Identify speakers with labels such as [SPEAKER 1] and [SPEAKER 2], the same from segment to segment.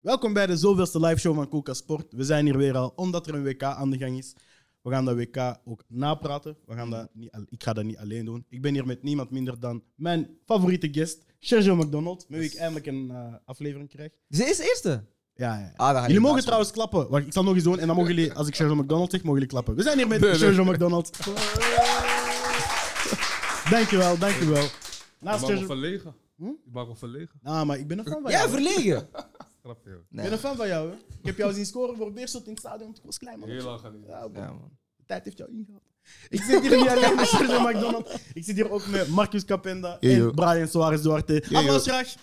[SPEAKER 1] Welkom bij de zoveelste live show van Koelka Sport. We zijn hier weer al omdat er een WK aan de gang is. We gaan dat WK ook napraten. We gaan dat niet, al- ik ga dat niet alleen doen. Ik ben hier met niemand minder dan mijn favoriete guest, Sergio McDonald, met wie ik eindelijk een eh, aflevering krijg.
[SPEAKER 2] Ze is de eerste.
[SPEAKER 1] Ja, ja.
[SPEAKER 2] Ah, dan ga ik
[SPEAKER 1] jullie mogen
[SPEAKER 2] naast-
[SPEAKER 1] trouwens klappen. Wacht, ik zal nog eens doen en dan mogen jullie, als ik Sergio McDonald zeg, mogen jullie klappen. We zijn hier met
[SPEAKER 3] Nee, nee.
[SPEAKER 1] Sergio McDonald. Dankjewel, dankjewel.
[SPEAKER 3] Ik
[SPEAKER 1] Naast
[SPEAKER 3] maak me
[SPEAKER 1] Sergio...
[SPEAKER 3] verlegen. Ik maak me verlegen.
[SPEAKER 1] Ah, maar ik ben een fan van jou.
[SPEAKER 2] Ja, verlegen.
[SPEAKER 3] Grapje. joh.
[SPEAKER 1] Ik ben een fan van jou, hè. Ik heb jou zien scoren voor Beerschot in het stadion. Het was klein, man.
[SPEAKER 3] Heel lang geleden.
[SPEAKER 1] Ja, man.
[SPEAKER 2] Ja, man.
[SPEAKER 1] De tijd heeft jou ingehaald. Ik zit hier niet alleen met Sergio McDonald. Ik zit hier ook met Marcus Capenda
[SPEAKER 4] Yo, yo.
[SPEAKER 1] en Brian Soares Duarte. Applaus graag.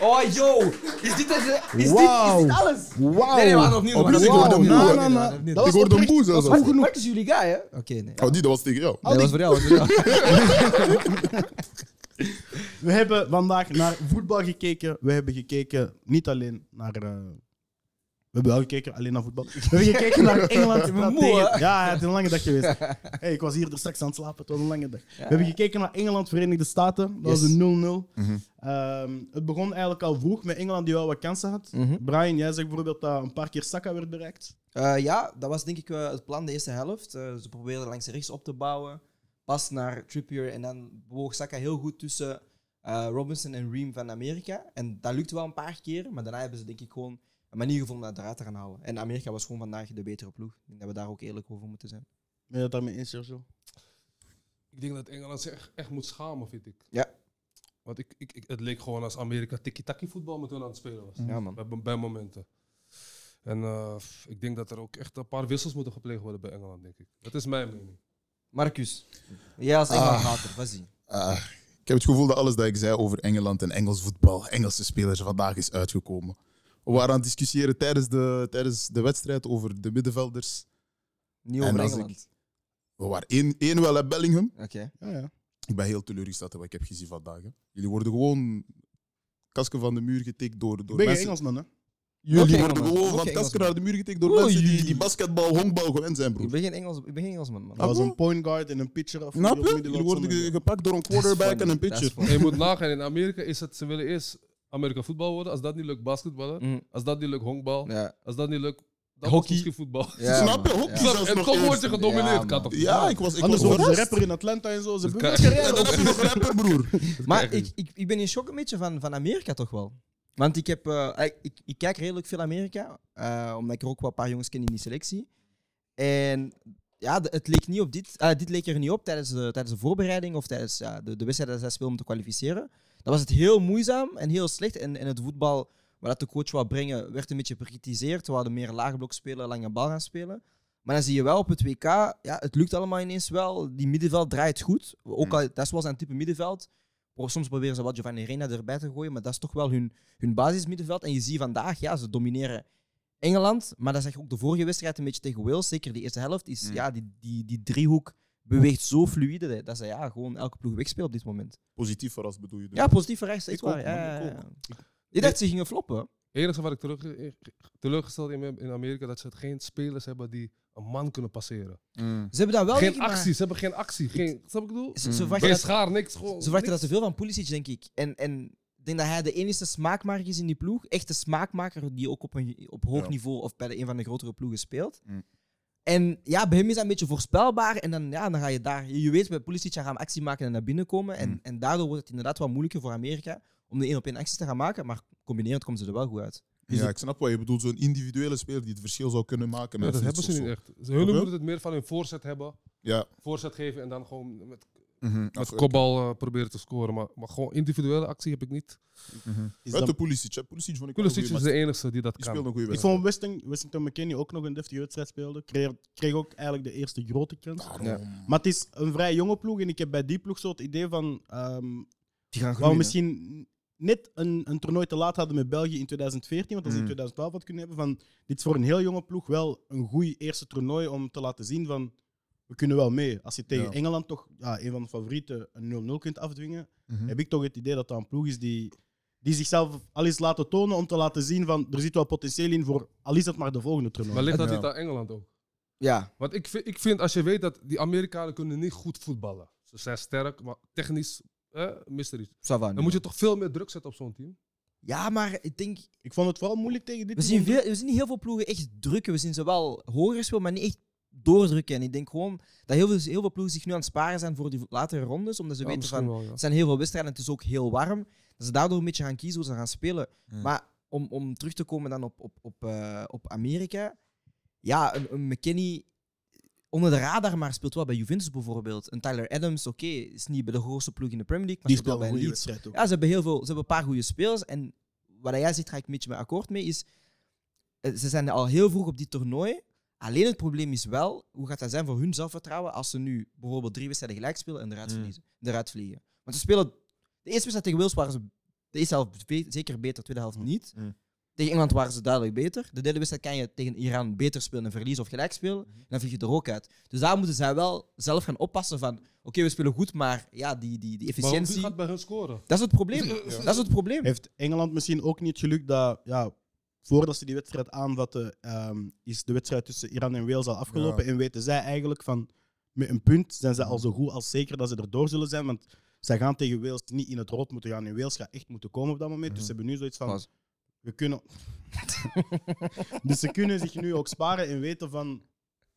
[SPEAKER 2] Oh, yo. Is dit, het, eh, is dit,
[SPEAKER 4] Wauw.
[SPEAKER 2] is dit alles?
[SPEAKER 4] Wauw.
[SPEAKER 2] Nee, nee, we gaan opnieuw.
[SPEAKER 4] Op
[SPEAKER 2] We gaan
[SPEAKER 4] dit
[SPEAKER 2] opnieuw.
[SPEAKER 4] Oh,
[SPEAKER 2] Wauw,
[SPEAKER 4] hoorde hem
[SPEAKER 2] nee,
[SPEAKER 4] boe.
[SPEAKER 1] Nou,
[SPEAKER 2] nee,
[SPEAKER 1] nou, nou.
[SPEAKER 2] nee, nee.
[SPEAKER 1] Dat was
[SPEAKER 4] Ik hoorde hem
[SPEAKER 1] oprecht.
[SPEAKER 4] boe zelfs.
[SPEAKER 1] Dat was
[SPEAKER 4] al.
[SPEAKER 1] goed genoeg.
[SPEAKER 2] Mark is jullie guy, hè? Oké, nee.
[SPEAKER 4] Oh, die, dat was tegen jou.
[SPEAKER 2] Nee, dat was voor jou. dat was voor jou.
[SPEAKER 1] We hebben vandaag naar voetbal gekeken. We hebben gekeken niet alleen naar. eh, we hebben wel gekeken alleen naar voetbal. We hebben gekeken naar Engeland.
[SPEAKER 2] ben
[SPEAKER 1] dat
[SPEAKER 2] moe,
[SPEAKER 1] tegen-
[SPEAKER 2] hè?
[SPEAKER 1] ja, het is een lange dag geweest. Hey, ik was hier er straks aan het slapen. Het was een lange dag. We hebben gekeken naar Engeland, Verenigde Staten. Dat was
[SPEAKER 2] Yes.
[SPEAKER 1] een 0-0.
[SPEAKER 4] Mhm.
[SPEAKER 1] Ehm, het begon eigenlijk al vroeg met Engeland die wel wat kansen had.
[SPEAKER 2] Mhm.
[SPEAKER 1] Brian, jij zegt bijvoorbeeld dat een paar keer Saka werd bereikt.
[SPEAKER 2] Eh, ja, dat was denk ik eh, het plan de eerste helft. Eh, ze probeerden langs rechts op te bouwen. Pas naar Trippier en dan bewoog Saka heel goed tussen eh, Robinson en Ream van Amerika. En dat lukte wel een paar keer, maar daarna hebben ze denk ik gewoon een manier gevonden om dat eruit te gaan houden. En Amerika was gewoon vandaag de betere ploeg. Ik denk dat we daar ook eerlijk over moeten zijn.
[SPEAKER 1] Ben je dat daarmee eens, Sergio?
[SPEAKER 3] Ik denk dat Engeland zich echt, echt moet schamen, vind ik.
[SPEAKER 2] Ja.
[SPEAKER 3] Want ik, ik, ik- het leek gewoon als Amerika tiki-taki voetbal met hun aan het spelen was.
[SPEAKER 2] Ja, man.
[SPEAKER 3] Bij, bij momenten. En eh, f- ik denk dat er ook echt een paar wissels moeten gepleegd worden bij Engeland, denk ik. Dat is mijn mening.
[SPEAKER 2] Marcus, jij als Engeland hater, wat zie je?
[SPEAKER 4] Ah, ik heb het gevoel dat alles dat ik zei over Engeland en Engels voetbal, Engelse spelers, vandaag is uitgekomen. We waren aan het discussiëren tijdens de, tijdens de wedstrijd over de middenvelders.
[SPEAKER 2] Niet
[SPEAKER 4] En
[SPEAKER 2] over
[SPEAKER 4] als
[SPEAKER 2] Engeland.
[SPEAKER 4] We waren één, één wel uit Bellingham.
[SPEAKER 2] Oké.
[SPEAKER 1] Ja, ja.
[SPEAKER 4] Ik ben heel teleurgesteld in wat ik heb gezien vandaag. hè. Jullie worden gewoon kasken van de muur getikt door,
[SPEAKER 1] Ik
[SPEAKER 4] door
[SPEAKER 1] ben geen
[SPEAKER 4] mensen.
[SPEAKER 1] Engelsman, hè?
[SPEAKER 4] Jullie
[SPEAKER 2] Oké,
[SPEAKER 4] worden
[SPEAKER 2] Engelsman.
[SPEAKER 4] gewoon
[SPEAKER 2] Oké,
[SPEAKER 4] van kasken
[SPEAKER 2] Engelsman.
[SPEAKER 4] naar de muur getikt door
[SPEAKER 2] Oei.
[SPEAKER 4] mensen die, die basketbal, honkbal gewend zijn,
[SPEAKER 2] Ik
[SPEAKER 4] broer.
[SPEAKER 2] ben geen, Engels, ik ben geen Engelsman, man.
[SPEAKER 1] Dat was een point guard en een pitcher. Of
[SPEAKER 4] Ah,
[SPEAKER 1] die
[SPEAKER 4] Snap
[SPEAKER 1] op
[SPEAKER 4] je?
[SPEAKER 1] middenveld
[SPEAKER 4] Jullie worden
[SPEAKER 1] stonden.
[SPEAKER 4] ge- gepakt door een quarterback en een pitcher.
[SPEAKER 3] En je moet nagaan, in Amerika is het, ze willen eerst Amerika voetbal worden. Als dat niet lukt, basketballen.
[SPEAKER 2] Mm.
[SPEAKER 3] Als dat niet lukt, honkbal.
[SPEAKER 2] Ja.
[SPEAKER 3] Als dat niet lukt, dan
[SPEAKER 2] Hockey.
[SPEAKER 3] wordt misschien voetbal.
[SPEAKER 2] Ja,
[SPEAKER 4] Snap je?
[SPEAKER 2] man.
[SPEAKER 4] Hockey
[SPEAKER 2] Ja.
[SPEAKER 4] zelfs
[SPEAKER 3] en
[SPEAKER 4] nog
[SPEAKER 3] toch wordt
[SPEAKER 4] eerst.
[SPEAKER 3] je gedomineerd,
[SPEAKER 2] Ja,
[SPEAKER 3] kan toch
[SPEAKER 2] man.
[SPEAKER 3] niet?
[SPEAKER 4] Ja, ik was, ik
[SPEAKER 1] Anders
[SPEAKER 4] was
[SPEAKER 1] worden ze
[SPEAKER 4] verrast.
[SPEAKER 1] rapper in Atlanta en zo. Ze
[SPEAKER 3] Dat
[SPEAKER 1] hebben een
[SPEAKER 3] kan-
[SPEAKER 4] Ja,
[SPEAKER 1] carrière
[SPEAKER 4] dan heb je nog rapper, broer.
[SPEAKER 2] Maar
[SPEAKER 3] ergens.
[SPEAKER 2] ik, ik, ik ben in shock een beetje van, van Amerika toch wel. Want ik, heb, eh, ik, ik, ik kijk redelijk veel Amerika, eh, omdat ik er ook wel een paar jongens ken in die selectie. En ja, de- het leek niet op dit. eh, dit leek er niet op tijdens de, tijdens de voorbereiding of tijdens ja, de, de wedstrijd dat zij speelden om te kwalificeren. Dan was het heel moeizaam en heel slecht. En, en het voetbal waar dat de coach wou brengen, werd een beetje bekritiseerd. We hadden meer lage blok spelen, lange bal gaan spelen. Maar dan zie je wel op het WK, ja, het lukt allemaal ineens wel. Die middenveld draait goed. Ook al, dat is wel zijn type middenveld. Pro- Soms proberen ze wat Giovanni Reina erbij te gooien, maar dat is toch wel hun, hun basismiddenveld. En je ziet vandaag, ja, ze domineren Engeland. Maar dat zag je ook de vorige wedstrijd een beetje tegen Wales. Zeker die eerste helft is,
[SPEAKER 4] Mm.
[SPEAKER 2] ja, die, die, die driehoek beweegt zo fluide dat- dat ze ja, gewoon elke ploeg wegspeelt op dit moment.
[SPEAKER 4] Positief verrast bedoel je? dus?
[SPEAKER 2] Ja, positief verrast, echt
[SPEAKER 4] Ik ook,
[SPEAKER 2] waar. Ja,
[SPEAKER 4] man,
[SPEAKER 2] ja,
[SPEAKER 4] ik
[SPEAKER 2] ja.
[SPEAKER 4] ook.
[SPEAKER 2] Ik dacht ze gingen floppen.
[SPEAKER 3] Het enige waar ik terug, eh, teleurgesteld in ben in Amerika, dat ze het geen spelers hebben die een man kunnen passeren.
[SPEAKER 4] Mm.
[SPEAKER 2] Ze hebben dat wel
[SPEAKER 3] geen
[SPEAKER 2] denk Oh, ik, maar
[SPEAKER 3] actie, ze hebben geen actie. Geen, snap wat ik bedoel?
[SPEAKER 2] Ze, ze verwachten
[SPEAKER 3] Geen
[SPEAKER 2] dat,
[SPEAKER 3] schaar, niks. Gewoon,
[SPEAKER 2] ze verwachten dat te veel van Pulisic, denk ik. En, en ik denk dat hij de enige smaakmaker is in die ploeg. Echt de smaakmaker die ook op, een, op hoog
[SPEAKER 4] Ja.
[SPEAKER 2] niveau of bij de, een van de grotere ploegen speelt.
[SPEAKER 4] Mm.
[SPEAKER 2] En ja, bij hem is dat een beetje voorspelbaar. En dan, ja, dan ga je daar... Je weet, bij Pulisic hij gaat hem actie maken en naar binnen komen. En,
[SPEAKER 4] Mm.
[SPEAKER 2] en daardoor wordt het inderdaad wat moeilijker voor Amerika om de één op één acties te gaan maken. Maar combinerend komen ze er wel goed uit. Dus
[SPEAKER 4] Ja,
[SPEAKER 2] het-
[SPEAKER 4] ik snap wat je bedoelt. Zo'n individuele speler die het verschil zou kunnen maken.
[SPEAKER 3] Ja,
[SPEAKER 4] Met
[SPEAKER 3] dat hebben
[SPEAKER 4] fiets
[SPEAKER 3] ze niet
[SPEAKER 4] of zo.
[SPEAKER 3] echt. Ze, hun
[SPEAKER 4] Oké.
[SPEAKER 3] moeten het meer van hun voorzet hebben.
[SPEAKER 4] Ja.
[SPEAKER 3] Voorzet geven en dan gewoon met,
[SPEAKER 4] Mhm.
[SPEAKER 3] met
[SPEAKER 4] Afwerken.
[SPEAKER 3] kopbal eh, proberen te scoren. Maar, maar gewoon individuele actie heb ik niet.
[SPEAKER 1] Is
[SPEAKER 4] Buiten
[SPEAKER 1] dat-
[SPEAKER 4] Pulisic. hè. Pulisic vond ik wel een
[SPEAKER 3] Kulisic is
[SPEAKER 4] goeie
[SPEAKER 3] de enige die dat
[SPEAKER 4] match. Die speelde
[SPEAKER 3] kan.
[SPEAKER 4] een goede
[SPEAKER 1] Ik
[SPEAKER 4] wedstrijd.
[SPEAKER 1] vond Westing- Westington McKinney ook nog een deftige wedstrijd speelde. Kreeg, kreeg ook eigenlijk de eerste grote kans.
[SPEAKER 4] Daarom.
[SPEAKER 1] Maar het is een vrij jonge ploeg en ik heb bij die ploeg zo het idee van... ehm
[SPEAKER 2] die gaan
[SPEAKER 1] waar we
[SPEAKER 2] groeien.
[SPEAKER 1] misschien net een, een toernooi te laat hadden met België in 2014, want als ze in 2012 had kunnen hebben, van dit is voor een heel jonge ploeg wel een goed eerste toernooi om te laten zien van we kunnen wel mee. Als je tegen
[SPEAKER 4] Ja.
[SPEAKER 1] Engeland toch ja, een van de favorieten een 0-0 kunt afdwingen,
[SPEAKER 2] Hm.
[SPEAKER 4] Mhm.
[SPEAKER 1] heb ik toch het idee dat dat een ploeg is die, die zichzelf al eens laten tonen om te laten zien van er zit wel potentieel in voor al is dat maar de volgende toernooi.
[SPEAKER 3] Maar ligt dat
[SPEAKER 4] Ja.
[SPEAKER 3] niet aan Engeland ook?
[SPEAKER 2] Ja,
[SPEAKER 3] Want ik vind, ik vind, als je weet dat die Amerikanen kunnen niet goed voetballen. Ze zijn sterk, maar technisch eh, mist er iets.
[SPEAKER 2] ça va, nu.
[SPEAKER 3] Dan moet je toch veel meer druk zetten op zo'n team.
[SPEAKER 2] Ja, maar ik denk,
[SPEAKER 1] Ik vond het vooral moeilijk tegen dit
[SPEAKER 2] we zien,
[SPEAKER 1] team.
[SPEAKER 2] veel, we zien niet heel veel ploegen echt drukken. We zien ze wel hoger spelen, maar niet echt doordrukken. En ik denk gewoon dat heel veel, heel veel ploegen zich nu aan het sparen zijn voor die latere rondes, omdat ze
[SPEAKER 3] Ja,
[SPEAKER 2] weten
[SPEAKER 3] misschien
[SPEAKER 2] van,
[SPEAKER 3] wel, ja.
[SPEAKER 2] het zijn heel veel wedstrijden, het is ook heel warm. Dat ze daardoor een beetje gaan kiezen hoe ze gaan spelen.
[SPEAKER 5] Ja.
[SPEAKER 2] Maar om, om terug te komen dan op, op, op, eh, op Amerika. Ja, een, een McKinney onder de radar, maar speelt wel bij Juventus bijvoorbeeld. Een Tyler Adams, oké, is niet bij de grootste ploeg in de Premier League, maar
[SPEAKER 1] Die
[SPEAKER 2] speelt wel
[SPEAKER 1] speelde
[SPEAKER 2] bij
[SPEAKER 1] een goede
[SPEAKER 2] Leeds.
[SPEAKER 1] wedstrijd ook.
[SPEAKER 2] Ja, ze hebben heel veel, ze hebben een paar goede spelers. En wat jij zegt, ga ik een beetje mee akkoord mee, is eh, ze zijn al heel vroeg op die toernooi. Alleen het probleem is wel, hoe gaat dat zijn voor hun zelfvertrouwen als ze nu bijvoorbeeld drie wedstrijden gelijk spelen en
[SPEAKER 3] Hmm.
[SPEAKER 2] eruit,
[SPEAKER 5] Mm.
[SPEAKER 2] verliezen, eruit vliegen? Want ze spelen, de eerste wedstrijd tegen Wales waren ze de eerste helft be- zeker beter, de tweede helft
[SPEAKER 3] Hmm.
[SPEAKER 2] niet.
[SPEAKER 5] Mm.
[SPEAKER 2] Tegen Engeland waren ze duidelijk beter. De derde wedstrijd kan je tegen Iran beter spelen en verliezen of gelijk spelen.
[SPEAKER 3] Hmm.
[SPEAKER 2] En dan vlieg je er ook uit. Dus daar moeten zij wel zelf gaan oppassen van, oké, we spelen goed, maar ja, die, die, die
[SPEAKER 3] Maar wie
[SPEAKER 2] efficiëntie...
[SPEAKER 3] gaat bij hun scoren?
[SPEAKER 2] Dat is het probleem. Dat is het probleem.
[SPEAKER 1] Heeft Engeland misschien ook niet gelukt dat, ja, voordat ze die wedstrijd aanvatten, ehm, is de wedstrijd tussen Iran en Wales al afgelopen. En weten zij eigenlijk van, met een punt zijn zij al zo goed als zeker dat ze erdoor zullen zijn. Want zij gaan tegen Wales niet in het rood moeten gaan. En Wales gaat echt moeten komen op dat moment. Dus ze hebben nu zoiets van,
[SPEAKER 2] Pas.
[SPEAKER 1] we kunnen... dus ze kunnen zich nu ook sparen en weten van,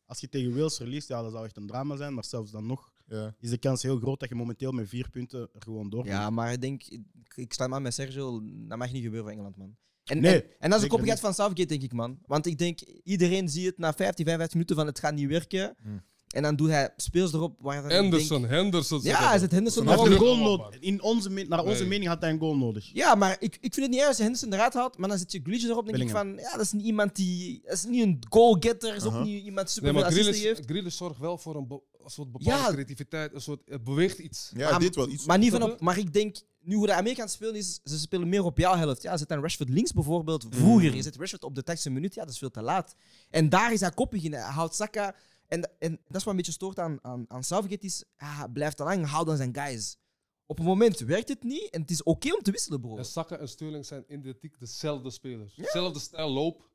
[SPEAKER 1] als je tegen Wales verliest, ja, dat zou echt een drama zijn. Maar zelfs dan nog
[SPEAKER 4] Ja.
[SPEAKER 1] is de kans heel groot dat je momenteel met vier punten er gewoon door
[SPEAKER 2] Ja, maar ik denk, ik- ik sluit me aan met Sergio, dat mag niet gebeuren voor Engeland, man. En,
[SPEAKER 1] Nee,
[SPEAKER 2] en, en dat is een
[SPEAKER 1] zeker
[SPEAKER 2] kopje
[SPEAKER 1] niet.
[SPEAKER 2] van Southgate, denk ik, man. Want ik denk, iedereen ziet het na 15, 55 minuten van het gaat niet werken.
[SPEAKER 5] Mm.
[SPEAKER 2] En dan doet hij speels erop waar hij
[SPEAKER 3] Henderson, Henderson. zeg
[SPEAKER 2] Ja,
[SPEAKER 3] maar.
[SPEAKER 2] is het Henderson
[SPEAKER 1] Hij
[SPEAKER 3] Hij
[SPEAKER 2] nog
[SPEAKER 1] heeft
[SPEAKER 3] heeft
[SPEAKER 1] een
[SPEAKER 3] er
[SPEAKER 1] goal
[SPEAKER 3] ook nog
[SPEAKER 1] nodig. In onze, men- naar onze
[SPEAKER 3] Nee.
[SPEAKER 1] mening had hij een goal nodig.
[SPEAKER 2] Ja, maar ik, ik vind het niet erg als je Henderson eruit haalt, maar dan zit je Grealish erop, denk
[SPEAKER 1] Bellingham.
[SPEAKER 2] ik van, ja, dat is niet iemand die, dat is niet een goalgetter, is ook niet iemand super
[SPEAKER 3] Nee, maar
[SPEAKER 2] veel assisten
[SPEAKER 3] Grealish,
[SPEAKER 2] heeft.
[SPEAKER 3] Grealish zorgt wel voor een, be- een soort bepaalde
[SPEAKER 2] Ja.
[SPEAKER 3] creativiteit. Een soort, het beweegt iets.
[SPEAKER 4] Ja,
[SPEAKER 2] Maar-
[SPEAKER 4] dit wel iets.
[SPEAKER 2] Maar, niet van
[SPEAKER 3] Snap
[SPEAKER 2] op, maar ik denk, nu hoe de Amerikaans spelen is, ze spelen meer op jouw helft. Ja, zet dan Rashford links bijvoorbeeld.
[SPEAKER 3] Mm.
[SPEAKER 2] Vroeger, je zet Rashford op de 80 minuut, ja, dat is veel te laat. En daar is hij koppig in. Hij houdt Saka. En, en dat is wat een beetje stoort aan, aan, aan Southgate is, ah, hij blijft te lang, hou dan zijn guys. Op een moment werkt het niet en het is oké om te wisselen, bro.
[SPEAKER 3] En Saka en Sterling zijn identiek dezelfde spelers. Zelfde stijl loop,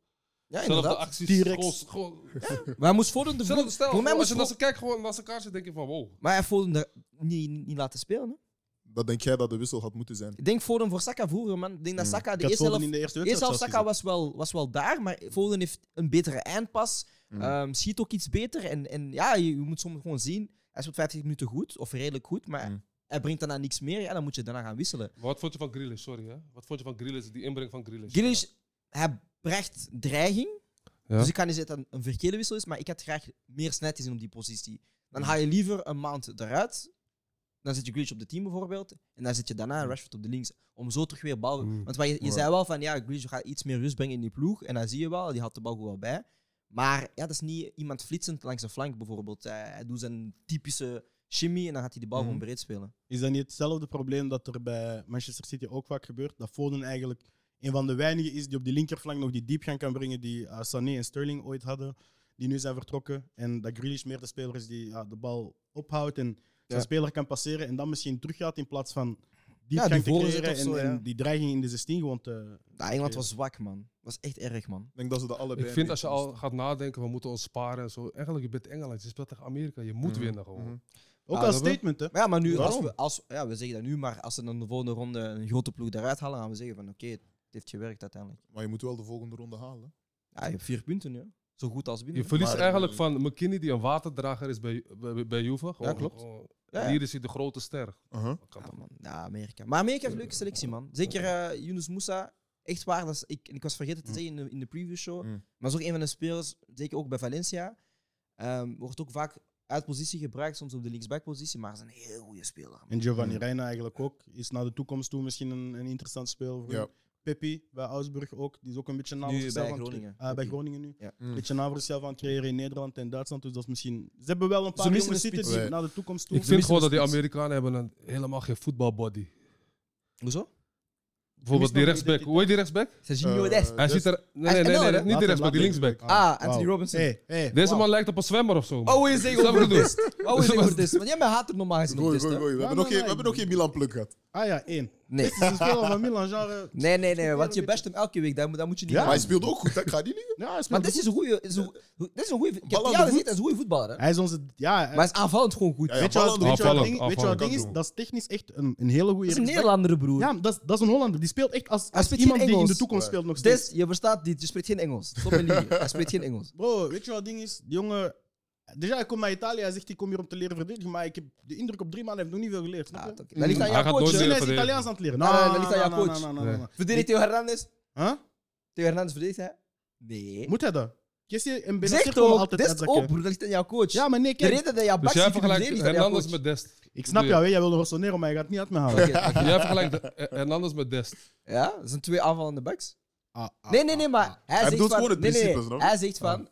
[SPEAKER 2] ja,
[SPEAKER 3] zelfde
[SPEAKER 2] inderdaad.
[SPEAKER 3] acties.
[SPEAKER 1] T-Rex.
[SPEAKER 3] Gewoon, gewoon,
[SPEAKER 2] Maar hij moest Foden de
[SPEAKER 3] zelfde stijl.
[SPEAKER 2] voor mij
[SPEAKER 3] als
[SPEAKER 2] moest
[SPEAKER 3] je naar ze kijkt, gewoon naar elkaar zit, denk je van wow.
[SPEAKER 2] Maar hij heeft Foden er niet, niet laten spelen. Hè?
[SPEAKER 4] Dat denk jij dat de wissel had moeten zijn.
[SPEAKER 2] Ik denk Foden voor Saka vroeger, man. Ik denk
[SPEAKER 3] Mm.
[SPEAKER 2] dat Saka
[SPEAKER 1] Ik
[SPEAKER 2] de
[SPEAKER 1] had
[SPEAKER 2] eerste
[SPEAKER 1] Foden
[SPEAKER 2] helft
[SPEAKER 1] in de eerste
[SPEAKER 2] Eerst
[SPEAKER 1] wedstrijd
[SPEAKER 2] zelfs
[SPEAKER 1] zelfs
[SPEAKER 2] Saka was wel, was wel daar, maar Foden heeft een betere eindpas.
[SPEAKER 5] Mm.
[SPEAKER 2] ehm, schiet ook iets beter. En, en ja, je, je moet soms gewoon zien. Hij speelt 50 minuten goed, of redelijk goed, maar
[SPEAKER 5] Mm.
[SPEAKER 2] hij brengt daarna niks meer. Ja, dan moet je daarna gaan wisselen.
[SPEAKER 3] Maar wat vond je van Grealish? Sorry, hè? Wat vond je van Grealish? Die inbreng van Grealish.
[SPEAKER 2] Grealish, hij brengt dreiging.
[SPEAKER 3] Ja.
[SPEAKER 2] Dus ik kan niet zeggen dat het een verkeerde wissel is, maar ik had graag meer snelheid gezien op die positie. Dan haal je liever een maand eruit. Dan zit je Grealish op de team bijvoorbeeld. En dan zit je daarna Rashford op de links. Om zo terug weer bal.
[SPEAKER 3] Mm.
[SPEAKER 2] Want wat je, je
[SPEAKER 4] Ja.
[SPEAKER 2] zei wel van ja, Grealish gaat iets meer rust brengen in die ploeg. En dat zie je wel. Die had de bal goed wel bij. Maar ja, dat is niet iemand flitsend langs de flank bijvoorbeeld. Hij, hij doet zijn typische shimmy en dan gaat hij de bal gewoon breed spelen.
[SPEAKER 1] Is dat niet hetzelfde probleem dat er bij Manchester City ook vaak gebeurt? Dat Foden eigenlijk een van de weinigen is die op die linkerflank nog die diepgang kan brengen die eh, Sané en Sterling ooit hadden, die nu zijn vertrokken. En dat Grealish meer de speler is die ja, de bal ophoudt en zijn speler kan passeren en dan misschien teruggaat in plaats van diepgang te
[SPEAKER 2] voorzet
[SPEAKER 1] creëren
[SPEAKER 2] of
[SPEAKER 1] en,
[SPEAKER 2] zo, ja.
[SPEAKER 1] en die dreiging in de 16 gewoon te...
[SPEAKER 2] Ja, Engeland was zwak, man. Was echt erg, man.
[SPEAKER 4] Ik denk dat ze dat allebei.
[SPEAKER 3] Ik vind
[SPEAKER 4] een
[SPEAKER 3] als je
[SPEAKER 4] beetje
[SPEAKER 3] al gaat nadenken, we moeten ons sparen en zo. Eigenlijk, je bent Engeland, je speelt tegen Amerika, je
[SPEAKER 2] Mm.
[SPEAKER 3] moet winnen gewoon.
[SPEAKER 4] Mhm.
[SPEAKER 1] Ook
[SPEAKER 2] Ja,
[SPEAKER 1] als
[SPEAKER 3] dat wel.
[SPEAKER 1] statement, hè?
[SPEAKER 2] Maar ja, maar nu, als
[SPEAKER 1] Waarom?
[SPEAKER 2] we, als, ja, we zeggen dat nu, maar als ze dan de volgende ronde een grote ploeg eruit halen, gaan we zeggen van oké, het heeft gewerkt uiteindelijk.
[SPEAKER 4] Maar je moet wel de volgende ronde halen.
[SPEAKER 2] Ja, je hebt vier punten nu. hè. Zo goed als
[SPEAKER 3] Je
[SPEAKER 2] binnen.
[SPEAKER 3] verliest
[SPEAKER 4] Maar-
[SPEAKER 2] eh,
[SPEAKER 3] eigenlijk van McKinney, die een waterdrager is bij, bij, bij Juve. Gewoon-
[SPEAKER 2] klopt.
[SPEAKER 3] gewoon-
[SPEAKER 2] Ja, ja.
[SPEAKER 3] Hier is hij de grote ster.
[SPEAKER 4] Uh-huh.
[SPEAKER 3] Dat kan
[SPEAKER 2] Ja,
[SPEAKER 3] toch
[SPEAKER 2] man. ja, Amerika. Maar Amerika heeft een leuke selectie, man. Zeker eh Yunus Moussa. Echt waar, dat is, ik, ik was vergeten te
[SPEAKER 5] Mm.
[SPEAKER 2] zeggen in de, in de preview show.
[SPEAKER 5] Mm.
[SPEAKER 2] Maar zo een van de spelers, zeker ook bij Valencia, ehm, wordt ook vaak uit positie gebruikt, soms op de linksback-positie, maar is een heel goede speler. man.
[SPEAKER 1] En Giovanni Reina eigenlijk ook. Is naar de toekomst toe misschien een, een interessant speel. Voor
[SPEAKER 4] Ja.
[SPEAKER 1] hem. Peppi bij Augsburg ook. Die is ook een beetje naam
[SPEAKER 2] Nu
[SPEAKER 1] voor zichzelf
[SPEAKER 2] bij
[SPEAKER 1] aan het cre-
[SPEAKER 2] Groningen.
[SPEAKER 1] Ah, bij Groningen nu.
[SPEAKER 2] Ja.
[SPEAKER 3] Mm.
[SPEAKER 1] Een beetje naam voor zichzelf aan het creëren in Nederland en Duitsland. Dus dat is misschien... Ze hebben wel een
[SPEAKER 2] Ze
[SPEAKER 1] paar
[SPEAKER 2] missen
[SPEAKER 1] jongens
[SPEAKER 2] een
[SPEAKER 1] zitten die
[SPEAKER 4] spits.
[SPEAKER 1] naar de toekomst toe...
[SPEAKER 3] Ik vind gewoon dat die Amerikanen hebben een, helemaal geen voetbalbody.
[SPEAKER 2] Hoezo?
[SPEAKER 3] Bijvoorbeeld die
[SPEAKER 1] nog
[SPEAKER 3] rechtsback.
[SPEAKER 1] identiteit.
[SPEAKER 3] Hoe heet die rechtsback?
[SPEAKER 2] Sergio
[SPEAKER 4] Eh,
[SPEAKER 2] Dest.
[SPEAKER 3] Hij
[SPEAKER 4] Dest.
[SPEAKER 3] ziet er... Nee,
[SPEAKER 2] dus- Hij
[SPEAKER 3] nee,
[SPEAKER 2] is
[SPEAKER 3] nee,
[SPEAKER 2] NL,
[SPEAKER 3] nee,
[SPEAKER 2] hè?
[SPEAKER 3] niet die rechtsback, die linksback.
[SPEAKER 2] Ah, Anthony Robinson.
[SPEAKER 1] Hey, hey.
[SPEAKER 3] Deze
[SPEAKER 2] Wauw.
[SPEAKER 3] man lijkt op een zwemmer of zo.
[SPEAKER 2] Oh, hoe je zegt
[SPEAKER 3] Snap je
[SPEAKER 2] over
[SPEAKER 3] wat ik Dus
[SPEAKER 2] Dest. Oh, hoe je zegt over Dest. Want jij bent haat er normaal gezien op
[SPEAKER 4] Gooi,
[SPEAKER 2] Dest,
[SPEAKER 4] gooi,
[SPEAKER 2] hè?
[SPEAKER 4] gooi. We hebben nog geen- we hebben nog geen Milan pluk gehad.
[SPEAKER 1] Ah ja, één.
[SPEAKER 2] Nee.
[SPEAKER 1] Ze spelen van Milan, genre...
[SPEAKER 2] Nee, nee, nee, want je best hem elke week, dat, moet- dat moet je niet
[SPEAKER 1] Ja.
[SPEAKER 2] doen.
[SPEAKER 4] Maar hij speelde ook goed, hè? ik ga die niet.
[SPEAKER 1] Ja, hij speelt
[SPEAKER 2] Maar dit is een goede. Is een, dit is een goede. Ik heb
[SPEAKER 4] Bal aan
[SPEAKER 2] jou
[SPEAKER 4] de
[SPEAKER 2] gezien, dat is een goede voetballer. Hè?
[SPEAKER 1] Hij is onze... Ja,
[SPEAKER 2] Maar hij is aanvallend gewoon goed.
[SPEAKER 4] Ja, ja.
[SPEAKER 1] weet je wat-
[SPEAKER 4] aanvallend,
[SPEAKER 1] weet je wat
[SPEAKER 3] aanvallend,
[SPEAKER 1] ding- weet je wat
[SPEAKER 3] aanvallend.
[SPEAKER 1] ding is? Dat is technisch echt een, een hele goede...
[SPEAKER 2] Dat is
[SPEAKER 1] rechtsback.
[SPEAKER 2] een Nederlander, broer.
[SPEAKER 1] Ja, dat is, dat is een Hollander. Die speelt echt als, als
[SPEAKER 2] speelt
[SPEAKER 1] iemand
[SPEAKER 2] geen
[SPEAKER 1] die in de
[SPEAKER 2] Engels.
[SPEAKER 1] toekomst speelt nog steeds.
[SPEAKER 2] Des, je verstaat niet, je spreekt geen Engels. Stop met liegen. Hij spreekt geen Engels.
[SPEAKER 1] Bro, weet je wat het ding is? Die jongen. Déjà, hij komt naar Italië. Hij zegt: Ik kom hier om te leren verdedigen. Maar ik heb de indruk op drie maanden. Hij heeft nog niet veel geleerd.
[SPEAKER 2] Ah,
[SPEAKER 1] Snap je?
[SPEAKER 2] oké. Dat ligt aan
[SPEAKER 3] Hij
[SPEAKER 2] jouw
[SPEAKER 3] gaat
[SPEAKER 2] coach.
[SPEAKER 3] nooit
[SPEAKER 2] hè.
[SPEAKER 1] Misschien is
[SPEAKER 3] leren.
[SPEAKER 1] hij Italiaans aan het leren.
[SPEAKER 2] Nee,
[SPEAKER 1] Nou,
[SPEAKER 2] dat ligt aan jouw coach. Verdedigt Theo Hernandez? Theo Hernandez verdedigt hij? Nee.
[SPEAKER 1] Moet hij dat? Kessie en
[SPEAKER 2] Zeg
[SPEAKER 1] Benacer komen
[SPEAKER 2] toch,
[SPEAKER 1] altijd
[SPEAKER 2] dit is
[SPEAKER 1] uitzakken.
[SPEAKER 2] op, broer. Dat ligt aan jouw coach.
[SPEAKER 1] Ja, maar nee,
[SPEAKER 2] de
[SPEAKER 1] kijk.
[SPEAKER 2] reden dat jouw
[SPEAKER 3] Dus
[SPEAKER 2] backs
[SPEAKER 3] jij
[SPEAKER 2] niet kunnen
[SPEAKER 3] vergelijkt
[SPEAKER 2] verdedigen is aan jouw
[SPEAKER 3] Hernandez
[SPEAKER 2] coach.
[SPEAKER 3] met Dest.
[SPEAKER 1] Ik snap jou,
[SPEAKER 3] jou.
[SPEAKER 1] hè. jij wil resoneren, maar je gaat niet uit me halen.
[SPEAKER 2] Oké, oké.
[SPEAKER 3] Jij vergelijkt eh, Hernandez met Dest.
[SPEAKER 2] Ja, dat zijn twee aanvallende backs.
[SPEAKER 1] Ah, ah,
[SPEAKER 2] Nee, nee, nee, maar hij zegt
[SPEAKER 4] bedoelt gewoon
[SPEAKER 2] van...
[SPEAKER 4] het
[SPEAKER 2] Nee, nee,
[SPEAKER 4] principe, snap je?
[SPEAKER 2] hij zegt van...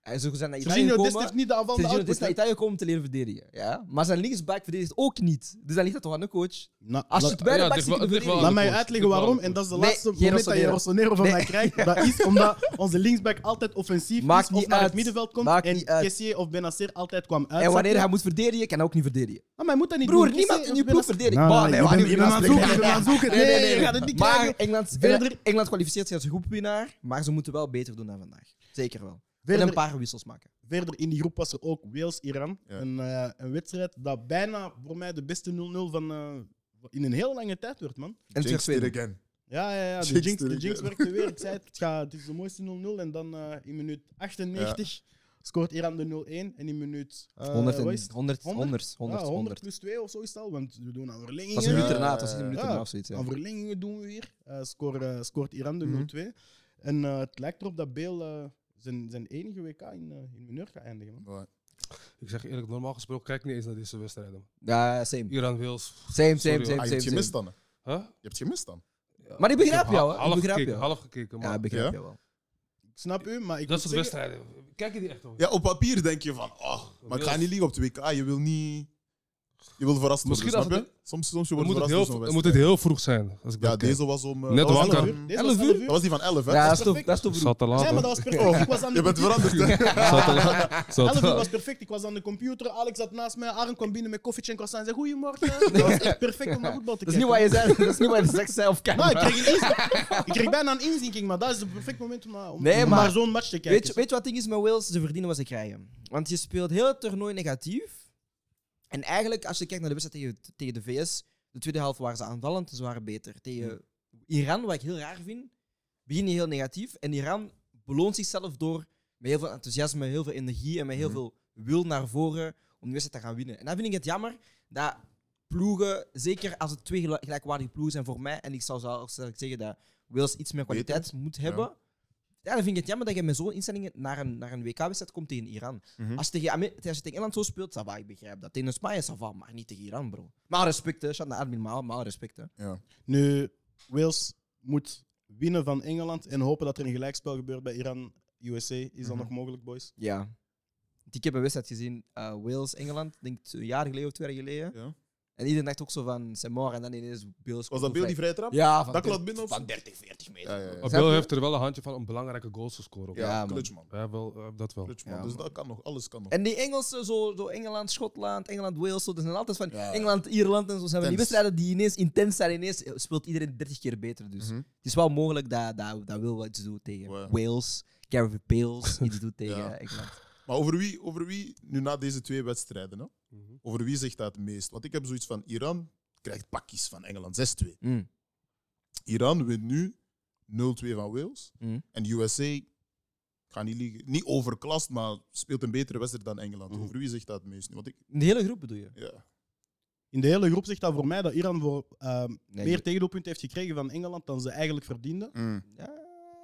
[SPEAKER 2] Hij is zijn naar Italië
[SPEAKER 1] Jorginho Dest heeft
[SPEAKER 2] gekomen...
[SPEAKER 1] niet de aanval.
[SPEAKER 2] Sergio Dest is naar Italië gekomen om te leren verdedigen. Ja? Maar zijn linksback verdedigt ook niet. Dus dan ligt dat toch aan de coach. Als je het
[SPEAKER 3] ja,
[SPEAKER 2] beide
[SPEAKER 3] het
[SPEAKER 2] backs niet
[SPEAKER 3] ligt wel-
[SPEAKER 2] kunt
[SPEAKER 3] het ligt wel
[SPEAKER 2] verdedigen...
[SPEAKER 1] Nou, Laat
[SPEAKER 3] Aan de
[SPEAKER 1] mij
[SPEAKER 3] coach.
[SPEAKER 1] uitleggen
[SPEAKER 3] Ik wou
[SPEAKER 1] waarom.
[SPEAKER 3] aan de
[SPEAKER 1] En dat is de
[SPEAKER 2] coach.
[SPEAKER 1] laatste
[SPEAKER 2] Nee,
[SPEAKER 1] moment dat je
[SPEAKER 2] Gerosonero.
[SPEAKER 1] Rossonero van
[SPEAKER 2] Nee.
[SPEAKER 1] mij krijgt. Dat is omdat onze linksback altijd offensief
[SPEAKER 2] Maakt
[SPEAKER 1] is of
[SPEAKER 2] niet
[SPEAKER 1] naar het
[SPEAKER 2] uit.
[SPEAKER 1] middenveld komt.
[SPEAKER 2] Maakt
[SPEAKER 1] en
[SPEAKER 2] niet uit.
[SPEAKER 1] Kessie of Benacer altijd kwam uit.
[SPEAKER 2] En wanneer hij moet verdedigen, kan hij ook niet verdedigen.
[SPEAKER 1] Ah, Maar hij moet dat niet
[SPEAKER 2] Broer,
[SPEAKER 1] doen.
[SPEAKER 2] niemand in je ploeg verdedigt.
[SPEAKER 1] Nou,
[SPEAKER 2] Bah,
[SPEAKER 1] nee,
[SPEAKER 2] nee,
[SPEAKER 1] je
[SPEAKER 2] we gaan
[SPEAKER 1] bent- je bent
[SPEAKER 2] niet
[SPEAKER 1] aan het
[SPEAKER 2] meer
[SPEAKER 1] zoeken, je bent aan het zoeken. Nee, nee, je gaat het niet
[SPEAKER 2] Maar
[SPEAKER 1] krijgen.
[SPEAKER 2] Engeland,
[SPEAKER 1] Verder.
[SPEAKER 2] Engeland kwalificeert zich als groepwinnaar, maar ze moeten wel beter doen dan vandaag. Zeker wel. En een
[SPEAKER 1] Verder,
[SPEAKER 2] paar wissels maken.
[SPEAKER 1] verder in die groep was er ook Wales-Iran.
[SPEAKER 4] Ja.
[SPEAKER 1] Een, eh, een wedstrijd dat bijna voor mij de beste 0-0 van, eh, in een heel lange tijd werd, man.
[SPEAKER 2] En
[SPEAKER 4] Jinx
[SPEAKER 2] terug
[SPEAKER 4] did again.
[SPEAKER 1] Ja, ja, ja. De
[SPEAKER 4] Jinx
[SPEAKER 1] Jinx, de
[SPEAKER 4] terug,
[SPEAKER 1] Jinx
[SPEAKER 4] ja.
[SPEAKER 1] werkte weer. Ik zei het, het, gaat, het is de mooiste 0-0. En dan eh, in minuut 98 scoort Iran de 0-1. En in minuut... eh, wat is het?
[SPEAKER 2] 100, 100,
[SPEAKER 1] 100,
[SPEAKER 2] 100, 100,
[SPEAKER 1] Ja, 100
[SPEAKER 2] 100.
[SPEAKER 1] plus 2 of zo is het al. Want we doen aan
[SPEAKER 2] Dat was
[SPEAKER 1] verlengingen.
[SPEAKER 2] een
[SPEAKER 4] Ja,
[SPEAKER 2] minuut erna, dat was een minuut
[SPEAKER 1] ja.
[SPEAKER 2] erna of zoiets. ja.
[SPEAKER 1] Aan verlengingen doen we weer. Eh, score, eh, scoort Iran de
[SPEAKER 4] Mhm.
[SPEAKER 1] 0-2. En eh, het lijkt erop dat Beel zijn, zijn enige WK in, eh in mineur gaat eindigen. Man.
[SPEAKER 4] Maar
[SPEAKER 3] Ik zeg eerlijk, normaal gesproken kijk ik niet eens naar deze wedstrijden. man.
[SPEAKER 2] Ja, same.
[SPEAKER 3] Iran, Wales.
[SPEAKER 2] Same,
[SPEAKER 3] Sorry,
[SPEAKER 2] same,
[SPEAKER 3] hoor.
[SPEAKER 4] Ah,
[SPEAKER 2] same,
[SPEAKER 4] je hebt
[SPEAKER 2] same.
[SPEAKER 4] gemist
[SPEAKER 2] same.
[SPEAKER 4] dan. hè?
[SPEAKER 3] Huh?
[SPEAKER 4] Je hebt gemist dan.
[SPEAKER 2] Maar ik begrijp
[SPEAKER 3] heb
[SPEAKER 2] jou,
[SPEAKER 3] ha-
[SPEAKER 2] hè? Ik
[SPEAKER 3] half
[SPEAKER 2] begrijp
[SPEAKER 3] gekeken,
[SPEAKER 2] jou.
[SPEAKER 3] half gekeken.
[SPEAKER 2] Ja,
[SPEAKER 3] Maar
[SPEAKER 2] ik begrijp
[SPEAKER 4] Ja.
[SPEAKER 2] jou wel.
[SPEAKER 1] Ik snap u, maar ik
[SPEAKER 3] dat
[SPEAKER 1] moet
[SPEAKER 3] soort
[SPEAKER 1] zeggen,
[SPEAKER 3] wedstrijden. Kijk je die echt hoor.
[SPEAKER 4] Ja, op papier denk je van, oh, maar ik ga niet liggen op de WK. Je wil niet... Je wil verrast worden,
[SPEAKER 3] Misschien
[SPEAKER 4] snap
[SPEAKER 3] als
[SPEAKER 4] je? Soms, soms je
[SPEAKER 3] Dan
[SPEAKER 4] wordt
[SPEAKER 3] moet het,
[SPEAKER 4] verrast
[SPEAKER 3] heel, dan
[SPEAKER 4] door zo'n
[SPEAKER 3] moet het
[SPEAKER 4] wedstrijd.
[SPEAKER 3] heel vroeg zijn. Als ik
[SPEAKER 4] Ja,
[SPEAKER 3] dat kijk.
[SPEAKER 4] deze was om... eh,
[SPEAKER 3] Net
[SPEAKER 4] dat was
[SPEAKER 3] wakker.
[SPEAKER 4] 11
[SPEAKER 1] Deze was
[SPEAKER 2] 11
[SPEAKER 1] 11
[SPEAKER 2] uur?
[SPEAKER 4] Dat was die van 11, hè?
[SPEAKER 2] Ja, dat is
[SPEAKER 1] perfect.
[SPEAKER 2] toch, dat Oh. is toch
[SPEAKER 3] Zat te laat.
[SPEAKER 1] Ja, maar
[SPEAKER 3] man.
[SPEAKER 1] dat was perfect. Ik was aan de
[SPEAKER 4] Je bent
[SPEAKER 1] computer.
[SPEAKER 4] veranderd, hè?
[SPEAKER 3] Zat te laat. Zat te
[SPEAKER 1] Alles was
[SPEAKER 3] laat.
[SPEAKER 1] perfect. Ik was aan de computer. Alex zat naast mij. Aaron kwam binnen met koffietje en croissant. en zei: Goedemorgen. Dat was echt perfect om naar voetbal te
[SPEAKER 2] Dat is niet
[SPEAKER 1] kijken.
[SPEAKER 2] waar je zei, dat is niet waar je zegt zelf
[SPEAKER 1] Nou, ik
[SPEAKER 2] kan.
[SPEAKER 1] kreeg, een inzinking. ik kreeg bijna een inzinking, maar dat is het perfect moment om, eh, om,
[SPEAKER 2] Nee,
[SPEAKER 1] om
[SPEAKER 2] maar-
[SPEAKER 1] naar zo'n match te kijken.
[SPEAKER 2] Weet, je- weet je wat het ding is met Wales? Ze verdienen wat ze krijgen. Want je speelt heel het toernooi negatief. En eigenlijk, als je kijkt naar de wedstrijd tegen, tegen de VS, de tweede helft waren ze aanvallend, ze waren beter. Tegen Iran, wat ik heel raar vind, begin je heel negatief. En Iran beloont zichzelf door met heel veel enthousiasme, heel veel energie en met heel
[SPEAKER 4] Mhm.
[SPEAKER 2] veel wil naar voren om de wedstrijd te gaan winnen. En dan vind ik het jammer dat ploegen, zeker als het twee gel- gelijkwaardige ploegen zijn voor mij, en ik zou zelfs zeggen dat Wales iets meer
[SPEAKER 4] Beter.
[SPEAKER 2] kwaliteit moet hebben. Ja. dan vind ik het jammer dat je met zo'n instellingen naar een, naar een WK-wedstrijd komt tegen Iran.
[SPEAKER 4] Mhm.
[SPEAKER 2] Als, je tegen Amer- als je tegen Engeland zo speelt, ça va, ik begrijp dat. Tegen Spanje, ça va, maar niet tegen Iran, bro. Maar respect, hè. Shout naar Admin, maar, maar respect, hè.
[SPEAKER 1] Nu, Wales moet winnen van Engeland en hopen dat er een gelijkspel gebeurt bij Iran-USA. Is dat
[SPEAKER 4] Mhm.
[SPEAKER 1] nog mogelijk, boys?
[SPEAKER 2] Ja. Ik heb een wedstrijd gezien, eh, Wales-Engeland, denk ik een jaar geleden of twee jaar geleden.
[SPEAKER 4] Ja.
[SPEAKER 2] En iedereen dacht ook zo van, c'est mort, en dan ineens Beals.
[SPEAKER 4] Was dat beeld die vrije trap?
[SPEAKER 2] Ja, van
[SPEAKER 4] Dat
[SPEAKER 2] der-
[SPEAKER 4] klopt binnen of zo?
[SPEAKER 2] Van 30, 40 meter.
[SPEAKER 4] Ja, ja, ja.
[SPEAKER 2] bro.
[SPEAKER 3] Bill heeft er wel een handje van om belangrijke goals te scoren. ook.
[SPEAKER 4] Ja,
[SPEAKER 2] Ja, man.
[SPEAKER 4] clutch, man.
[SPEAKER 3] Ja, wel, eh, dat wel.
[SPEAKER 4] Clutch, man.
[SPEAKER 2] Ja,
[SPEAKER 4] dus
[SPEAKER 2] man.
[SPEAKER 4] dat kan nog, alles kan nog.
[SPEAKER 2] En die Engelsen, zo, zo Engeland, Schotland, Engeland, Wales, zo, dat zijn altijd van
[SPEAKER 4] Ja, ja.
[SPEAKER 2] Engeland, Ierland en zo. Zijn van die
[SPEAKER 4] Intens.
[SPEAKER 2] wedstrijden die ineens intens zijn, ineens speelt iedereen 30 keer beter. Dus
[SPEAKER 4] Mhm.
[SPEAKER 2] het is wel mogelijk dat, dat, dat Wil wat iets doet tegen
[SPEAKER 4] Wow.
[SPEAKER 2] Wales, Gareth Bales iets doet tegen
[SPEAKER 4] Ja.
[SPEAKER 2] eh, Engeland.
[SPEAKER 4] Maar over wie, over wie, nu na deze twee wedstrijden, hè?
[SPEAKER 3] Mhm.
[SPEAKER 4] over wie zegt dat het meest? Want ik heb zoiets van Iran krijgt pakjes van Engeland 6-2.
[SPEAKER 2] Mm.
[SPEAKER 4] Iran wint nu 0-2 van Wales.
[SPEAKER 2] Mm.
[SPEAKER 4] En de USA, ik ga niet liegen, niet overklast, maar speelt een betere wedstrijd dan Engeland.
[SPEAKER 1] Mhm.
[SPEAKER 4] Over wie zegt dat het meest nu? Want ik,
[SPEAKER 2] De hele groep bedoel je?
[SPEAKER 4] ja.
[SPEAKER 1] In de hele groep zegt dat voor mij dat Iran voor, ehm,
[SPEAKER 2] Nee,
[SPEAKER 1] meer
[SPEAKER 2] je-
[SPEAKER 1] tegendoelpunten heeft gekregen van Engeland dan ze eigenlijk verdienden.
[SPEAKER 4] Mhm.
[SPEAKER 2] Ja,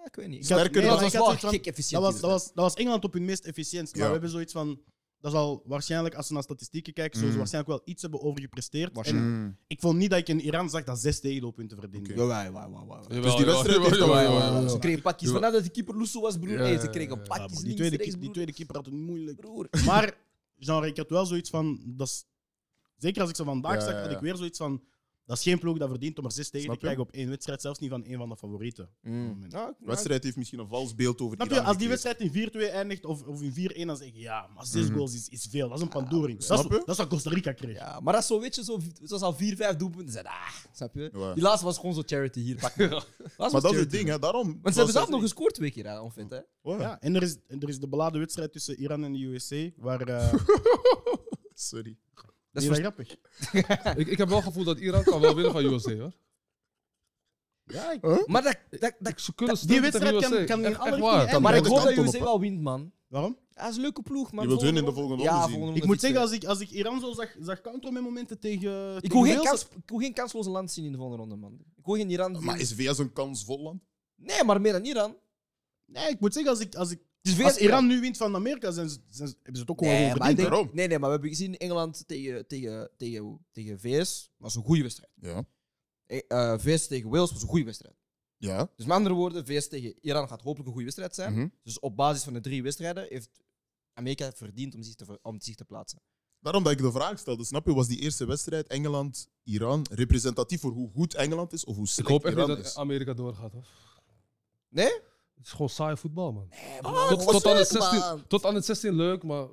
[SPEAKER 2] ik weet niet.
[SPEAKER 1] Ik had- nee,
[SPEAKER 4] Sterker
[SPEAKER 1] maar ik
[SPEAKER 2] dat
[SPEAKER 4] dan-
[SPEAKER 1] had
[SPEAKER 2] was wel
[SPEAKER 1] zoiets van-
[SPEAKER 2] gek
[SPEAKER 1] dat
[SPEAKER 2] efficiënt.
[SPEAKER 1] was, dat, was, dat was Engeland op hun meest efficiënt. Maar
[SPEAKER 4] Ja.
[SPEAKER 1] we hebben zoiets van. Dat zal waarschijnlijk, als ze naar statistieken kijken, zullen ze
[SPEAKER 4] Mm.
[SPEAKER 1] waarschijnlijk wel iets hebben overgepresteerd. En
[SPEAKER 2] Waarschijnlijk.
[SPEAKER 4] Mm.
[SPEAKER 1] ik vond niet dat ik in Iran zag dat zes tegendoelpunten verdiende.
[SPEAKER 4] Oké.
[SPEAKER 2] Ja, ja, ja, ja, ja.
[SPEAKER 4] Dus die wedstrijd heeft
[SPEAKER 3] jawel,
[SPEAKER 4] al-
[SPEAKER 3] jawel,
[SPEAKER 4] ja,
[SPEAKER 3] jawel.
[SPEAKER 4] ja,
[SPEAKER 2] Ze kregen pakjes.
[SPEAKER 3] Ja.
[SPEAKER 2] Vanaf dat de keeper Lusso was, broer,
[SPEAKER 3] Ja,
[SPEAKER 2] hey, ze
[SPEAKER 3] ja,
[SPEAKER 2] kregen
[SPEAKER 3] ja.
[SPEAKER 1] Ja,
[SPEAKER 2] pakjes
[SPEAKER 1] bro, die,
[SPEAKER 2] links,
[SPEAKER 1] tweede,
[SPEAKER 2] rechts,
[SPEAKER 1] die
[SPEAKER 2] broer.
[SPEAKER 1] tweede keeper had het moeilijk.
[SPEAKER 2] Broer.
[SPEAKER 1] Maar, genre, ik had wel zoiets van. Dat is- zeker als ik ze vandaag
[SPEAKER 4] Ja,
[SPEAKER 1] zag,
[SPEAKER 4] ja,
[SPEAKER 1] had
[SPEAKER 4] ja.
[SPEAKER 1] ik weer zoiets van. Dat is geen ploeg dat verdient om er zes tegen
[SPEAKER 4] Snap
[SPEAKER 1] te
[SPEAKER 4] je?
[SPEAKER 1] krijgen op één wedstrijd, zelfs niet van één van de favorieten.
[SPEAKER 2] Mm.
[SPEAKER 3] Ja,
[SPEAKER 4] De wedstrijd heeft misschien een vals beeld over
[SPEAKER 1] Snap je?
[SPEAKER 4] Iran
[SPEAKER 1] Als die
[SPEAKER 4] gecreëerd.
[SPEAKER 1] wedstrijd in 4-2 eindigt of, of in 4-1, dan zeg je ja, maar zes goals is, is veel. Dat is een pandoering. dat, is,
[SPEAKER 4] Snap je?
[SPEAKER 1] dat is wat Costa Rica kreeg.
[SPEAKER 2] Ja, maar dat is zo, weet je, zo, zoals al vier, vijf doelpunten zijn. Ah, snap je?
[SPEAKER 4] Ja.
[SPEAKER 2] Die laatste was gewoon zo charity hier. Pak maar.
[SPEAKER 4] Maar dat is het ding, hè. daarom...
[SPEAKER 2] Want
[SPEAKER 4] was
[SPEAKER 2] ze hebben zelf
[SPEAKER 4] dat-
[SPEAKER 2] nog gescoord twee keer, hè, onfit, hè?
[SPEAKER 4] Ja.
[SPEAKER 1] Ja, en er is, en er is de beladen wedstrijd tussen Iran en de USA, waar... eh,
[SPEAKER 4] Sorry.
[SPEAKER 1] dat
[SPEAKER 2] is
[SPEAKER 1] is wel grappig.
[SPEAKER 3] ik, ik heb wel het gevoel dat Iran kan wel winnen van USA, hoor.
[SPEAKER 1] Ja, ik-
[SPEAKER 2] Maar, dat, dat, dat,
[SPEAKER 3] Ze kunnen
[SPEAKER 1] die
[SPEAKER 3] stunten
[SPEAKER 1] wedstrijd
[SPEAKER 3] tegen
[SPEAKER 1] kan,
[SPEAKER 3] USA.
[SPEAKER 1] kan in
[SPEAKER 3] Echt-
[SPEAKER 1] alle
[SPEAKER 3] echt
[SPEAKER 1] richtingen
[SPEAKER 3] waar.
[SPEAKER 1] eindigen.
[SPEAKER 2] maar
[SPEAKER 4] beide
[SPEAKER 2] ik hoop dat
[SPEAKER 4] kanten
[SPEAKER 2] USA
[SPEAKER 4] op,
[SPEAKER 2] wel wint, man.
[SPEAKER 1] Waarom?
[SPEAKER 2] Ja, dat is een leuke ploeg, man.
[SPEAKER 4] Je wilt hun in de
[SPEAKER 2] Volgende
[SPEAKER 4] volgende
[SPEAKER 2] ronde-
[SPEAKER 4] ronde
[SPEAKER 2] Ja,
[SPEAKER 4] zien.
[SPEAKER 2] volgende
[SPEAKER 1] Ik
[SPEAKER 2] ronde
[SPEAKER 1] moet zeggen,
[SPEAKER 2] fietsen.
[SPEAKER 1] als ik, als ik Iran zo zag, zag counteren met momenten tegen...
[SPEAKER 2] Ik
[SPEAKER 1] tegen
[SPEAKER 2] wil, geen
[SPEAKER 1] Wales,
[SPEAKER 2] kans, ik wil geen kansloze land zien in de volgende ronde, man. Ik wil geen Iran zien.
[SPEAKER 4] Maar is VS een kansvol land?
[SPEAKER 2] Nee, maar meer dan Iran.
[SPEAKER 1] Nee, ik moet zeggen, als, ik, als, ik,
[SPEAKER 2] Het is weer-
[SPEAKER 1] als Iran nu wint van Amerika, zijn, ze- zijn, ze- hebben ze het ook gewoon
[SPEAKER 2] Nee,
[SPEAKER 1] gewoon
[SPEAKER 2] maar
[SPEAKER 1] verdiend.
[SPEAKER 2] ik denk-
[SPEAKER 4] daarom.
[SPEAKER 2] nee, nee, maar we hebben gezien Engeland tegen, tegen, tegen, tegen VS was een goede wedstrijd.
[SPEAKER 4] Ja.
[SPEAKER 2] Eh, eh, VS tegen Wales was een goede wedstrijd.
[SPEAKER 4] Ja.
[SPEAKER 2] Dus met andere woorden, VS tegen Iran gaat hopelijk een goede wedstrijd zijn.
[SPEAKER 4] Mhm.
[SPEAKER 2] Dus op basis van de drie wedstrijden heeft Amerika verdiend om zich te, ver- om zich te plaatsen.
[SPEAKER 4] Daarom dat ik de vraag stelde, snap je, was die eerste wedstrijd Engeland-Iran representatief voor hoe goed Engeland is of hoe
[SPEAKER 3] Ik
[SPEAKER 4] slecht
[SPEAKER 3] hoop echt niet
[SPEAKER 4] Iran
[SPEAKER 3] dat
[SPEAKER 4] is?
[SPEAKER 3] Amerika doorgaat, hoor.
[SPEAKER 2] Nee?
[SPEAKER 3] Het is gewoon saai voetbal, man.
[SPEAKER 1] Eh,
[SPEAKER 4] Ah,
[SPEAKER 3] Tot,
[SPEAKER 4] dat was
[SPEAKER 3] tot, aan het
[SPEAKER 4] leuk,
[SPEAKER 3] 16,
[SPEAKER 4] maar-
[SPEAKER 3] tot aan het 16 leuk, maar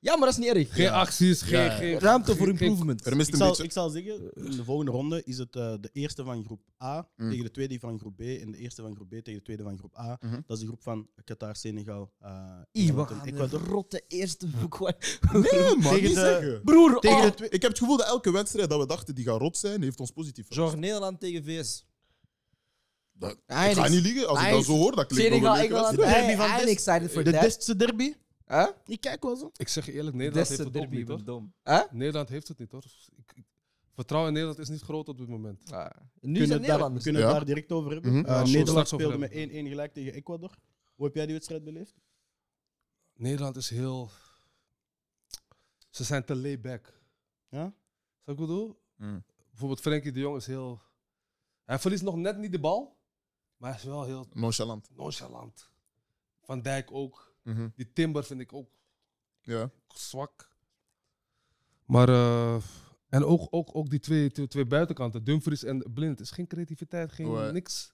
[SPEAKER 2] Ja, maar dat is niet erg.
[SPEAKER 3] geen acties, geen...
[SPEAKER 4] Ja.
[SPEAKER 3] geen
[SPEAKER 2] Ruimte
[SPEAKER 3] geen-
[SPEAKER 2] voor
[SPEAKER 3] geen-
[SPEAKER 2] improvement.
[SPEAKER 4] Er mist
[SPEAKER 1] Ik
[SPEAKER 4] een
[SPEAKER 1] zal,
[SPEAKER 4] beetje...
[SPEAKER 1] ik zal zeggen, in de volgende ronde is het eh, de eerste van groep A
[SPEAKER 4] Mm.
[SPEAKER 1] tegen de tweede van groep B. En de eerste van groep B tegen de tweede van groep A.
[SPEAKER 4] Mhm.
[SPEAKER 1] Dat is de groep van Qatar, Senegal, eh
[SPEAKER 2] Ie, we
[SPEAKER 1] Engeland en
[SPEAKER 2] gaan de
[SPEAKER 1] Ecuador.
[SPEAKER 2] rotte eerste
[SPEAKER 4] Nee, man,
[SPEAKER 1] tegen
[SPEAKER 4] niet
[SPEAKER 1] de-
[SPEAKER 4] zeggen.
[SPEAKER 2] Broer,
[SPEAKER 4] Tegen
[SPEAKER 2] oh.
[SPEAKER 4] de twee- Ik heb het gevoel dat elke wedstrijd dat we dachten die gaan rot zijn, heeft ons positief verrast.
[SPEAKER 2] Zorg Nederland tegen VS.
[SPEAKER 4] Dat- Ik
[SPEAKER 2] Eindig.
[SPEAKER 4] ga niet liegen, als ik dat
[SPEAKER 2] Eindig.
[SPEAKER 4] zo hoor, dat klinkt nog
[SPEAKER 2] Senegal,
[SPEAKER 4] een leuke
[SPEAKER 2] Engeland,
[SPEAKER 4] wedstrijd.
[SPEAKER 1] wedstrijd.
[SPEAKER 2] hey,
[SPEAKER 1] Derby van
[SPEAKER 2] I'm
[SPEAKER 1] Des-
[SPEAKER 2] excited for
[SPEAKER 1] De
[SPEAKER 2] that.
[SPEAKER 1] Destse derby.
[SPEAKER 2] Huh?
[SPEAKER 1] Ik kijk wel zo.
[SPEAKER 3] Ik zeg je eerlijk, Nederland heeft
[SPEAKER 2] Destse
[SPEAKER 3] het ook
[SPEAKER 2] derby,
[SPEAKER 3] niet, hoor.
[SPEAKER 2] wat dom. Huh?
[SPEAKER 3] Nederland heeft het niet, hoor. Ik- ik- Vertrouwen in Nederland is niet groot op dit moment.
[SPEAKER 2] Ah, Nu
[SPEAKER 1] Kunnen
[SPEAKER 2] zijn
[SPEAKER 1] we daar-
[SPEAKER 2] Nederlanders.
[SPEAKER 1] kunnen we het
[SPEAKER 4] Ja.
[SPEAKER 1] daar direct over hebben.
[SPEAKER 4] Mhm.
[SPEAKER 1] Eh,
[SPEAKER 3] Ja, zo,
[SPEAKER 1] Nederland
[SPEAKER 3] straks over
[SPEAKER 1] speelde met 1-1
[SPEAKER 3] hebben.
[SPEAKER 1] gelijk tegen Ecuador. Hoe heb jij die wedstrijd beleefd?
[SPEAKER 3] Nederland is heel... Ze zijn te laid back.
[SPEAKER 1] Ja?
[SPEAKER 3] Zal ik wat doen?
[SPEAKER 4] Mm.
[SPEAKER 3] Bijvoorbeeld Frenkie de Jong is heel... Hij verliest nog net niet de bal, maar hij is wel heel
[SPEAKER 4] Nonchalant.
[SPEAKER 3] nonchalant. Van Dijk ook.
[SPEAKER 4] Mhm.
[SPEAKER 3] Die Timber vind ik ook
[SPEAKER 4] Ja.
[SPEAKER 3] zwak. Maar... eh, en ook, ook, ook die twee, twee, twee buitenkanten, Dumfries en Blind. is geen creativiteit, geen
[SPEAKER 4] Ouais.
[SPEAKER 3] niks.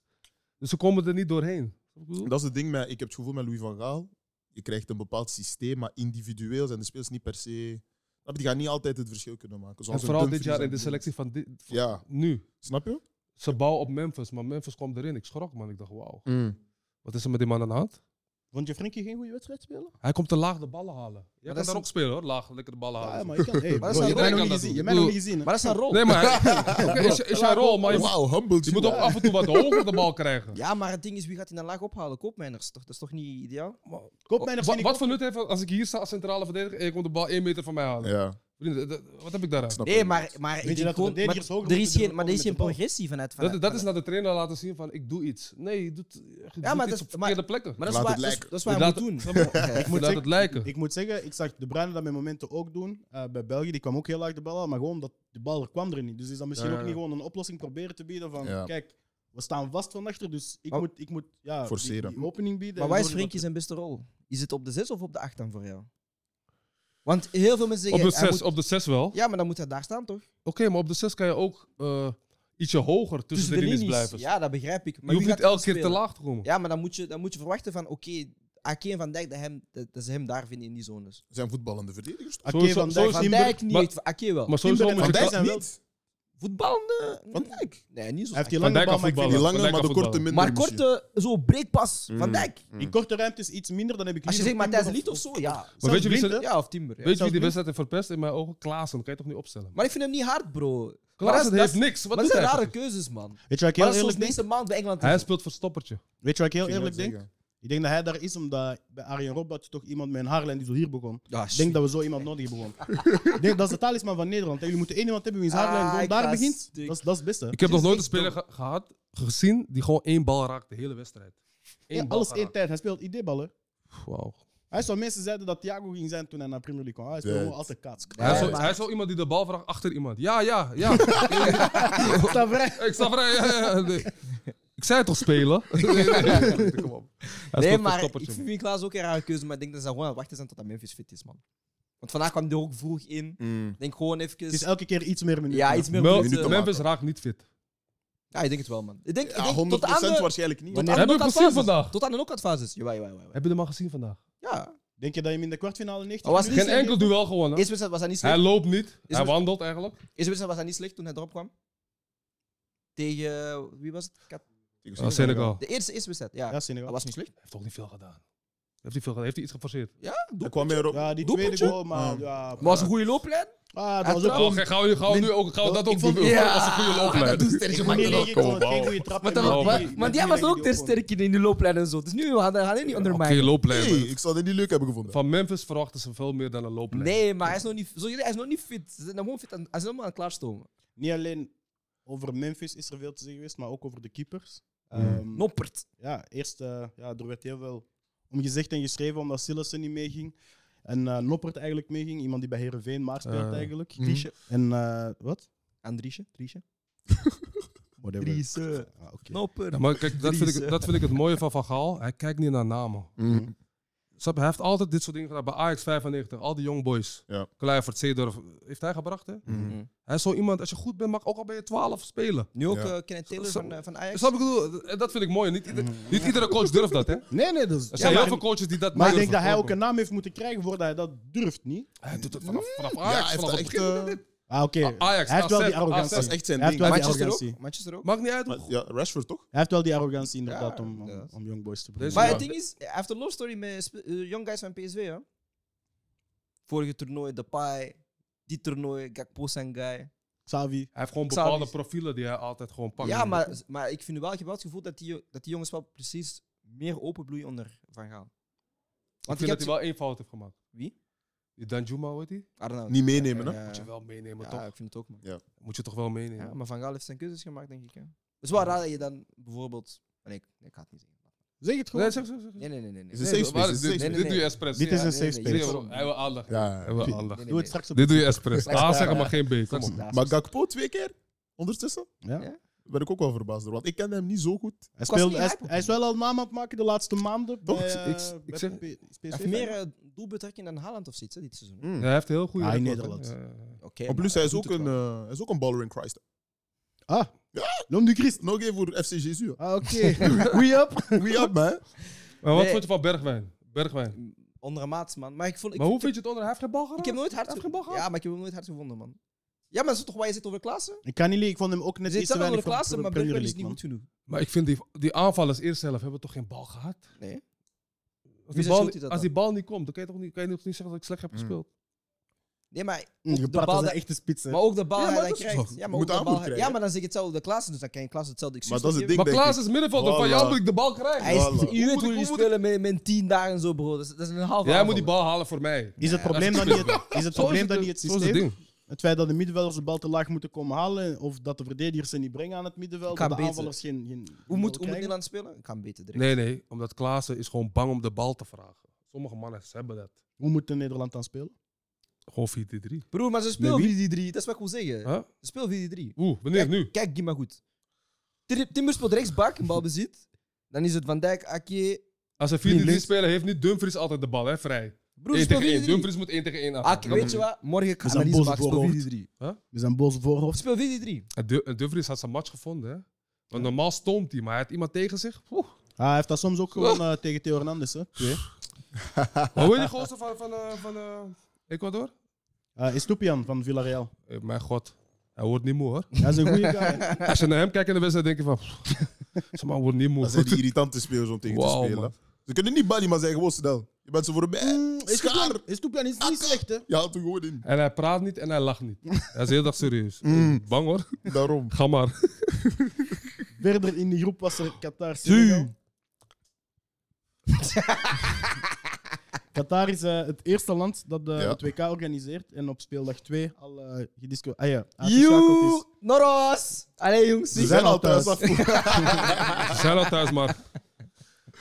[SPEAKER 3] Dus ze komen er niet doorheen. Snap je wat ik bedoel?
[SPEAKER 4] Dat is het ding, met, ik heb het gevoel met Louis van Gaal, je krijgt een bepaald systeem, maar individueel zijn de spelers niet per se... Snap je, Die gaan niet altijd het verschil kunnen maken.
[SPEAKER 3] En
[SPEAKER 4] Zoals een
[SPEAKER 3] vooral dit
[SPEAKER 4] Dumfries
[SPEAKER 3] jaar
[SPEAKER 4] en
[SPEAKER 3] in de
[SPEAKER 4] Blind.
[SPEAKER 3] selectie van dit, van
[SPEAKER 4] Ja,
[SPEAKER 3] nu.
[SPEAKER 4] snap je?
[SPEAKER 3] Ze bouwen op Memphis, maar Memphis kwam erin. Ik schrok, man. Ik dacht, wauw. Wat is er met die man aan de hand?
[SPEAKER 1] Vond je Frenkie geen goede wedstrijd spelen?
[SPEAKER 3] Hij komt te laag de ballen halen.
[SPEAKER 2] dat
[SPEAKER 3] Jij kan
[SPEAKER 2] is
[SPEAKER 3] daar
[SPEAKER 2] een-
[SPEAKER 3] ook spelen, hoor. Laag, lekker de ballen halen.
[SPEAKER 1] ja, maar ik kan, hey,
[SPEAKER 2] Maar dat
[SPEAKER 1] bro,
[SPEAKER 2] zou-
[SPEAKER 1] je bent nog
[SPEAKER 3] kan
[SPEAKER 1] niet
[SPEAKER 3] dat
[SPEAKER 1] gezien. Je
[SPEAKER 3] doen.
[SPEAKER 1] bent nog niet
[SPEAKER 3] Bedoel-
[SPEAKER 1] gezien. hè?
[SPEAKER 2] Maar dat is een rol.
[SPEAKER 3] Nee, maar hij- oké, is, is zijn rol, maar je,
[SPEAKER 4] Oh, Wauw, humble.
[SPEAKER 3] je moet ook af en toe wat hoger de bal krijgen.
[SPEAKER 2] Ja, maar het ding is, wie gaat die dan laag ophalen? Koopmijners, toch? Dat is toch niet ideaal?
[SPEAKER 1] Koop mij nog
[SPEAKER 3] Wa-
[SPEAKER 1] geen-
[SPEAKER 3] wat voor nut heeft het als ik hier sta als centrale verdediger en je komt de bal één meter van mij halen?
[SPEAKER 4] Ja,
[SPEAKER 3] Vrienden, dat- wat heb ik daar aan?
[SPEAKER 4] snap
[SPEAKER 2] Nee, maar, maar
[SPEAKER 1] je
[SPEAKER 2] ik
[SPEAKER 1] dat
[SPEAKER 2] denk
[SPEAKER 1] de
[SPEAKER 2] gewoon... Maar,
[SPEAKER 1] verdedigers hoger
[SPEAKER 2] er is
[SPEAKER 1] moeten
[SPEAKER 2] geen, maar er is
[SPEAKER 1] met de
[SPEAKER 2] geen
[SPEAKER 1] bal?
[SPEAKER 2] progressie vanuit... vanuit
[SPEAKER 3] Dat, dat is
[SPEAKER 2] vanuit-
[SPEAKER 3] naar de trainer laten zien van ik doe iets. Nee, je doet, je doet
[SPEAKER 2] maar dat
[SPEAKER 3] iets
[SPEAKER 2] is-
[SPEAKER 3] op verkeerde plekken.
[SPEAKER 2] maar dat is
[SPEAKER 4] Laat
[SPEAKER 2] waar-
[SPEAKER 4] het
[SPEAKER 2] dat is-
[SPEAKER 4] lijken.
[SPEAKER 2] dat is waar we
[SPEAKER 3] Laat
[SPEAKER 2] moeten doen.
[SPEAKER 3] ik moet laat
[SPEAKER 1] zeggen-
[SPEAKER 3] het lijken.
[SPEAKER 1] Ik moet zeggen, ik zag De Bruyne dat met momenten ook doen. eh, bij België, die kwam ook heel laag de bal aan, maar gewoon dat de bal er kwam er niet. Dus is dat misschien
[SPEAKER 3] Ja,
[SPEAKER 1] ook
[SPEAKER 3] ja.
[SPEAKER 1] niet gewoon een oplossing proberen te bieden van,
[SPEAKER 4] Ja.
[SPEAKER 1] kijk, we staan vast van achter, dus ik
[SPEAKER 2] Maar-
[SPEAKER 1] moet, ik moet ja, die,
[SPEAKER 4] Forceren.
[SPEAKER 1] die opening bieden.
[SPEAKER 2] Maar
[SPEAKER 1] en
[SPEAKER 2] waar is
[SPEAKER 1] zorgen
[SPEAKER 2] Frenkie
[SPEAKER 1] dat-
[SPEAKER 2] zijn beste rol? Is het op de 6 of op de 8 dan voor jou? Want heel veel mensen
[SPEAKER 3] Op
[SPEAKER 2] zeggen...
[SPEAKER 3] de
[SPEAKER 2] hij
[SPEAKER 3] 6
[SPEAKER 2] moet-
[SPEAKER 3] op de zes wel.
[SPEAKER 2] Ja, maar dan moet hij daar staan, toch? Tussen,
[SPEAKER 3] Oké, maar op de 6 kan je ook eh, ietsje hoger tussen de, linies, blijven.
[SPEAKER 2] Ja, dat begrijp ik.
[SPEAKER 3] je
[SPEAKER 2] Maar
[SPEAKER 3] hoeft
[SPEAKER 2] wie
[SPEAKER 3] niet
[SPEAKER 2] gaat
[SPEAKER 3] elke keer te
[SPEAKER 2] spelen?
[SPEAKER 3] laag te komen.
[SPEAKER 2] Ja, maar dan moet je, dan moet je verwachten van... Oké, Ake en Van Dijk, dat, hem, dat, dat ze hem daar vinden in die zones.
[SPEAKER 4] zijn voetballende verdedigers. toch?
[SPEAKER 1] Oké,
[SPEAKER 3] Sowieso-
[SPEAKER 1] Ah, Van Dijk,
[SPEAKER 3] sowieso-
[SPEAKER 2] Van
[SPEAKER 1] Timber-
[SPEAKER 2] Dijk niet,
[SPEAKER 3] Maar-
[SPEAKER 2] Ake wel.
[SPEAKER 1] Timber
[SPEAKER 3] Maar sowieso
[SPEAKER 1] en
[SPEAKER 3] moet
[SPEAKER 1] Van
[SPEAKER 3] je...
[SPEAKER 1] Dijk
[SPEAKER 3] ka-
[SPEAKER 1] zijn wel-
[SPEAKER 4] niet.
[SPEAKER 2] Voetballende... Van Dijk? Nee, niet zo
[SPEAKER 1] Hij heeft die
[SPEAKER 3] Van
[SPEAKER 1] lange
[SPEAKER 3] Dijk
[SPEAKER 1] bal, maar ik
[SPEAKER 3] kan
[SPEAKER 1] vind
[SPEAKER 4] Die
[SPEAKER 1] die,
[SPEAKER 3] voetballen.
[SPEAKER 4] lange,
[SPEAKER 3] Van Dijk
[SPEAKER 4] maar
[SPEAKER 3] kan voetballen.
[SPEAKER 4] de korte minder
[SPEAKER 2] Maar korte, zo breekpas
[SPEAKER 3] Hmm.
[SPEAKER 2] van Dijk.
[SPEAKER 1] die korte ruimte is iets minder, dan heb ik
[SPEAKER 2] Als je
[SPEAKER 1] liever
[SPEAKER 2] zegt Matthijs
[SPEAKER 1] Timber
[SPEAKER 2] Lied of zo, ja.
[SPEAKER 1] zelfs
[SPEAKER 3] weet je wie
[SPEAKER 1] Blind,
[SPEAKER 3] ze-
[SPEAKER 1] hè?
[SPEAKER 2] Ja, of Timber. ja.
[SPEAKER 3] Weet je wie
[SPEAKER 1] Zelfs
[SPEAKER 3] die
[SPEAKER 1] niet.
[SPEAKER 3] wedstrijd heeft verpest? In mijn ogen Klaassen. Dat kan je toch niet opstellen?
[SPEAKER 2] Maar ik vind hem niet hard, bro. Maar dat is-
[SPEAKER 3] Klaassen
[SPEAKER 2] dat is-
[SPEAKER 3] heeft niks. Wat
[SPEAKER 2] Maar dat
[SPEAKER 3] doet
[SPEAKER 2] zijn
[SPEAKER 3] hij?
[SPEAKER 2] rare
[SPEAKER 3] eigenlijk?
[SPEAKER 2] keuzes, man.
[SPEAKER 1] Weet je wat ik
[SPEAKER 2] Maar
[SPEAKER 1] heel
[SPEAKER 2] dat is zoals
[SPEAKER 1] eerlijk denk?
[SPEAKER 2] deze maand bij Engeland.
[SPEAKER 3] Hij
[SPEAKER 2] is.
[SPEAKER 3] speelt verstoppertje.
[SPEAKER 1] Weet je wat ik heel
[SPEAKER 4] Ik ging
[SPEAKER 1] eerlijk
[SPEAKER 4] net
[SPEAKER 1] denk?
[SPEAKER 4] zeggen.
[SPEAKER 1] Ik denk dat hij daar is omdat bij Arjen Robert toch iemand met een haarlijn die zo hier begon.
[SPEAKER 2] Ja,
[SPEAKER 1] Ik denk dat we zo iemand nodig hebben gewoon. Ik denk, dat is de talisman van Nederland. hè. Jullie moeten één iemand hebben wie zijn
[SPEAKER 2] Ah,
[SPEAKER 1] haarlijn gewoon
[SPEAKER 2] ik
[SPEAKER 1] daar
[SPEAKER 2] ga
[SPEAKER 1] begint.
[SPEAKER 2] stuk.
[SPEAKER 1] Dat is, dat is het beste. hè.
[SPEAKER 3] Ik heb
[SPEAKER 2] Dit
[SPEAKER 3] nog
[SPEAKER 2] is
[SPEAKER 3] nooit een
[SPEAKER 2] echt
[SPEAKER 3] speler ge- gehad, gezien, die gewoon één bal raakt de hele wedstrijd. Eén
[SPEAKER 1] Ja,
[SPEAKER 3] bal
[SPEAKER 1] alles één
[SPEAKER 3] geraakt.
[SPEAKER 1] tijd. Hij speelt ID-ballen.
[SPEAKER 3] Wauw.
[SPEAKER 1] Hij is wat mensen zeiden dat Thiago ging zijn toen hij naar Premier League kwam. Hij speelde
[SPEAKER 4] Ja.
[SPEAKER 1] gewoon altijd kaats.
[SPEAKER 2] Ja,
[SPEAKER 3] Hij is zo-
[SPEAKER 2] maar-
[SPEAKER 3] Hij is zo iemand die de bal vraagt achter iemand. Ja, ja, ja.
[SPEAKER 1] Sta vrij.
[SPEAKER 3] Ik snap vrij. ja, ja, ja, nee. Ik zei toch spelen? Nee, nee, nee. Kom op. Hij
[SPEAKER 2] Nee, maar
[SPEAKER 3] speelt
[SPEAKER 2] ik
[SPEAKER 3] verstoppertje,
[SPEAKER 2] vind
[SPEAKER 3] man.
[SPEAKER 2] Klaas ook een rare keuze, maar ik denk dat ze gewoon aan het wachten zijn tot dat Memphis fit is, man. Want vandaag kwam hij er ook vroeg in.
[SPEAKER 4] Mm.
[SPEAKER 2] Ik denk gewoon
[SPEAKER 1] Het is
[SPEAKER 2] even.
[SPEAKER 1] elke keer iets meer minuten.
[SPEAKER 2] Ja, iets meer
[SPEAKER 3] Mel-
[SPEAKER 2] minuten.
[SPEAKER 4] minuten
[SPEAKER 3] Memphis raakt niet fit.
[SPEAKER 2] Ja, ik denk het wel, man. Ik denk, ik
[SPEAKER 4] Ja,
[SPEAKER 2] denk
[SPEAKER 4] 100%
[SPEAKER 2] tot aan de,
[SPEAKER 4] waarschijnlijk niet.
[SPEAKER 2] tot
[SPEAKER 1] Wanneer-
[SPEAKER 2] aan de
[SPEAKER 3] Hebben we
[SPEAKER 2] knock-outfases.
[SPEAKER 3] gezien vandaag?
[SPEAKER 2] Tot aan de knock-outfases. Jawel, jawel, jawel.
[SPEAKER 3] Heb je hem al gezien vandaag?
[SPEAKER 2] Ja.
[SPEAKER 1] Denk je dat je hem in de kwartfinale 90
[SPEAKER 2] Maar Oh, was
[SPEAKER 1] minuten
[SPEAKER 3] Geen
[SPEAKER 1] zijn
[SPEAKER 3] enkel duel gewonnen.
[SPEAKER 2] Eerste wedstrijd was hij niet slecht.
[SPEAKER 3] Hij loopt niet. Hij
[SPEAKER 2] het-
[SPEAKER 3] wandelt eigenlijk.
[SPEAKER 2] Eerste wedstrijd was hij niet slecht toen hij erop kwam. Tegen, eh, wie was het? Kat-
[SPEAKER 3] Ah, Senegal.
[SPEAKER 2] De eerste, eerste wedstrijd, ja.
[SPEAKER 1] gegeven? Ja,
[SPEAKER 2] Dat
[SPEAKER 1] Senegal.
[SPEAKER 2] was niet slecht.
[SPEAKER 3] Heeft toch niet veel gedaan. Heeft hij veel gedaan? Heeft hij iets geforceerd?
[SPEAKER 4] Hij kwam weer op.
[SPEAKER 1] Ja, die
[SPEAKER 2] Doelpuntje?
[SPEAKER 1] tweede goal, maar ja.
[SPEAKER 2] Maar was een goede looplijn.
[SPEAKER 1] Ah, dat was
[SPEAKER 2] Ja,
[SPEAKER 1] ook
[SPEAKER 3] Oh, ga- gaan we, nu- gaan we nu ook, gaan we dat
[SPEAKER 1] Ik
[SPEAKER 3] ook
[SPEAKER 1] vond-
[SPEAKER 3] doen? Ah, Dat
[SPEAKER 2] Ja.
[SPEAKER 3] was een goede
[SPEAKER 2] Dat
[SPEAKER 3] loopleiding.
[SPEAKER 2] doet Sterk
[SPEAKER 1] Ik
[SPEAKER 2] maar
[SPEAKER 1] vond die
[SPEAKER 2] niet
[SPEAKER 1] negen gewoon
[SPEAKER 4] opbouwen.
[SPEAKER 1] geen goede trap.
[SPEAKER 2] Maar
[SPEAKER 1] en
[SPEAKER 2] dan-
[SPEAKER 1] die-
[SPEAKER 3] maar-
[SPEAKER 1] die-
[SPEAKER 2] Want
[SPEAKER 1] die-
[SPEAKER 2] jij was er ook
[SPEAKER 1] die-
[SPEAKER 2] ter sterk in, in die looplijn en zo. Dus nu gaan hij niet
[SPEAKER 3] Oké,
[SPEAKER 2] ondermijnen.
[SPEAKER 3] loopleiding.
[SPEAKER 4] Hey, ik zou dit niet leuk hebben gevonden.
[SPEAKER 3] Van Memphis verwachten ze veel meer dan een loopleiding.
[SPEAKER 2] Nee, maar hij is nog niet, zo, jullie- hij is nog niet fit. Ze zijn gewoon fit aan, hij is helemaal aan het klaarstomen.
[SPEAKER 1] Niet alleen over Memphis is er veel te zeggen geweest, maar ook over de keepers.
[SPEAKER 4] Mm.
[SPEAKER 2] Hmm.
[SPEAKER 1] Ehm,
[SPEAKER 2] Noppert.
[SPEAKER 1] ja, eerst, eh, ja, er werd heel veel om gezegd en geschreven omdat Sillessen niet meeging. En eh Noppert eigenlijk meeging. Iemand die bij Herenveen maar speelt
[SPEAKER 3] Eh,
[SPEAKER 1] eigenlijk.
[SPEAKER 4] mhm.
[SPEAKER 1] Driesje. En eh, wat?
[SPEAKER 2] Andriesje, Driesje.
[SPEAKER 1] Whatever.
[SPEAKER 2] Driesje.
[SPEAKER 1] Ah, oké.
[SPEAKER 2] Noppert.
[SPEAKER 3] Ja, maar kijk, dat vind,
[SPEAKER 2] Dries,
[SPEAKER 3] ik,
[SPEAKER 2] hè.
[SPEAKER 3] dat vind ik het mooie van Van Gaal. Hij kijkt niet naar namen.
[SPEAKER 4] Mm.
[SPEAKER 3] Snap je? Hij heeft altijd dit soort dingen gedaan. Bij Ajax 95, al die young boys.
[SPEAKER 4] Ja.
[SPEAKER 3] Kluivert, Seedorf. Heeft hij gebracht, hè?
[SPEAKER 4] Mm.
[SPEAKER 2] Mm.
[SPEAKER 3] Hij is zo iemand, als je goed bent, mag ook al bij je 12 spelen.
[SPEAKER 2] Nu ook
[SPEAKER 4] Ja.
[SPEAKER 2] eh, Kenneth Taylor
[SPEAKER 3] Zo-
[SPEAKER 2] van, eh, van Ajax.
[SPEAKER 3] Snap ik bedoel? En Dat vind ik mooi. Niet, ieder- niet iedere coach durft dat, hè?
[SPEAKER 1] Nee, nee, dat is...
[SPEAKER 3] Er
[SPEAKER 1] Ja,
[SPEAKER 3] zijn
[SPEAKER 1] maar,
[SPEAKER 3] heel veel coaches die dat
[SPEAKER 1] maar ik
[SPEAKER 3] niet
[SPEAKER 1] denk dat
[SPEAKER 3] durven.
[SPEAKER 1] hij ook een naam heeft moeten krijgen voordat hij dat durft, niet?
[SPEAKER 3] Hij doet het vanaf, vanaf
[SPEAKER 4] Ja,
[SPEAKER 3] Ajax,
[SPEAKER 4] hij heeft
[SPEAKER 3] vanaf
[SPEAKER 4] dat
[SPEAKER 3] het
[SPEAKER 4] echt,
[SPEAKER 3] begin.
[SPEAKER 4] eh,
[SPEAKER 1] Ah, oké.
[SPEAKER 3] Ajax,
[SPEAKER 1] hij heeft wel
[SPEAKER 3] AZ,
[SPEAKER 1] die arrogantie.
[SPEAKER 4] dat is echt zijn
[SPEAKER 1] Hij heeft
[SPEAKER 4] ding.
[SPEAKER 1] wel die
[SPEAKER 2] Manchester
[SPEAKER 1] arrogantie.
[SPEAKER 2] ook. Manchester ook.
[SPEAKER 3] Maakt niet uit.
[SPEAKER 4] Maar- Ja, Rashford toch?
[SPEAKER 1] Hij heeft wel die arrogantie inderdaad om, om,
[SPEAKER 2] inderdaad.
[SPEAKER 1] om Young Boys te
[SPEAKER 3] Deze
[SPEAKER 2] Dus Maar
[SPEAKER 3] Ja.
[SPEAKER 2] het ding is, hij heeft een love story met sp- eh, young guys van PSV, hè? Vorige toernooi, Depay. Dit toernooi, Gakpo zijn guy.
[SPEAKER 1] Xavi.
[SPEAKER 3] Hij heeft gewoon
[SPEAKER 2] Ik zou
[SPEAKER 3] bepaalde
[SPEAKER 2] niet-
[SPEAKER 3] profielen die hij altijd gewoon pakt.
[SPEAKER 2] ja, maar, maar ik vind wel, ik heb wel het gevoel dat die, dat die jongens wel precies meer openbloeien onder Van Gaal. Want
[SPEAKER 3] Want
[SPEAKER 2] ik
[SPEAKER 3] ik vind dat
[SPEAKER 2] heb
[SPEAKER 3] hij wel één fout heeft gemaakt.
[SPEAKER 2] Wie?
[SPEAKER 3] Die Danjuma, hoe heet die?
[SPEAKER 2] Arnoud.
[SPEAKER 4] Niet meenemen, hè?
[SPEAKER 2] Ja,
[SPEAKER 3] Moet je wel meenemen,
[SPEAKER 2] ja,
[SPEAKER 3] toch?
[SPEAKER 2] ik vind het ook, man.
[SPEAKER 3] Moet je toch wel meenemen.
[SPEAKER 2] Ja, maar Van Gaal heeft zijn keuzes gemaakt, denk ik. Hè? Het is wel raar dat je dan bijvoorbeeld... Nee, ik, nee, ik ga het niet zeggen.
[SPEAKER 1] Zeg het gewoon.
[SPEAKER 3] Nee, zeg, zeg, zeg.
[SPEAKER 2] Nee, nee, nee. nee, nee.
[SPEAKER 4] Is het safe
[SPEAKER 3] waar
[SPEAKER 4] space? Is
[SPEAKER 3] dit?
[SPEAKER 4] het
[SPEAKER 2] Nee,
[SPEAKER 4] safe
[SPEAKER 2] nee,
[SPEAKER 3] Dit doe je
[SPEAKER 2] nee.
[SPEAKER 3] expres.
[SPEAKER 1] Dit
[SPEAKER 3] ja.
[SPEAKER 1] is een
[SPEAKER 2] nee,
[SPEAKER 1] safe
[SPEAKER 2] nee,
[SPEAKER 1] space.
[SPEAKER 3] Zie je
[SPEAKER 2] space.
[SPEAKER 3] waarom? Hij wil aandacht.
[SPEAKER 4] Ja,
[SPEAKER 3] Hij wil
[SPEAKER 4] ja.
[SPEAKER 3] aandacht.
[SPEAKER 2] Nee, nee,
[SPEAKER 1] Doe het straks op
[SPEAKER 3] Dit doe je expres.
[SPEAKER 2] Straks
[SPEAKER 3] A
[SPEAKER 2] wel,
[SPEAKER 3] zeggen,
[SPEAKER 2] ja.
[SPEAKER 3] maar geen B. Kom op.
[SPEAKER 2] Ja,
[SPEAKER 4] Maar
[SPEAKER 2] straks.
[SPEAKER 4] Gakpo twee keer ondertussen?
[SPEAKER 1] Ja.
[SPEAKER 2] Ja.
[SPEAKER 4] Ben ik ook wel verbaasd door, want ik kende hem niet zo goed.
[SPEAKER 1] Hij,
[SPEAKER 2] was
[SPEAKER 1] speelt,
[SPEAKER 2] niet
[SPEAKER 1] hij,
[SPEAKER 2] hype op
[SPEAKER 1] hij is wel al naam aan het maken de laatste maanden.
[SPEAKER 4] Toch?
[SPEAKER 1] Bij,
[SPEAKER 3] Ik- ik-
[SPEAKER 1] eh,
[SPEAKER 3] ik
[SPEAKER 1] bij
[SPEAKER 3] zeg-
[SPEAKER 1] P- PSV.
[SPEAKER 2] Hij heeft meer eh, doelbetrekking dan Haaland of zoiets, hè, dit seizoen.
[SPEAKER 3] Ja, Hij heeft een heel goede.
[SPEAKER 1] Ah, in
[SPEAKER 3] record,
[SPEAKER 1] Nederland.
[SPEAKER 3] hè. Eh, Ja, ja, ja.
[SPEAKER 2] Oké.
[SPEAKER 4] En
[SPEAKER 2] maar
[SPEAKER 4] plus, hij is, ook
[SPEAKER 2] doet het
[SPEAKER 4] een,
[SPEAKER 2] wel.
[SPEAKER 4] eh, hij is ook een baller in Christ.
[SPEAKER 1] Ah, noem nu Christ.
[SPEAKER 4] Nog even voor FC Jesu. hè.
[SPEAKER 1] Ah, oké. We up.
[SPEAKER 4] We up, man.
[SPEAKER 3] Maar wat
[SPEAKER 2] Nee.
[SPEAKER 3] vond je van Bergwijn? Bergwijn.
[SPEAKER 2] Andere maat, man. Maar ik vond... Ik,
[SPEAKER 3] Maar hoe
[SPEAKER 2] ik,
[SPEAKER 3] vind je het onder? Hij heeft geen bal gehad?
[SPEAKER 2] ik heb nooit hard
[SPEAKER 3] Hij heeft
[SPEAKER 2] gevonden.
[SPEAKER 3] geen bal gehad.
[SPEAKER 2] Ja, maar ik heb hem nooit hard gevonden, man. Ja, maar dat is toch waar je zit over Klaassen?
[SPEAKER 1] Ik kan niet liegen, ik vond hem ook
[SPEAKER 2] Je
[SPEAKER 1] net
[SPEAKER 2] zit
[SPEAKER 1] iets te
[SPEAKER 2] zelf
[SPEAKER 1] weinig
[SPEAKER 2] over
[SPEAKER 1] voor
[SPEAKER 2] Klaassen, maar
[SPEAKER 1] de Premier
[SPEAKER 2] Brugman is
[SPEAKER 1] League,
[SPEAKER 2] niet
[SPEAKER 1] man.
[SPEAKER 2] goed genoeg.
[SPEAKER 3] Maar ik vind die, die aanvallers eerst zelf hebben toch geen bal gehad?
[SPEAKER 2] Nee.
[SPEAKER 3] Als,
[SPEAKER 2] Wie
[SPEAKER 3] die
[SPEAKER 2] zegt
[SPEAKER 3] bal,
[SPEAKER 2] goed is dat dan?
[SPEAKER 3] als die bal niet komt, dan kan je toch niet, kan je toch niet zeggen dat ik slecht heb
[SPEAKER 4] Mm.
[SPEAKER 3] gespeeld?
[SPEAKER 2] Nee, maar
[SPEAKER 1] Mm,
[SPEAKER 2] de
[SPEAKER 1] Je
[SPEAKER 2] bal
[SPEAKER 1] praat als een
[SPEAKER 2] dat-
[SPEAKER 1] echte spits. hè.
[SPEAKER 2] Maar ook de bal
[SPEAKER 3] Ja,
[SPEAKER 2] hij
[SPEAKER 3] maar
[SPEAKER 2] dan
[SPEAKER 3] dat is
[SPEAKER 2] krijgt.
[SPEAKER 3] toch-
[SPEAKER 2] Ja,
[SPEAKER 4] Je
[SPEAKER 2] maar,
[SPEAKER 4] moet
[SPEAKER 2] ook de
[SPEAKER 4] aanbod
[SPEAKER 2] bal, ja,
[SPEAKER 4] krijgen.
[SPEAKER 2] maar dan zeg ik hetzelfde de Klaassen, dus dan kan je Klaassen hetzelfde excuus
[SPEAKER 4] Maar dat is
[SPEAKER 2] geven.
[SPEAKER 4] het ding,
[SPEAKER 3] maar
[SPEAKER 4] denk
[SPEAKER 3] Klaas
[SPEAKER 4] ik.
[SPEAKER 3] is middenvelder, van jou
[SPEAKER 4] Voilà.
[SPEAKER 3] moet ik de bal krijgen.
[SPEAKER 2] Hij is,
[SPEAKER 4] Voilà.
[SPEAKER 2] je weet
[SPEAKER 3] Hoe
[SPEAKER 2] hoe jullie
[SPEAKER 3] moet ik-
[SPEAKER 2] spelen met, met 10 daar en zo, bro. Dat is, dat is een half
[SPEAKER 3] Jij moet die
[SPEAKER 2] aanval.
[SPEAKER 3] bal halen voor mij.
[SPEAKER 1] Is het probleem
[SPEAKER 3] dat
[SPEAKER 1] dan
[SPEAKER 3] is
[SPEAKER 1] niet het- is het
[SPEAKER 3] Zo is
[SPEAKER 1] probleem dan niet het
[SPEAKER 3] zo is
[SPEAKER 1] systeem?
[SPEAKER 3] ding.
[SPEAKER 1] Het feit dat de middenvelders de bal te laag moeten komen halen, of dat de verdedigers ze niet brengen aan het middenveld,
[SPEAKER 2] Ik ga
[SPEAKER 1] dat de
[SPEAKER 2] beter.
[SPEAKER 1] aanvallers geen... geen
[SPEAKER 2] Hoe moet, hoe
[SPEAKER 1] bal
[SPEAKER 2] moet
[SPEAKER 1] krijgen.
[SPEAKER 2] Nederland spelen? Ik ga hem beter direct.
[SPEAKER 3] Nee, nee, omdat Klaassen is gewoon bang om de bal te vragen. Sommige mannen ze hebben dat.
[SPEAKER 1] Hoe moet de Nederland dan spelen?
[SPEAKER 3] Gewoon 4-3.
[SPEAKER 2] Broer, maar ze spelen
[SPEAKER 3] wie?
[SPEAKER 2] 4-3. Dat is wat ik wil zeggen.
[SPEAKER 3] Huh?
[SPEAKER 2] Ze spelen 4-3.
[SPEAKER 3] Oeh, wanneer nu?
[SPEAKER 2] Kijk, die maar goed. Tim- Timber speelt rechtsbak, een bal bezit. Dan is het Van Dijk, Ake.
[SPEAKER 3] Als ze 4-3
[SPEAKER 2] links.
[SPEAKER 3] spelen, heeft niet Dumfries altijd de bal, hè, vrij.
[SPEAKER 2] Broer,
[SPEAKER 3] 1 tegen 1.
[SPEAKER 2] speel 4-3.
[SPEAKER 3] Dumfries moet 1 tegen 1 af.
[SPEAKER 2] Ake, weet je wat? Morgen
[SPEAKER 1] is
[SPEAKER 2] kan
[SPEAKER 1] een
[SPEAKER 2] analyse
[SPEAKER 1] boze
[SPEAKER 2] maken. Speel
[SPEAKER 1] voorhoofd.
[SPEAKER 2] 4-3.
[SPEAKER 1] We zijn boos voorhoofd.
[SPEAKER 2] Speel 4-3.
[SPEAKER 3] En Du- en Dumfries had zijn match gevonden, hè. Want normaal stoomt hij, maar hij had iemand tegen zich. Oeh.
[SPEAKER 1] Ah, hij heeft dat soms ook gewoon eh, tegen Theo Hernandez. Hè? Twee.
[SPEAKER 3] Maar hoe heet die gozer van, van, eh, van eh, Ecuador?
[SPEAKER 1] Eh, Estupian van Villarreal.
[SPEAKER 3] Eh, mijn god, hij wordt niet moe hoor.
[SPEAKER 1] Dat is een goede guy. hè.
[SPEAKER 3] Als je naar hem kijkt in de wedstrijd, denk je van... Ze man wordt niet moe.
[SPEAKER 4] Dat zijn die irritante spelers om tegen
[SPEAKER 3] Wauw,
[SPEAKER 4] te spelen.
[SPEAKER 3] man.
[SPEAKER 4] Ze kunnen niet Bali, maar zeggen gewoon snel. Je bent ze
[SPEAKER 2] Mm,
[SPEAKER 4] voorbij. Schaar.
[SPEAKER 1] Estupian, Estupian is niet slecht, hè?
[SPEAKER 4] Je haalt hem gewoon in.
[SPEAKER 3] En hij praat niet en hij lacht niet. Hij is heel dag serieus. Eh,
[SPEAKER 4] Mm.
[SPEAKER 3] Bang hoor.
[SPEAKER 4] Daarom.
[SPEAKER 3] Ga maar.
[SPEAKER 1] Verder in die groep was er Qatar.
[SPEAKER 3] Tuur.
[SPEAKER 1] Senegal. Qatar is eh, het eerste land dat eh,
[SPEAKER 4] Ja.
[SPEAKER 1] het WK organiseert en op speeldag 2 al eh gedisco- ah, ja, uitgeschakeld
[SPEAKER 2] Joe,
[SPEAKER 1] is.
[SPEAKER 2] Noros. Allee, jongens.
[SPEAKER 4] Ze zijn al thuis af.
[SPEAKER 3] Ze zijn al thuis, maar...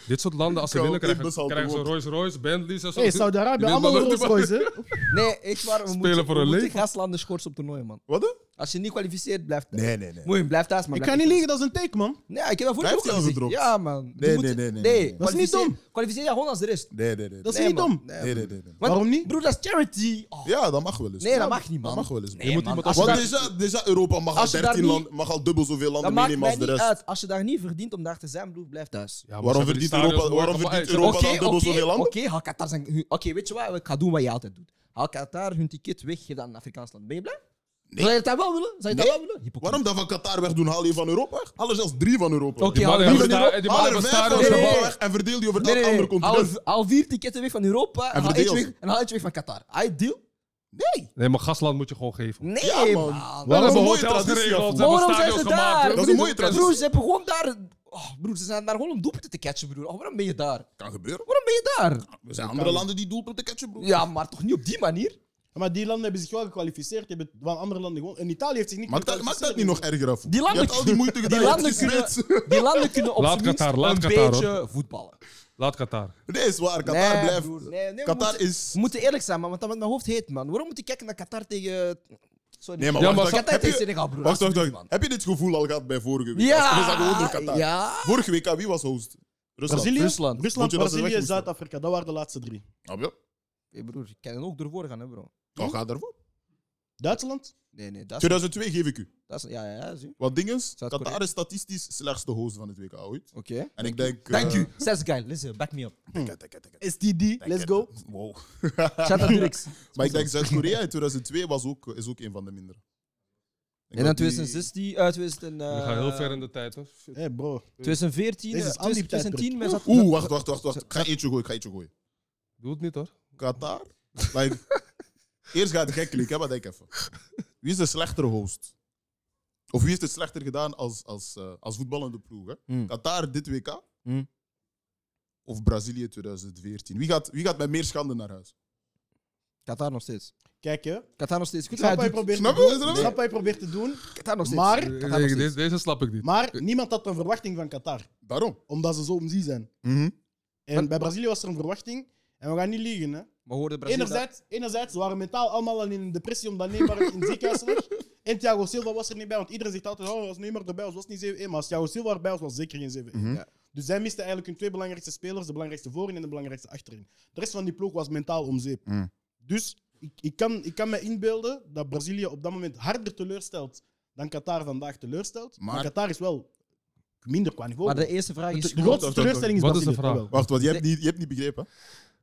[SPEAKER 3] Dit soort landen, als ze
[SPEAKER 4] Ik
[SPEAKER 3] willen,
[SPEAKER 4] kan ook
[SPEAKER 3] krijgen,
[SPEAKER 4] inbus
[SPEAKER 3] krijgen ze
[SPEAKER 4] houden,
[SPEAKER 3] Rolls Royce, Bentleys en zo.
[SPEAKER 1] Hey,
[SPEAKER 3] Dit-
[SPEAKER 1] Saudi-Arabië,
[SPEAKER 3] dit-
[SPEAKER 1] allemaal
[SPEAKER 3] dit-
[SPEAKER 1] Rolls Royce, hè?
[SPEAKER 2] Nee, echt waar. We
[SPEAKER 3] Spelen
[SPEAKER 2] moeten,
[SPEAKER 3] voor
[SPEAKER 2] we
[SPEAKER 3] hun
[SPEAKER 2] moeten
[SPEAKER 3] leven.
[SPEAKER 2] gastlanden schorsen op toernooien, man.
[SPEAKER 4] Wat?
[SPEAKER 2] Als je niet kwalificeert, blijf thuis.
[SPEAKER 4] Nee, nee, nee.
[SPEAKER 2] Moeilijk, blijf thuis. Maar
[SPEAKER 1] Ik
[SPEAKER 2] blijf
[SPEAKER 1] ga niet liegen, dat is een take, man.
[SPEAKER 2] Nee, ik heb dat voor
[SPEAKER 4] Hij
[SPEAKER 2] je ook
[SPEAKER 4] heeft
[SPEAKER 2] al gezegd.
[SPEAKER 4] jou gedropt.
[SPEAKER 2] Ja, man. Die
[SPEAKER 4] Nee,
[SPEAKER 2] moeten-
[SPEAKER 4] nee, nee, nee, nee, nee.
[SPEAKER 1] Dat is niet
[SPEAKER 2] kwalificeer-
[SPEAKER 1] dom.
[SPEAKER 2] Kwalificeer je gewoon als de rest.
[SPEAKER 4] Nee, nee, nee.
[SPEAKER 1] Dat is
[SPEAKER 2] Nee,
[SPEAKER 1] niet
[SPEAKER 2] man.
[SPEAKER 1] dom.
[SPEAKER 2] Nee,
[SPEAKER 4] nee,
[SPEAKER 2] man.
[SPEAKER 4] nee, nee, nee.
[SPEAKER 2] Want-
[SPEAKER 1] Waarom niet?
[SPEAKER 2] Broer, dat is charity. Oh.
[SPEAKER 4] Ja, dat mag wel eens.
[SPEAKER 2] Nee, dat
[SPEAKER 4] Ja,
[SPEAKER 2] mag niet, man.
[SPEAKER 4] Dat mag wel eens.
[SPEAKER 2] Nee,
[SPEAKER 3] moet
[SPEAKER 2] man,
[SPEAKER 3] iemand
[SPEAKER 2] als je
[SPEAKER 4] Want
[SPEAKER 2] daar-
[SPEAKER 4] déjà, déjà Europa mag al
[SPEAKER 2] Als je daar
[SPEAKER 4] 13
[SPEAKER 2] niet-
[SPEAKER 4] landen, mag al dubbel zoveel
[SPEAKER 2] Dat
[SPEAKER 4] landen
[SPEAKER 2] maakt
[SPEAKER 4] meenemen
[SPEAKER 2] mij
[SPEAKER 4] als de
[SPEAKER 2] niet
[SPEAKER 4] rest.
[SPEAKER 2] uit. Als je daar niet verdient om daar te zijn, broer, blijf thuis.
[SPEAKER 3] Ja, maar
[SPEAKER 4] Waarom
[SPEAKER 3] ze hebben die
[SPEAKER 4] verdient
[SPEAKER 3] stadions
[SPEAKER 4] Europa- waarom
[SPEAKER 3] behoorlijk
[SPEAKER 4] verdient
[SPEAKER 3] gevoerd.
[SPEAKER 4] Europa- dan dubbel zoveel landen?
[SPEAKER 2] Oké, haal Qatar zijn- hun- oké, weet je wat? Ik ga doen wat je altijd doet. Haal Qatar hun ticket weg, geef dat aan een Afrikaans land. Ben je blij?
[SPEAKER 4] Nee.
[SPEAKER 2] Zou je dat wel willen? Zou je dat
[SPEAKER 4] Nee.
[SPEAKER 2] wel willen? Hypocriet.
[SPEAKER 4] Waarom dat van Qatar wegdoen, haal je van Europa weg? Haal er zelfs drie van Europa.
[SPEAKER 2] Oké,
[SPEAKER 3] Die
[SPEAKER 2] haal
[SPEAKER 3] mannen
[SPEAKER 2] drie
[SPEAKER 3] hebben
[SPEAKER 2] van
[SPEAKER 3] sta-
[SPEAKER 2] Europa.
[SPEAKER 3] die
[SPEAKER 4] Haal
[SPEAKER 3] mannen hebben
[SPEAKER 4] er vijf van
[SPEAKER 3] stadions
[SPEAKER 2] nee,
[SPEAKER 4] Europa
[SPEAKER 2] nee.
[SPEAKER 4] weg en verdeel die over
[SPEAKER 2] Nee,
[SPEAKER 4] dat
[SPEAKER 2] nee,
[SPEAKER 4] andere
[SPEAKER 2] nee.
[SPEAKER 4] continent.
[SPEAKER 2] Haal, haal vier tickets weg van Europa en haal
[SPEAKER 4] verdeel
[SPEAKER 2] eentje
[SPEAKER 4] ze.
[SPEAKER 2] weg, en haal eentje weg van Qatar. I deal?
[SPEAKER 4] Nee.
[SPEAKER 3] Nee, maar gasland moet je gewoon geven.
[SPEAKER 2] Nee,
[SPEAKER 4] Ja, man.
[SPEAKER 2] man.
[SPEAKER 3] We hebben
[SPEAKER 4] mooie
[SPEAKER 3] hotels
[SPEAKER 4] traditie,
[SPEAKER 3] geregeld,
[SPEAKER 4] Afro.
[SPEAKER 3] we hebben
[SPEAKER 2] Waarom zijn
[SPEAKER 3] stadions
[SPEAKER 2] ze
[SPEAKER 3] gemaakt.
[SPEAKER 2] daar?
[SPEAKER 4] Dat is een mooie traditie.
[SPEAKER 2] Broer, ze hebben gewoon daar... Oh, broer, ze zijn daar gewoon om doelpunten te catchen, broer. Oh, waarom ben je daar?
[SPEAKER 4] Kan gebeuren.
[SPEAKER 2] Waarom ben je daar?
[SPEAKER 4] Er zijn andere landen die doelpunten catchen, broer.
[SPEAKER 2] Ja, maar toch niet op die manier?
[SPEAKER 1] Ja, Maar die landen hebben zich wel gekwalificeerd. Die hebben van andere landen gewonnen. En Italië heeft zich niet
[SPEAKER 4] Maakt dat, maakt dat niet nog erger af?
[SPEAKER 2] Die
[SPEAKER 4] je
[SPEAKER 2] landen,
[SPEAKER 4] hebt al die moeite gedaan.
[SPEAKER 2] die
[SPEAKER 4] je hebt
[SPEAKER 2] landen kunnen,
[SPEAKER 4] gesmeed.
[SPEAKER 2] die landen kunnen op
[SPEAKER 3] Laat
[SPEAKER 2] zijn minst
[SPEAKER 3] Qatar, laat
[SPEAKER 2] een
[SPEAKER 3] Qatar,
[SPEAKER 2] beetje voetballen.
[SPEAKER 3] Laat Qatar.
[SPEAKER 4] Nee, is waar. Qatar blijft.
[SPEAKER 2] broer, nee, nee, we
[SPEAKER 4] Qatar
[SPEAKER 2] moeten-
[SPEAKER 4] is.
[SPEAKER 2] We moeten eerlijk zijn, man, want dat maakt mijn hoofd heet, man. Waarom moet ik kijken naar Qatar tegen... Sorry.
[SPEAKER 4] Nee, maar
[SPEAKER 3] Ja, maar
[SPEAKER 4] wacht, wacht,
[SPEAKER 2] Qatar
[SPEAKER 4] heb
[SPEAKER 2] tegen
[SPEAKER 4] je-
[SPEAKER 2] Senegal, broer.
[SPEAKER 4] wacht, wacht,
[SPEAKER 2] alsjeblieft,
[SPEAKER 4] wacht. Heb je dit gevoel al gehad bij vorige
[SPEAKER 2] man.
[SPEAKER 4] week?
[SPEAKER 2] Ja!
[SPEAKER 4] Als- We zaten over Qatar.
[SPEAKER 2] Ja!
[SPEAKER 4] Vorige week aan wie was host? Rusland.
[SPEAKER 1] Brazilië, Rusland,
[SPEAKER 2] Rusland.
[SPEAKER 4] Vond je dat ze weg
[SPEAKER 1] Brazilië,
[SPEAKER 4] moesten?
[SPEAKER 1] Zuid-Afrika. Dat waren de laatste drie.
[SPEAKER 4] Ah, ja.
[SPEAKER 2] Hey, broer, ik kan ook ervoor gaan, hè, bro.
[SPEAKER 4] Dan ga daarvoor.
[SPEAKER 1] Duitsland?
[SPEAKER 2] Nee, nee, dat is...
[SPEAKER 4] 2002 geef ik u.
[SPEAKER 2] Dat is ja, ja, ja, zie.
[SPEAKER 4] Want dinges,
[SPEAKER 2] Zuid-Korea.
[SPEAKER 4] Qatar is statistisch slechtste host van het WK ooit.
[SPEAKER 2] Oké.
[SPEAKER 4] En ik denk.
[SPEAKER 2] Dank
[SPEAKER 4] eh,
[SPEAKER 2] u. Zes guy, listen, back me up.
[SPEAKER 4] tikke, tikke, tikke, tikke,
[SPEAKER 1] STD, let's go.
[SPEAKER 4] Wow.
[SPEAKER 2] Shout out Dirks.
[SPEAKER 4] Maar ik denk Zuid-Korea in 2002 was ook, is ook een van de mindere. Ik
[SPEAKER 2] En dan
[SPEAKER 4] denk
[SPEAKER 2] 2016,
[SPEAKER 4] die-
[SPEAKER 2] eh 2000,
[SPEAKER 3] We gaan heel ver in de tijd, hoor. Shit.
[SPEAKER 1] Hé, bro.
[SPEAKER 2] 2014,
[SPEAKER 1] Dit is
[SPEAKER 2] eh, 2010, men zat-
[SPEAKER 4] Oeh, wacht, wacht, wacht, wacht. Ik ga eentje gooien, ik ga eentje gooien.
[SPEAKER 3] Doe het niet, hoor.
[SPEAKER 4] Qatar? Like, eerst gaat het gekkelijk, hè, maar denk even. Wie is de slechtere host? Of wie heeft het slechter gedaan als, als, eh, als voetballende ploeg? Hè?
[SPEAKER 2] Hmm.
[SPEAKER 4] Qatar dit WK?
[SPEAKER 2] Hmm.
[SPEAKER 4] Of Brazilië 2014? Wie gaat, wie gaat met meer schande naar huis?
[SPEAKER 2] Qatar nog steeds.
[SPEAKER 1] Kijk, hè. Ik
[SPEAKER 2] Qatar nog steeds. Goed,
[SPEAKER 1] snap
[SPEAKER 2] hij
[SPEAKER 1] wat je
[SPEAKER 2] doet-
[SPEAKER 1] probeert
[SPEAKER 4] Snap
[SPEAKER 1] te doen.
[SPEAKER 4] je? Snap
[SPEAKER 1] Ik
[SPEAKER 4] je?
[SPEAKER 1] snap wat je probeert te doen.
[SPEAKER 2] Qatar nog steeds. Eh,
[SPEAKER 1] Maar-
[SPEAKER 2] Qatar nog
[SPEAKER 3] Nee,
[SPEAKER 2] steeds.
[SPEAKER 3] deze, deze slap ik niet.
[SPEAKER 1] Maar niemand had een verwachting van Qatar.
[SPEAKER 4] Daarom.
[SPEAKER 1] Omdat ze zo om zee zijn. En bij Brazilië was er een verwachting. En we gaan niet liegen, hè.
[SPEAKER 2] Maar hoorde Brazilië dat-
[SPEAKER 1] Enerzijds, enerzijds, ze waren mentaal allemaal al in een depressie omdat Neymar in het ziekenhuis lag. En Thiago Silva was er niet bij, want iedereen zegt altijd, oh, als Neymar erbij was, was het niet 7-1. Maar als Thiago Silva erbij was, was het zeker geen 7-1.
[SPEAKER 4] Mhm.
[SPEAKER 2] Ja.
[SPEAKER 1] Dus zij misten eigenlijk hun twee belangrijkste spelers, de belangrijkste voorin en de belangrijkste achterin. De rest van die ploeg was mentaal om zeep.
[SPEAKER 4] Mhm.
[SPEAKER 1] Dus ik, ik, kan, ik kan me inbeelden dat Brazilië op dat moment harder teleurstelt dan Qatar vandaag teleurstelt. Maar,
[SPEAKER 4] Maar-
[SPEAKER 1] Qatar is wel minder qua niveau.
[SPEAKER 2] Maar de
[SPEAKER 1] de,
[SPEAKER 2] eerste vraag is...
[SPEAKER 1] de grootste
[SPEAKER 4] Wat-
[SPEAKER 1] teleurstelling is
[SPEAKER 3] wat is de
[SPEAKER 1] Brazilië.
[SPEAKER 3] vraag?
[SPEAKER 1] jawel.
[SPEAKER 4] Wacht, wat, je hebt niet, je hebt niet begrepen?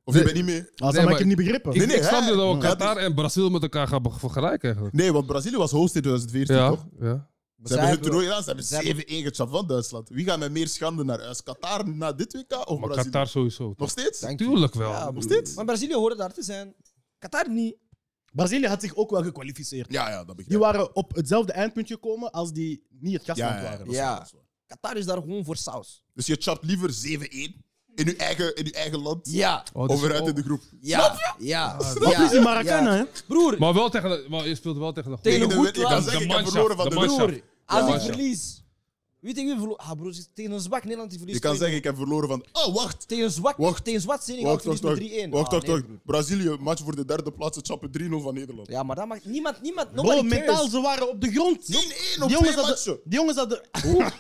[SPEAKER 4] Of je
[SPEAKER 3] Nee.
[SPEAKER 4] bent niet mee?
[SPEAKER 1] Als
[SPEAKER 3] Nee,
[SPEAKER 1] dan heb ik
[SPEAKER 3] maar-
[SPEAKER 1] hem niet begrepen.
[SPEAKER 4] Nee,
[SPEAKER 3] Ik,
[SPEAKER 4] nee,
[SPEAKER 3] ik snap
[SPEAKER 4] hè?
[SPEAKER 3] niet dat we
[SPEAKER 4] Ja,
[SPEAKER 3] Qatar en Brazil met elkaar gaan be- vergelijken, eigenlijk.
[SPEAKER 4] Nee, want Brazilië was host in 2014,
[SPEAKER 3] Ja,
[SPEAKER 4] toch?
[SPEAKER 3] ja.
[SPEAKER 4] Ze hebben hun toernooi
[SPEAKER 2] hebben-
[SPEAKER 4] gedaan, ze hebben
[SPEAKER 2] ze hebben-
[SPEAKER 4] 7 1 gechapt van Duitsland. Wie gaat met meer schande naar huis? Qatar na dit WK of
[SPEAKER 3] Maar
[SPEAKER 4] Brazilië?
[SPEAKER 3] Qatar sowieso.
[SPEAKER 4] Nog steeds?
[SPEAKER 2] Dank je.
[SPEAKER 3] Tuurlijk
[SPEAKER 2] Ja,
[SPEAKER 3] wel.
[SPEAKER 4] Nog steeds?
[SPEAKER 2] Maar Brazilië hoorde daar te zijn. Qatar niet.
[SPEAKER 1] Brazilië had zich ook wel gekwalificeerd.
[SPEAKER 4] Ja, ja, dat
[SPEAKER 1] Die
[SPEAKER 4] begrijp ik.
[SPEAKER 1] waren op hetzelfde eindpunt gekomen als die niet het
[SPEAKER 4] Ja,
[SPEAKER 1] gastland
[SPEAKER 4] ja, ja,
[SPEAKER 1] waren.
[SPEAKER 4] dat is
[SPEAKER 2] Ja.
[SPEAKER 4] waar, dat is waar.
[SPEAKER 2] Qatar is daar gewoon voor saus.
[SPEAKER 4] Dus je chapt liever 7-1 in je eigen, in uw eigen land.
[SPEAKER 2] Ja.
[SPEAKER 3] Oh, dit is-
[SPEAKER 4] Overuit in
[SPEAKER 3] oh.
[SPEAKER 4] de groep.
[SPEAKER 2] Ja. Ja.
[SPEAKER 3] Ah,
[SPEAKER 1] Dat is in Maracana,
[SPEAKER 2] ja.
[SPEAKER 1] hè?
[SPEAKER 2] Broer,
[SPEAKER 3] Maar wel tegen... de- Maar je speelt wel tegen de...
[SPEAKER 2] Tegen
[SPEAKER 4] Ik
[SPEAKER 2] een
[SPEAKER 4] de-
[SPEAKER 2] goed
[SPEAKER 4] ik kan
[SPEAKER 2] land.
[SPEAKER 4] zeggen,
[SPEAKER 3] De
[SPEAKER 4] ik heb
[SPEAKER 3] mannschaft,
[SPEAKER 4] verloren van
[SPEAKER 3] de
[SPEAKER 4] de
[SPEAKER 3] mannschaft.
[SPEAKER 4] groep.
[SPEAKER 2] broer. Als
[SPEAKER 3] Ja.
[SPEAKER 2] ik verlies... Weet je wie verloor? Ah, broer, tegen een zwak Nederland die
[SPEAKER 4] Je
[SPEAKER 2] verliest.
[SPEAKER 4] kan
[SPEAKER 2] 2-0.
[SPEAKER 4] zeggen, ik heb verloren van... Oh, wacht.
[SPEAKER 2] Tegen een zwak,
[SPEAKER 4] Wacht.
[SPEAKER 2] tegen een zwak Senegal
[SPEAKER 4] Wacht, wacht,
[SPEAKER 2] verliest met
[SPEAKER 4] wacht.
[SPEAKER 2] 3-1.
[SPEAKER 4] Wacht,
[SPEAKER 2] Ah,
[SPEAKER 4] wacht,
[SPEAKER 2] nee,
[SPEAKER 4] wacht.
[SPEAKER 2] broer.
[SPEAKER 4] Brazilië, match voor de derde plaats. Ze chappen 3-0 van Nederland. 1-1
[SPEAKER 2] Ja, maar dat mag niemand, niemand,
[SPEAKER 1] Bro,
[SPEAKER 2] nobody
[SPEAKER 1] mentaal,
[SPEAKER 2] cares.
[SPEAKER 1] ze waren op de grond.
[SPEAKER 4] op
[SPEAKER 1] Die jongens
[SPEAKER 4] twee
[SPEAKER 1] hadden...
[SPEAKER 4] matchen.
[SPEAKER 1] Die jongens hadden...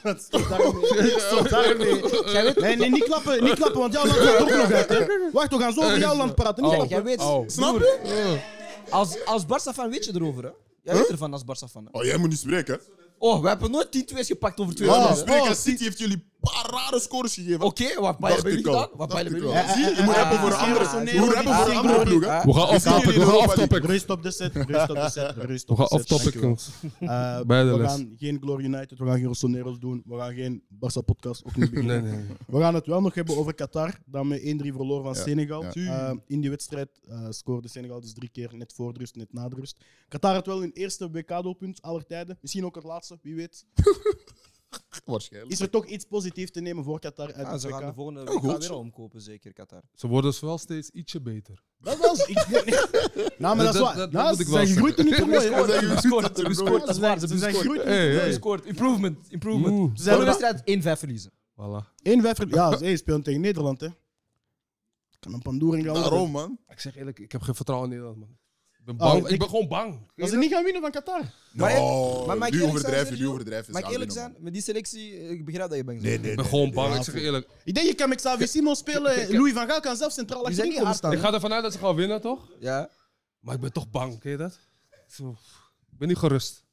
[SPEAKER 1] Het stond daarmee. Het stond daarmee.
[SPEAKER 2] Jij weet,
[SPEAKER 1] Nee, nee, niet klappen, niet klappen, want jouw land gaat er ook nog uit. Hè. Wacht, we gaan zo over jouw land praten. Niet
[SPEAKER 2] jij-
[SPEAKER 1] klappen.
[SPEAKER 2] jij weet,
[SPEAKER 3] Oh.
[SPEAKER 4] Snap
[SPEAKER 2] broer,
[SPEAKER 4] je? Eh.
[SPEAKER 2] Als, als Barça-fan weet je erover, hè? Jij weet ervan als Barça-fan. hè?
[SPEAKER 4] Oh, jij moet niet spreken, hè?
[SPEAKER 2] Oh, we hebben nooit 10-2's gepakt over twee
[SPEAKER 4] Ja, maar
[SPEAKER 2] jaar.
[SPEAKER 4] spreken. City heeft jullie een paar rare scores gegeven.
[SPEAKER 2] Oké, wat
[SPEAKER 4] Dacht
[SPEAKER 2] Bayern hebben
[SPEAKER 4] ik
[SPEAKER 2] jullie
[SPEAKER 4] al.
[SPEAKER 2] gedaan? Wat
[SPEAKER 4] Dacht
[SPEAKER 2] Bayern
[SPEAKER 4] ik
[SPEAKER 2] hebben
[SPEAKER 4] al.
[SPEAKER 2] jullie
[SPEAKER 4] Zie je, je moet
[SPEAKER 2] Ah,
[SPEAKER 4] rappen voor een
[SPEAKER 1] ah,
[SPEAKER 4] andere- je moet
[SPEAKER 1] ah,
[SPEAKER 4] rappen
[SPEAKER 1] ah,
[SPEAKER 4] voor een
[SPEAKER 1] ah,
[SPEAKER 4] andere
[SPEAKER 1] ah,
[SPEAKER 4] ploeg, hè?
[SPEAKER 2] ah.
[SPEAKER 3] We gaan
[SPEAKER 4] Is dat
[SPEAKER 3] off-topic, we
[SPEAKER 4] jullie
[SPEAKER 3] gaan
[SPEAKER 4] Europa
[SPEAKER 3] off-topic.
[SPEAKER 1] Rust op de set, rust op de set, rust
[SPEAKER 3] We
[SPEAKER 1] op
[SPEAKER 3] gaan
[SPEAKER 1] de set.
[SPEAKER 3] off-topic,
[SPEAKER 1] Dankjewel.
[SPEAKER 3] jongens.
[SPEAKER 1] Eh,
[SPEAKER 3] Bij de
[SPEAKER 1] we
[SPEAKER 3] les.
[SPEAKER 1] gaan geen Glory United, we gaan geen Rossoneros doen, we gaan geen Barça-podcast ook niet beginnen.
[SPEAKER 3] Nee, nee. nee.
[SPEAKER 1] We gaan het wel nog hebben over Qatar, dat met 1-3 verloor van
[SPEAKER 4] Ja,
[SPEAKER 1] Senegal.
[SPEAKER 4] ja.
[SPEAKER 1] Eh, in die wedstrijd eh, scoorde Senegal dus drie keer, net voor de rust, net na de rust. Qatar had wel hun eerste WK-doelpunt aller tijden, misschien ook het laatste, wie weet.
[SPEAKER 4] Waarschijnlijk.
[SPEAKER 1] Is er toch iets positiefs te nemen voor Qatar uit
[SPEAKER 2] Ah,
[SPEAKER 1] het
[SPEAKER 2] ze gaan de
[SPEAKER 1] WK?
[SPEAKER 2] volgende
[SPEAKER 4] Oh,
[SPEAKER 2] week
[SPEAKER 4] goed.
[SPEAKER 2] weer omkopen, zeker Qatar.
[SPEAKER 3] Ze worden dus wel steeds ietsje beter.
[SPEAKER 1] Dat was. Ik, nee, nee. Nou, maar dat is
[SPEAKER 3] Dat-
[SPEAKER 1] waar.
[SPEAKER 3] dat- dat
[SPEAKER 1] Nou,
[SPEAKER 3] moet ik
[SPEAKER 1] ze
[SPEAKER 3] wel
[SPEAKER 1] zijn gegroeid in het
[SPEAKER 3] zeggen.
[SPEAKER 1] toernooi.
[SPEAKER 4] Ja,
[SPEAKER 1] hè.
[SPEAKER 4] ze hebben gescoord,
[SPEAKER 2] Ze hebben
[SPEAKER 4] ze
[SPEAKER 2] gescoord, dat is waar. Ze
[SPEAKER 1] Ze
[SPEAKER 2] hebben
[SPEAKER 1] zijn
[SPEAKER 2] gescoord.
[SPEAKER 1] gegroeid
[SPEAKER 2] Ze
[SPEAKER 1] in
[SPEAKER 3] Hey,
[SPEAKER 1] het
[SPEAKER 2] hebben
[SPEAKER 3] hey.
[SPEAKER 1] toernooi.
[SPEAKER 2] gescoord. Improvement, improvement.
[SPEAKER 3] Oeh,
[SPEAKER 1] Ze
[SPEAKER 2] Volgende
[SPEAKER 1] zijn er
[SPEAKER 2] wedstrijd 1-5 verliezen.
[SPEAKER 3] voilà.
[SPEAKER 1] één vijf. Ja, ze spelen tegen Nederland, hè. Kan een pandoering gaan worden.
[SPEAKER 4] Daarom, man.
[SPEAKER 3] Ik zeg eerlijk, ik heb geen vertrouwen in Nederland, man. Ik ben, bang.
[SPEAKER 1] Oh,
[SPEAKER 3] ik
[SPEAKER 1] ik-
[SPEAKER 3] ben gewoon bang.
[SPEAKER 1] Als ze niet gaan winnen van Qatar.
[SPEAKER 2] Maar- maar
[SPEAKER 4] Nou,
[SPEAKER 2] mag ik
[SPEAKER 4] nu
[SPEAKER 2] eerlijk zijn,
[SPEAKER 4] overdrijf je, nu
[SPEAKER 2] Sergio?
[SPEAKER 4] overdrijf je.
[SPEAKER 2] Mag ik
[SPEAKER 4] Ze gaan
[SPEAKER 2] eerlijk
[SPEAKER 4] winnen,
[SPEAKER 2] zijn? Met die selectie, eh, ik begrijp dat je bang
[SPEAKER 4] man. Nee,
[SPEAKER 2] bent.
[SPEAKER 4] nee,
[SPEAKER 3] Ik
[SPEAKER 4] nee.
[SPEAKER 3] ben gewoon bang.
[SPEAKER 1] Ja,
[SPEAKER 3] Ik zeg
[SPEAKER 1] voor-
[SPEAKER 3] eerlijk.
[SPEAKER 1] Ik denk, je kan met Xavier Simon spelen. Louis van Gaal kan zelf centraal
[SPEAKER 2] Die
[SPEAKER 1] achterin
[SPEAKER 2] zijn niet
[SPEAKER 1] komen staan.
[SPEAKER 3] Ik ga ervan uit dat ze gaan winnen, toch?
[SPEAKER 2] Ja.
[SPEAKER 3] Maar ik ben toch bang, ken je dat? Zo, Ik ben niet gerust.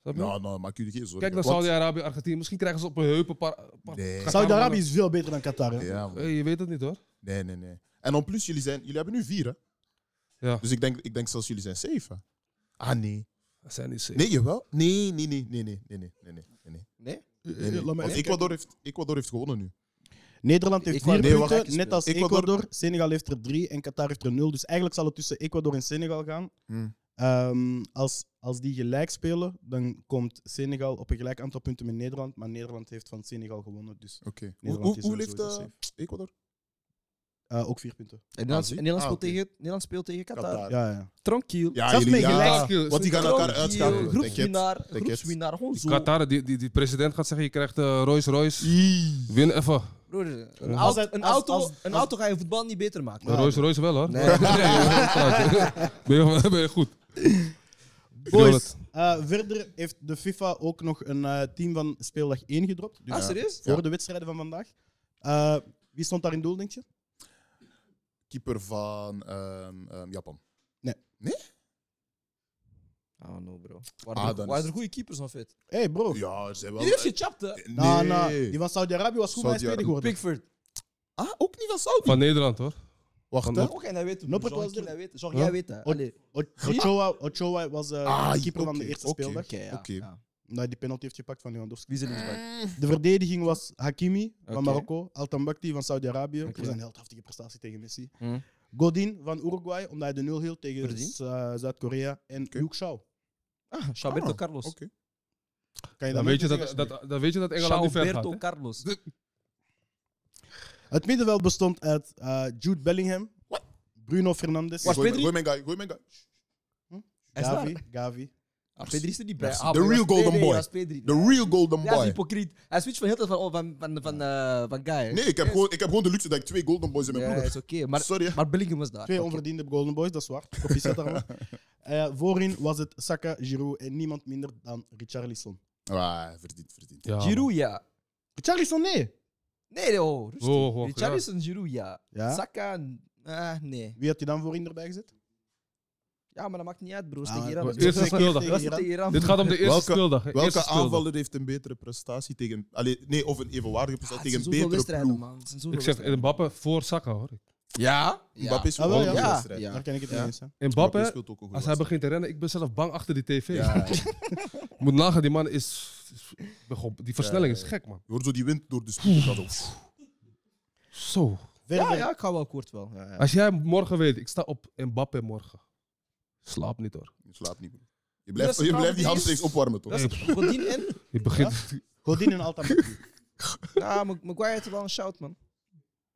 [SPEAKER 3] Snap je?
[SPEAKER 4] Nou, nou, maak jullie geen zorgen.
[SPEAKER 3] Kijk naar
[SPEAKER 4] Want-
[SPEAKER 3] Saudi-Arabië, Argentinië. Misschien krijgen ze op hun heupen. Par, par-
[SPEAKER 4] Nee.
[SPEAKER 3] Qatar-
[SPEAKER 1] Saudi-Arabië is veel beter dan Qatar. hè.
[SPEAKER 4] Ja, man.
[SPEAKER 3] Hey, je weet het niet hoor.
[SPEAKER 4] Nee, nee, nee. En dan plus, jullie, zijn, jullie hebben nu vier, hè?
[SPEAKER 3] Ja.
[SPEAKER 4] Dus ik denk, ik denk zelfs jullie zijn safe. hè? Ah, nee.
[SPEAKER 3] Dat zijn niet zeker.
[SPEAKER 4] Nee, jawel. Nee, nee, nee, nee, nee, nee, nee, nee, nee, nee,
[SPEAKER 2] Nee?
[SPEAKER 4] nee, nee.
[SPEAKER 1] Eh, Laat
[SPEAKER 4] Want
[SPEAKER 1] mij even
[SPEAKER 4] Ecuador heeft, Ecuador heeft gewonnen nu.
[SPEAKER 1] Nederland heeft vier
[SPEAKER 2] Ecuador-
[SPEAKER 4] Nee, wacht,
[SPEAKER 1] punten,
[SPEAKER 2] gespeeld.
[SPEAKER 1] net als Ecuador.
[SPEAKER 4] Ecuador-
[SPEAKER 1] Senegal heeft er drie en Qatar heeft er nul. Dus eigenlijk zal het tussen Ecuador en Senegal gaan.
[SPEAKER 4] Hmm.
[SPEAKER 1] Ehm, als, als die gelijk spelen, dan komt Senegal op een gelijk aantal punten met Nederland. Maar Nederland heeft van Senegal gewonnen. Dus
[SPEAKER 4] Oké. Hoe,
[SPEAKER 1] Nederland
[SPEAKER 4] hoe,
[SPEAKER 1] is
[SPEAKER 4] hoe
[SPEAKER 1] sowieso
[SPEAKER 4] leeft eh,
[SPEAKER 1] safe.
[SPEAKER 4] Ecuador?
[SPEAKER 1] eh, ook vier punten.
[SPEAKER 2] En Nederland,
[SPEAKER 4] zie.
[SPEAKER 2] en Nederland
[SPEAKER 4] Ah,
[SPEAKER 2] speelt
[SPEAKER 4] oké.
[SPEAKER 2] tegen, Nederland speelt tegen Qatar.
[SPEAKER 4] Qatar.
[SPEAKER 1] Ja, ja.
[SPEAKER 2] Tranquil.
[SPEAKER 4] Ja,
[SPEAKER 1] Zelfs
[SPEAKER 4] jullie,
[SPEAKER 1] met
[SPEAKER 4] ja.
[SPEAKER 1] gelijk.
[SPEAKER 3] Tranquil,
[SPEAKER 4] Want die gaan
[SPEAKER 2] Tranquil.
[SPEAKER 4] elkaar uitschakelen. Denk je het?
[SPEAKER 2] Groepswinnaar.
[SPEAKER 4] Denk het?
[SPEAKER 2] Groepswinnaar. Gewoon zo.
[SPEAKER 3] Qatar, die, die, die president gaat zeggen: je krijgt eh, Rolls Royce. Win even.
[SPEAKER 2] Broer, een,
[SPEAKER 1] Als
[SPEAKER 2] auto,
[SPEAKER 1] het-
[SPEAKER 2] een,
[SPEAKER 1] als-
[SPEAKER 2] auto,
[SPEAKER 1] als-
[SPEAKER 2] een
[SPEAKER 1] als-
[SPEAKER 2] auto ga je voetbal niet beter maken.
[SPEAKER 3] De Rolls Royce wel hoor.
[SPEAKER 2] Nee.
[SPEAKER 3] Maar- Nee, je praat. ben, je, ben je goed?
[SPEAKER 1] Boys, eh, verder heeft de FIFA ook nog een eh, team van speeldag 1 gedropt. Dus
[SPEAKER 2] Ah, serieus?
[SPEAKER 1] voor de wedstrijden van vandaag. Eh, wie stond daar in doel, denk je?
[SPEAKER 4] Keeper van ehm, ehm, Japan.
[SPEAKER 2] Oh no, bro.
[SPEAKER 4] Ah,
[SPEAKER 2] Waren er,
[SPEAKER 4] dan is eh,
[SPEAKER 2] waren er
[SPEAKER 4] het-
[SPEAKER 2] goede keepers van fit?
[SPEAKER 1] hey, bro.
[SPEAKER 4] Ja, ze zijn wel...
[SPEAKER 2] Die heeft gechapt, hè?
[SPEAKER 4] Nee.
[SPEAKER 1] Oh. Nou, nou, die van Saudi-Arabië was goed, maar hij is tweede
[SPEAKER 4] Saudi-Arabië.
[SPEAKER 1] geworden.
[SPEAKER 2] Pickford.
[SPEAKER 4] Ah, ook niet van Saudi.
[SPEAKER 3] Van Nederland hoor.
[SPEAKER 4] Wacht,
[SPEAKER 3] van-
[SPEAKER 4] hè.
[SPEAKER 2] Ook jij dat weet, broer.
[SPEAKER 1] Noppert
[SPEAKER 2] Zorg
[SPEAKER 1] was
[SPEAKER 2] jij
[SPEAKER 1] er.
[SPEAKER 2] dat weet. Zorg
[SPEAKER 3] Ja.
[SPEAKER 2] jij weet, hè?
[SPEAKER 1] Ook-
[SPEAKER 2] Allee.
[SPEAKER 1] O- Ochoa, Ochoa was eh
[SPEAKER 4] Ah,
[SPEAKER 1] de keeper van de
[SPEAKER 4] oké,
[SPEAKER 1] eerste
[SPEAKER 4] oké.
[SPEAKER 1] speeldag.
[SPEAKER 2] Oké, ja.
[SPEAKER 4] Oké. Ah.
[SPEAKER 2] ja.
[SPEAKER 1] Nou, die penalty heeft gepakt van Lewandowski.
[SPEAKER 2] Wie is er linksback?
[SPEAKER 1] De verdediging was Hakimi van
[SPEAKER 2] Oké.
[SPEAKER 1] Marokko, Altambakti van Saudi-Arabië voor
[SPEAKER 2] Oké.
[SPEAKER 1] zijn heldhaftige prestatie tegen Messi.
[SPEAKER 2] Hm.
[SPEAKER 1] Godin van Uruguay, omdat hij de nul hield tegen
[SPEAKER 2] Verdiend.
[SPEAKER 1] eh, Zuid-Korea. En
[SPEAKER 4] Oké.
[SPEAKER 1] Luke Shaw.
[SPEAKER 2] Ah, Roberto
[SPEAKER 4] Ah,
[SPEAKER 2] Carlos.
[SPEAKER 4] oké.
[SPEAKER 1] Kan je dat
[SPEAKER 3] Dan weet je
[SPEAKER 1] nog
[SPEAKER 3] dat,
[SPEAKER 1] zeggen,
[SPEAKER 3] dat, dan weet je dat Engeland niet ver gaat.
[SPEAKER 2] Roberto
[SPEAKER 3] hè.
[SPEAKER 2] Carlos.
[SPEAKER 3] De-
[SPEAKER 1] alsjeblieft? Het middenveld bestond uit eh, Jude Bellingham, Bruno Fernandes,
[SPEAKER 2] Was
[SPEAKER 4] Gooi
[SPEAKER 2] Pedri?
[SPEAKER 4] gooi mijn guy, gooi mijn guy.
[SPEAKER 2] Hij is
[SPEAKER 1] Gavi,
[SPEAKER 2] daar.
[SPEAKER 1] Gavi.
[SPEAKER 2] Ah, Pedri is er niet bij.
[SPEAKER 4] Merci.
[SPEAKER 2] Ah,
[SPEAKER 4] The
[SPEAKER 2] broer,
[SPEAKER 4] real
[SPEAKER 2] dat is
[SPEAKER 4] golden
[SPEAKER 2] Pedri,
[SPEAKER 4] boy.
[SPEAKER 2] dat is Pedri.
[SPEAKER 4] The real golden
[SPEAKER 2] Ja, dat is
[SPEAKER 4] boy.
[SPEAKER 2] hypocriet. Hij switcht van heel tijd van, oh, van, van, van, eh, van Guy. hè.
[SPEAKER 4] Nee, ik heb, gewoon, ik heb gewoon de luxe dat ik twee golden boys in mijn
[SPEAKER 2] Ja,
[SPEAKER 4] broer heb.
[SPEAKER 2] is oké. Maar,
[SPEAKER 4] Sorry, hè.
[SPEAKER 2] maar Bellingham was daar.
[SPEAKER 1] Twee
[SPEAKER 2] Ah, Oké.
[SPEAKER 1] onverdiende Golden Boys, dat is waar. Proficiat daarmee. Eh, voorin was het Saka, Giroud en niemand minder dan Richarlison.
[SPEAKER 4] Ah, verdient, verdient.
[SPEAKER 3] Ja, man.
[SPEAKER 2] Giroud, ja.
[SPEAKER 1] Richarlison, nee!
[SPEAKER 2] Nee, nee, oh, rustig.
[SPEAKER 3] Oh, oh, oh,
[SPEAKER 2] Richarlison, Giroud, ja.
[SPEAKER 1] Ja.
[SPEAKER 2] Saka, ah, nee.
[SPEAKER 1] Wie had hij dan voorin erbij gezet?
[SPEAKER 2] Ja, maar dat maakt niet uit, bro.
[SPEAKER 1] Ah,
[SPEAKER 2] Tegen Iran.
[SPEAKER 1] maar
[SPEAKER 3] Eerste
[SPEAKER 2] Ah, Dat was-
[SPEAKER 3] speeldag.
[SPEAKER 2] dat was tegen Iran.
[SPEAKER 3] Dit gaat om de eerste
[SPEAKER 4] Welke-
[SPEAKER 3] speeldag. hè.
[SPEAKER 4] Welke
[SPEAKER 3] Eerste speeldag.
[SPEAKER 4] aanvaller heeft een betere prestatie tegen... Allee, nee, of een evenwaardige
[SPEAKER 2] Ah, het
[SPEAKER 4] prestatie tegen
[SPEAKER 2] zijn
[SPEAKER 4] een
[SPEAKER 2] zoveel
[SPEAKER 4] betere
[SPEAKER 2] wedstrijden,
[SPEAKER 4] ploeg?
[SPEAKER 2] man. Het zijn zoveel
[SPEAKER 3] Ik zeg
[SPEAKER 2] wedstrijden.
[SPEAKER 3] Mbappe voor Saka hoor.
[SPEAKER 2] Ja? Ja.
[SPEAKER 4] Mbappé is
[SPEAKER 1] Ah, wel,
[SPEAKER 4] wel
[SPEAKER 1] ja.
[SPEAKER 4] een
[SPEAKER 1] Ja.
[SPEAKER 4] wedstrijd.
[SPEAKER 2] Ja.
[SPEAKER 1] Daar ken ik het
[SPEAKER 4] Ja.
[SPEAKER 1] niet eens. hè.
[SPEAKER 4] Mbappé
[SPEAKER 3] Mbappe,
[SPEAKER 4] speelt ook een goede
[SPEAKER 3] als hij begint te rennen, ik ben zelf bang achter die tv.
[SPEAKER 4] wedstrijd. Ja.
[SPEAKER 3] Ik moet nagaan, die man is. is- begon- Die versnelling is gek, man.
[SPEAKER 4] Je hoort zo die wind door de spiegel. Dat zo.
[SPEAKER 3] Zo.
[SPEAKER 1] Verder,
[SPEAKER 2] Ja, ja, ik ga wel kort wel. Ja, ja.
[SPEAKER 3] Als jij morgen weet, ik sta op Mbappé morgen. Slaap niet hoor.
[SPEAKER 4] Je slaapt niet, bro. Je blijft,
[SPEAKER 2] Dat is
[SPEAKER 4] je blijft die
[SPEAKER 2] trouwens-
[SPEAKER 4] hamstrings opwarmen, toch?
[SPEAKER 2] Dat is Godin en...
[SPEAKER 3] Je begint.
[SPEAKER 1] Godin en Altamir.
[SPEAKER 2] Nou, Mag- Maguire heeft wel een shout, man.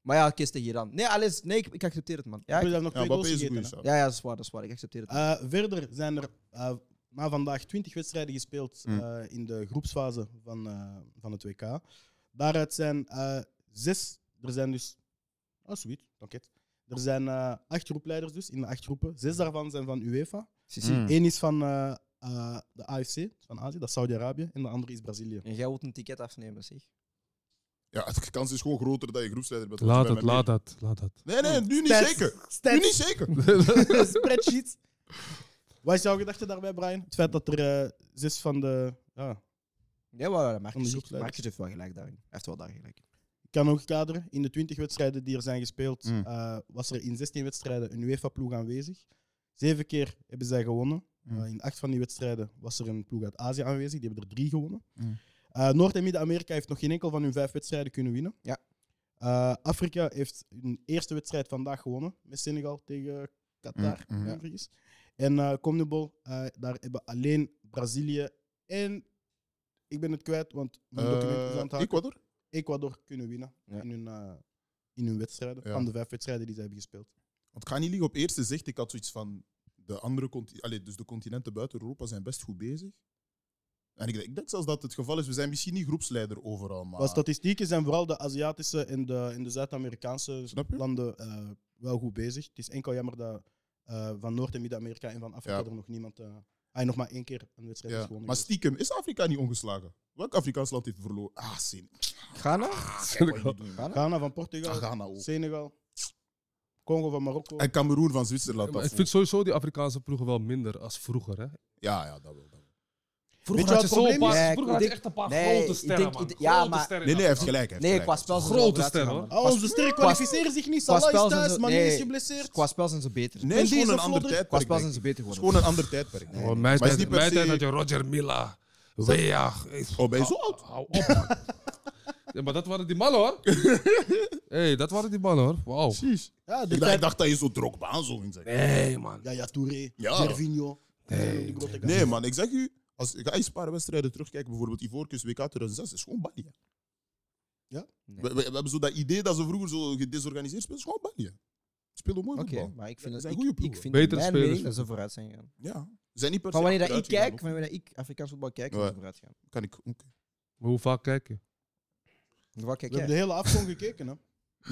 [SPEAKER 2] Maar ja, kist tegen Iran. Nee, alles, nee ik, ik accepteer het, man. Ja,
[SPEAKER 1] Ja, nog
[SPEAKER 2] ik-
[SPEAKER 4] Ja,
[SPEAKER 1] twee
[SPEAKER 4] Mbappé
[SPEAKER 1] goals
[SPEAKER 4] is een
[SPEAKER 1] gegeten,
[SPEAKER 4] goede
[SPEAKER 1] hè.
[SPEAKER 4] shot.
[SPEAKER 2] ja, ja, dat is waar, dat is waar. Ik accepteer het.
[SPEAKER 1] Eh, verder zijn er eh, na vandaag 20 wedstrijden gespeeld
[SPEAKER 4] Hmm.
[SPEAKER 1] eh, in de groepsfase van, eh, van het WK. Daaruit zijn eh, zes, er zijn dus. Oh, sweet, dank je. Er zijn eh, acht groepleiders dus in de acht groepen. Zes daarvan zijn van UEFA.
[SPEAKER 2] Sissi.
[SPEAKER 4] Mm.
[SPEAKER 1] Eén is van eh, eh, de AFC, van Azië, dat is Saudi-Arabië. En de andere is Brazilië.
[SPEAKER 2] En jij wilt een ticket afnemen, zeg.
[SPEAKER 4] Ja, de kans is gewoon groter dat je groepsleider bent.
[SPEAKER 3] Laat het,
[SPEAKER 4] het,
[SPEAKER 3] laat
[SPEAKER 4] het.
[SPEAKER 3] dat, laat dat.
[SPEAKER 4] Nee, nee, nu niet
[SPEAKER 1] Stats.
[SPEAKER 4] zeker.
[SPEAKER 1] Stats.
[SPEAKER 4] Nu niet zeker.
[SPEAKER 1] spreadsheet. Wat is jouw gedachte daarbij, Brian? Het feit dat er eh, zes van de. Ja,
[SPEAKER 2] Nee, maar maar Marcus, heeft-
[SPEAKER 1] Onderzoeksleider.
[SPEAKER 2] Marcus heeft dus wel gelijk daarin. Hij heeft wel daar gelijk.
[SPEAKER 1] ik kan ook kaderen. In de 20 wedstrijden die er zijn gespeeld,
[SPEAKER 4] Mm.
[SPEAKER 1] eh, was er in 16 wedstrijden een UEFA-ploeg aanwezig. Zeven keer hebben zij gewonnen.
[SPEAKER 4] Mm.
[SPEAKER 1] Eh, in acht van die wedstrijden was er een ploeg uit Azië aanwezig. Die hebben er drie gewonnen.
[SPEAKER 4] Mm.
[SPEAKER 1] Eh, Noord- en Midden-Amerika heeft nog geen enkel van hun vijf wedstrijden kunnen winnen.
[SPEAKER 2] Ja.
[SPEAKER 1] Eh, Afrika heeft hun eerste wedstrijd vandaag gewonnen met Senegal tegen Qatar.
[SPEAKER 4] Mm, mm.
[SPEAKER 1] ja. En eh Comnibol, eh, daar hebben alleen Brazilië en ik ben het kwijt, want mijn document is aan het
[SPEAKER 4] Eh,
[SPEAKER 1] haken.
[SPEAKER 4] Ecuador?
[SPEAKER 1] Ecuador kunnen winnen
[SPEAKER 2] Ja.
[SPEAKER 1] in, hun, eh, in hun wedstrijden.
[SPEAKER 4] Ja.
[SPEAKER 1] Van de vijf wedstrijden die ze hebben gespeeld.
[SPEAKER 4] Want ik ga niet liegen op eerste zicht. Ik had zoiets van. De andere conti- Allee, dus de continenten buiten Europa zijn best goed bezig. En ik, denk- ik denk zelfs dat het geval is. We zijn misschien niet groepsleider overal. Maar...
[SPEAKER 1] Maar statistieken zijn vooral de Aziatische en de, en de Zuid-Amerikaanse
[SPEAKER 4] Snap je?
[SPEAKER 1] landen eh, wel goed bezig. Het is enkel jammer dat eh, van Noord- en Midden-Amerika en van Afrika
[SPEAKER 4] Ja.
[SPEAKER 1] er nog niemand. eh hij nog maar één keer een wedstrijd is
[SPEAKER 4] Ja.
[SPEAKER 1] gewonnen.
[SPEAKER 4] Maar
[SPEAKER 1] geweest.
[SPEAKER 4] stiekem, is Afrika niet ongeslagen? Welk Afrikaans land heeft verloren? Ah, Sen-
[SPEAKER 2] Ghana?
[SPEAKER 4] Wat je doet.
[SPEAKER 1] Ghana van Portugal,
[SPEAKER 4] Ah, Ghana ook.
[SPEAKER 1] Senegal, Congo van Marokko.
[SPEAKER 4] En Cameroen van Zwitserland.
[SPEAKER 3] Maar
[SPEAKER 4] dat
[SPEAKER 3] ik vind sowieso die Afrikaanse ploegen wel minder als vroeger. Hè?
[SPEAKER 4] voelt- Ja, ja, dat wel. dat wel.
[SPEAKER 1] Weet
[SPEAKER 3] Vroeger
[SPEAKER 1] je wat
[SPEAKER 3] had je
[SPEAKER 1] het
[SPEAKER 3] zo een
[SPEAKER 1] probleem
[SPEAKER 3] paar,
[SPEAKER 1] is?
[SPEAKER 2] Ja, ik
[SPEAKER 3] vroeger had je
[SPEAKER 2] denk-
[SPEAKER 3] echt een paar
[SPEAKER 2] nee,
[SPEAKER 3] grote
[SPEAKER 2] ik
[SPEAKER 3] sterren,
[SPEAKER 2] denk-
[SPEAKER 3] man.
[SPEAKER 2] ik- ja,
[SPEAKER 3] Grote
[SPEAKER 2] maar-
[SPEAKER 3] sterren in
[SPEAKER 4] Nee, nee, hij heeft
[SPEAKER 3] Afrika.
[SPEAKER 4] gelijk. hij
[SPEAKER 2] Nee,
[SPEAKER 4] heeft gelijk.
[SPEAKER 2] qua spel zijn ze
[SPEAKER 3] Grote
[SPEAKER 2] wel vooruit
[SPEAKER 3] ster,
[SPEAKER 2] gegaan,
[SPEAKER 3] hoor.
[SPEAKER 2] man.
[SPEAKER 1] Oh,
[SPEAKER 2] Qua
[SPEAKER 1] onze
[SPEAKER 2] sp-
[SPEAKER 1] sterren
[SPEAKER 2] qua
[SPEAKER 1] kwalificeren zich niet.
[SPEAKER 2] qua
[SPEAKER 1] Salah is
[SPEAKER 2] spel zijn
[SPEAKER 1] thuis,
[SPEAKER 2] ze-
[SPEAKER 1] Mané is
[SPEAKER 2] nee.
[SPEAKER 1] geblesseerd.
[SPEAKER 2] Qua spel zijn ze beter.
[SPEAKER 4] Nee, het is
[SPEAKER 1] En
[SPEAKER 4] gewoon
[SPEAKER 1] deze
[SPEAKER 4] een ander
[SPEAKER 1] vlodder-
[SPEAKER 4] tijdperk.
[SPEAKER 2] Qua spel zijn ze
[SPEAKER 4] denk ik.
[SPEAKER 2] beter
[SPEAKER 4] Het is
[SPEAKER 2] geworden.
[SPEAKER 4] gewoon een ander tijdperk.
[SPEAKER 3] Oh,
[SPEAKER 4] Maar
[SPEAKER 3] mijn
[SPEAKER 4] het is
[SPEAKER 3] tijd,
[SPEAKER 4] niet
[SPEAKER 3] mijn
[SPEAKER 4] per
[SPEAKER 3] tijd had
[SPEAKER 4] se...
[SPEAKER 3] je Roger Milla, Wea.
[SPEAKER 4] Oh, ben je zo oud?
[SPEAKER 3] Hou op. Ja, maar dat waren die mannen hoor. hey, dat waren die mannen hoor. Wauw.
[SPEAKER 4] Precies.
[SPEAKER 1] Ja, de
[SPEAKER 4] Ik dacht- ik
[SPEAKER 1] tijd-
[SPEAKER 4] dacht dat je zo drogba aan zou zijn.
[SPEAKER 3] Nee, man.
[SPEAKER 1] Ja, ja, Touré,
[SPEAKER 4] Ja.
[SPEAKER 1] Gervinho.
[SPEAKER 3] Nee.
[SPEAKER 1] die grote gasten.
[SPEAKER 4] Nee, man, ik zeg u, als ik ga eens een paar wedstrijden terugkijken, bijvoorbeeld Ivoorkust WK 2006, is gewoon balie. hè.
[SPEAKER 1] Ja?
[SPEAKER 4] We, we- we hebben zo dat idee dat ze vroeger zo gedesorganiseerd speelden, is gewoon balie. Spelen mooi
[SPEAKER 2] Oké,
[SPEAKER 4] voetbal.
[SPEAKER 2] maar ik vind,
[SPEAKER 4] Ja, ze
[SPEAKER 2] dat,
[SPEAKER 4] zijn
[SPEAKER 2] ik,
[SPEAKER 4] goede
[SPEAKER 2] ik
[SPEAKER 4] ploegen.
[SPEAKER 2] vind
[SPEAKER 3] Betere
[SPEAKER 2] in mijn
[SPEAKER 3] spelers.
[SPEAKER 2] mening dat ze vooruit zijn gegaan.
[SPEAKER 4] Ja. Ze zijn niet per se
[SPEAKER 2] Van wanneer dat ik
[SPEAKER 4] achteruit gegaan,
[SPEAKER 2] kijk, van wanneer dat ik Afrikaans voetbal kijk, zijn
[SPEAKER 4] Ja.
[SPEAKER 2] ze vooruit gaan.
[SPEAKER 4] hoor. Kan ik oké.
[SPEAKER 3] Maar hoe vaak kijk je?
[SPEAKER 2] Wat kijk
[SPEAKER 1] We hebben
[SPEAKER 2] jij?
[SPEAKER 1] de hele afkom gekeken. Hè.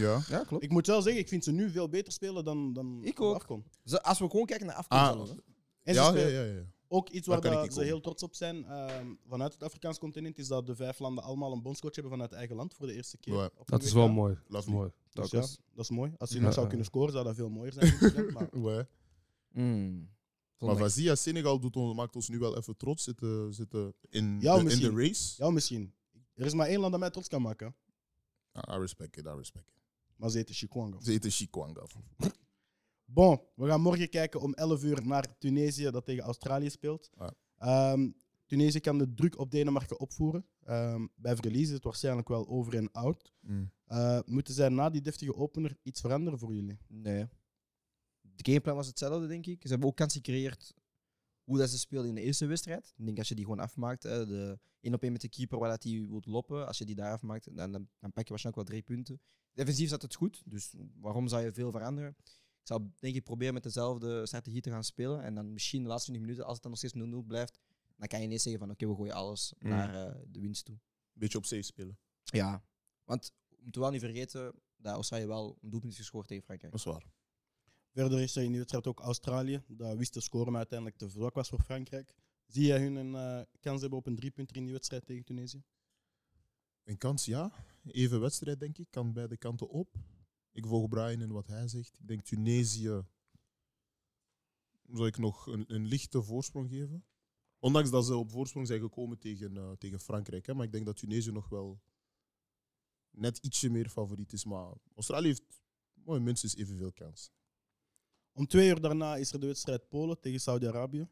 [SPEAKER 4] Ja.
[SPEAKER 2] Ja, klopt.
[SPEAKER 1] Ik moet wel zeggen, ik vind ze nu veel beter spelen dan, dan
[SPEAKER 2] Ik
[SPEAKER 1] de
[SPEAKER 2] ook.
[SPEAKER 1] afkom.
[SPEAKER 2] Ze- Als we gewoon kijken naar
[SPEAKER 4] Ah,
[SPEAKER 2] Afrikaans voetbal, hè.
[SPEAKER 1] En ze
[SPEAKER 4] ja, ja,
[SPEAKER 1] spelen-
[SPEAKER 4] ja, ja.
[SPEAKER 1] Ook iets
[SPEAKER 4] Daar
[SPEAKER 1] waar
[SPEAKER 4] kan ik
[SPEAKER 1] dat
[SPEAKER 4] niet
[SPEAKER 1] ze
[SPEAKER 4] komen.
[SPEAKER 1] heel trots op zijn ehm, vanuit het Afrikaans continent, is dat de vijf landen allemaal een bondscoach hebben vanuit eigen land voor de eerste keer.
[SPEAKER 4] Ja.
[SPEAKER 1] op een
[SPEAKER 3] Dat is
[SPEAKER 1] WK.
[SPEAKER 3] wel mooi. Dat is
[SPEAKER 4] Lovely.
[SPEAKER 3] mooi.
[SPEAKER 1] Dus ja,
[SPEAKER 3] Telkens.
[SPEAKER 1] dat is mooi. Als je
[SPEAKER 3] Ja.
[SPEAKER 1] nog zou kunnen scoren, zou dat veel mooier zijn. maar
[SPEAKER 4] Ja.
[SPEAKER 2] Mm.
[SPEAKER 4] Maar
[SPEAKER 2] Zondag.
[SPEAKER 4] Vazia Senegal doet ons, maakt ons nu wel even trots zitten, zitten in,
[SPEAKER 1] Ja,
[SPEAKER 4] de, in
[SPEAKER 1] misschien.
[SPEAKER 4] de race.
[SPEAKER 1] ja, misschien. Er is maar één land dat mij trots kan maken.
[SPEAKER 4] Ah, I respect it, I respect it.
[SPEAKER 1] Maar ze heten Chikwanga.
[SPEAKER 4] Ze eten Chikwanga.
[SPEAKER 1] Bon, we gaan morgen kijken om 11 uur naar Tunesië, dat tegen Australië speelt.
[SPEAKER 4] Ja.
[SPEAKER 1] Ehm, Tunesië kan de druk op Denemarken opvoeren. Ehm, bij verlies is het waarschijnlijk wel over en out.
[SPEAKER 4] Mm.
[SPEAKER 1] Eh, moeten zij na die deftige opener iets veranderen voor jullie?
[SPEAKER 2] Nee. De gameplan was hetzelfde, denk ik. Ze hebben ook kansen gecreëerd hoe dat ze speelden in de eerste wedstrijd. Ik denk als je die gewoon afmaakt, hè, de één op één met de keeper waar dat hij wil lopen, als je die daar afmaakt, dan, dan, dan pak je waarschijnlijk wel drie punten. Defensief zat het goed, dus waarom zou je veel veranderen? Ik zou denk ik proberen met dezelfde strategie te gaan spelen en dan misschien de laatste 20 minuten, als het dan nog steeds 0-0 blijft, dan kan je ineens zeggen van oké, we gooien alles
[SPEAKER 4] Mm.
[SPEAKER 2] naar eh, de winst toe.
[SPEAKER 4] Beetje op safe spelen.
[SPEAKER 2] Ja, want we moeten wel niet vergeten dat Australië wel een doelpunt heeft gescoord tegen Frankrijk.
[SPEAKER 4] Dat is waar.
[SPEAKER 1] Verder is er in die wedstrijd ook Australië. Dat wist de score maar uiteindelijk te zwak was voor Frankrijk. Zie jij hun een eh, kans hebben op een driepunter in die wedstrijd tegen Tunesië?
[SPEAKER 4] Een kans, ja. Even wedstrijd, denk ik. Kan beide kanten op. Ik volg Brian in wat hij zegt. Ik denk Tunesië. Zou ik nog een, een lichte voorsprong geven? Ondanks dat ze op voorsprong zijn gekomen tegen, eh, tegen Frankrijk. Hè? Maar ik denk dat Tunesië nog wel net ietsje meer favoriet is. Maar Australië heeft mooi, minstens evenveel kans.
[SPEAKER 1] Om twee uur daarna is er de wedstrijd Polen tegen Saudi-Arabië.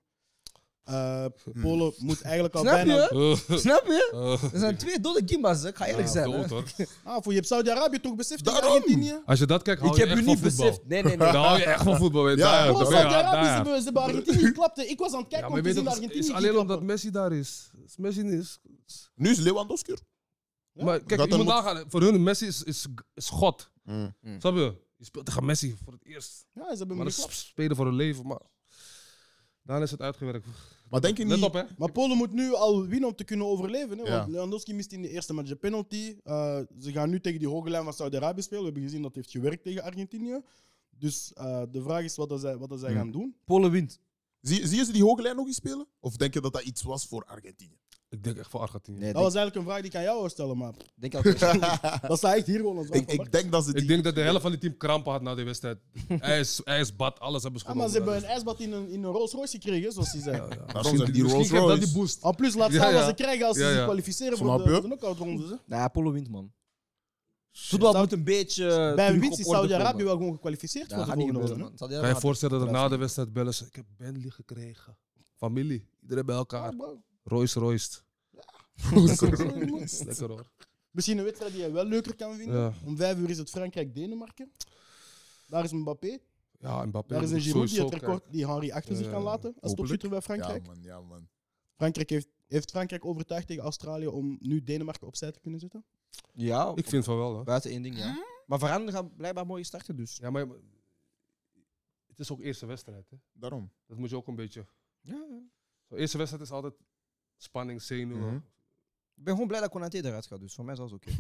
[SPEAKER 1] Eh, Polen moet eigenlijk al
[SPEAKER 2] Snap
[SPEAKER 1] bijna...
[SPEAKER 2] je?
[SPEAKER 3] Eh,
[SPEAKER 2] Snap je?
[SPEAKER 3] eh,
[SPEAKER 2] Er zijn twee dolle gimba's, hè. ik ga eerlijk
[SPEAKER 3] ja,
[SPEAKER 2] zijn. hè.
[SPEAKER 3] dood, hoor.
[SPEAKER 1] Ah, voor je hebt Saudi-Arabië toch beseft tegen
[SPEAKER 4] Daarom!
[SPEAKER 1] Argentinië? Oh,
[SPEAKER 3] Als je dat kijkt, hou
[SPEAKER 2] Ik
[SPEAKER 3] je
[SPEAKER 2] heb
[SPEAKER 3] echt
[SPEAKER 2] u
[SPEAKER 3] van
[SPEAKER 2] niet
[SPEAKER 3] voetbal.
[SPEAKER 2] beseft. Nee, nee, nee.
[SPEAKER 3] Dan hou je echt van voetbal. weet je.
[SPEAKER 4] Ja,
[SPEAKER 3] Daar,
[SPEAKER 4] ja,
[SPEAKER 1] Oh,
[SPEAKER 3] daar,
[SPEAKER 1] Saudi-Arabië, ze
[SPEAKER 3] daar.
[SPEAKER 1] hebben- ze hebben Argentinië geklapt. hè. Ik was aan het
[SPEAKER 3] Ja,
[SPEAKER 1] kijken
[SPEAKER 3] maar je
[SPEAKER 1] om te
[SPEAKER 3] weet
[SPEAKER 1] zien dat
[SPEAKER 3] dat het is
[SPEAKER 1] Argentinië
[SPEAKER 3] alleen
[SPEAKER 1] geklapt had.
[SPEAKER 3] omdat Messi daar is. Als Messi niet is...
[SPEAKER 4] Nu is Lewandowski er.
[SPEAKER 1] Ja,
[SPEAKER 3] Maar kijk,
[SPEAKER 4] dat
[SPEAKER 3] je
[SPEAKER 4] dan
[SPEAKER 3] moet
[SPEAKER 4] moet-
[SPEAKER 3] nagaan. Voor hun, Messi is, is, is God.
[SPEAKER 2] Mm.
[SPEAKER 3] Snap je? Je speelt tegen Messi voor het eerst.
[SPEAKER 1] Ja, ze hebben
[SPEAKER 3] Maar
[SPEAKER 1] hem
[SPEAKER 3] dat
[SPEAKER 1] geklapt.
[SPEAKER 3] is spelen voor hun leven. Maar dan is het uitgewerkt.
[SPEAKER 4] Maar denk je
[SPEAKER 3] Let
[SPEAKER 4] niet...
[SPEAKER 3] op, hè.
[SPEAKER 1] Maar Polen moet nu al winnen om te kunnen overleven. Hè?
[SPEAKER 4] Ja.
[SPEAKER 1] Want Lewandowski mist in de eerste match de penalty. Eh, ze gaan nu tegen die hoge lijn van Saudi-Arabië spelen. We hebben gezien dat heeft gewerkt tegen Argentinië. Dus eh, de vraag is wat, dat zij, wat dat zij
[SPEAKER 4] Hmm.
[SPEAKER 1] gaan doen.
[SPEAKER 2] Polen wint.
[SPEAKER 4] Zie, zie je ze die hoge lijn nog eens spelen? Of denk je dat dat iets was voor Argentinië?
[SPEAKER 3] Ik denk echt voor Argentinië.
[SPEAKER 2] Nee,
[SPEAKER 1] Dat
[SPEAKER 2] denk,
[SPEAKER 1] was eigenlijk een vraag die ik aan jou wil stellen, maar
[SPEAKER 2] denk al.
[SPEAKER 1] dat staat echt hier gewoon als
[SPEAKER 4] ik, ik denk dat ze die...
[SPEAKER 3] Ik denk dat de helft van die team krampen had na die wedstrijd. ijs, ijs, bad, alles hebben ze
[SPEAKER 1] Ja,
[SPEAKER 3] genomen.
[SPEAKER 1] Ah, maar ze hebben een ijsbad in een, in een Rolls Royce gekregen, zoals ze zei.
[SPEAKER 4] Daarom zijn die
[SPEAKER 3] Misschien
[SPEAKER 4] Rolls
[SPEAKER 3] geeft dat
[SPEAKER 4] Royce.
[SPEAKER 3] die boost.
[SPEAKER 1] En plus, laat
[SPEAKER 3] Ja,
[SPEAKER 1] staan wat
[SPEAKER 3] ja.
[SPEAKER 1] ze krijgen als ze
[SPEAKER 3] Ja,
[SPEAKER 1] zich
[SPEAKER 3] ja.
[SPEAKER 1] kwalificeren voor
[SPEAKER 4] Snap
[SPEAKER 1] de,
[SPEAKER 4] je?
[SPEAKER 1] voor de knock-out rondes. hè.
[SPEAKER 2] Nou Ja, Polen wint, man. Voetbal moet een beetje. eh,
[SPEAKER 1] Bij een
[SPEAKER 2] terug
[SPEAKER 1] winst is
[SPEAKER 2] op orde
[SPEAKER 1] Saudi-Arabië
[SPEAKER 2] komen.
[SPEAKER 1] wel gewoon gekwalificeerd
[SPEAKER 2] Dat
[SPEAKER 1] voor
[SPEAKER 2] gaat
[SPEAKER 1] de
[SPEAKER 2] niet
[SPEAKER 1] volgende
[SPEAKER 2] gebeuren,
[SPEAKER 1] ronde.
[SPEAKER 2] man. Saudi-Arabië
[SPEAKER 3] Kan je
[SPEAKER 2] gaat-
[SPEAKER 3] voorstellen dat
[SPEAKER 2] dat
[SPEAKER 3] na
[SPEAKER 2] is
[SPEAKER 3] de wedstrijd bellen ze, ik heb Bentley gekregen. Familie, iedereen bij elkaar.
[SPEAKER 1] Ja, bro.
[SPEAKER 3] Royce Royce. Lekker hoor.
[SPEAKER 1] Misschien een wedstrijd die je wel leuker kan vinden.
[SPEAKER 3] Ja.
[SPEAKER 1] Om vijf uur is het Frankrijk-Denemarken. Daar is Mbappé.
[SPEAKER 3] Ja, Mbappé.
[SPEAKER 1] Daar is een
[SPEAKER 3] moet
[SPEAKER 1] Giroud die
[SPEAKER 3] sowieso
[SPEAKER 1] het record
[SPEAKER 3] kijken.
[SPEAKER 1] die Henry achter zich
[SPEAKER 3] Eh,
[SPEAKER 1] kan laten als
[SPEAKER 3] hopelijk.
[SPEAKER 1] topschutter bij
[SPEAKER 4] Ja,
[SPEAKER 1] Frankrijk.
[SPEAKER 4] man, ja, man.
[SPEAKER 1] Frankrijk heeft, heeft Frankrijk overtuigd tegen Australië om nu Denemarken opzij te kunnen zetten?
[SPEAKER 2] Ja,
[SPEAKER 3] Ik vind van wel hoor.
[SPEAKER 2] buiten één ding, ja. Maar Varane gaat blijkbaar mooi starten, dus.
[SPEAKER 3] Ja, maar het is ook eerste wedstrijd. Hè?
[SPEAKER 4] Daarom.
[SPEAKER 3] Dat moet je ook een beetje. Zo, eerste wedstrijd is altijd spanning, zenuwen.
[SPEAKER 4] Mhm.
[SPEAKER 2] Ik ben gewoon blij dat Konaté eruit gaat, dus voor mij is alles oké.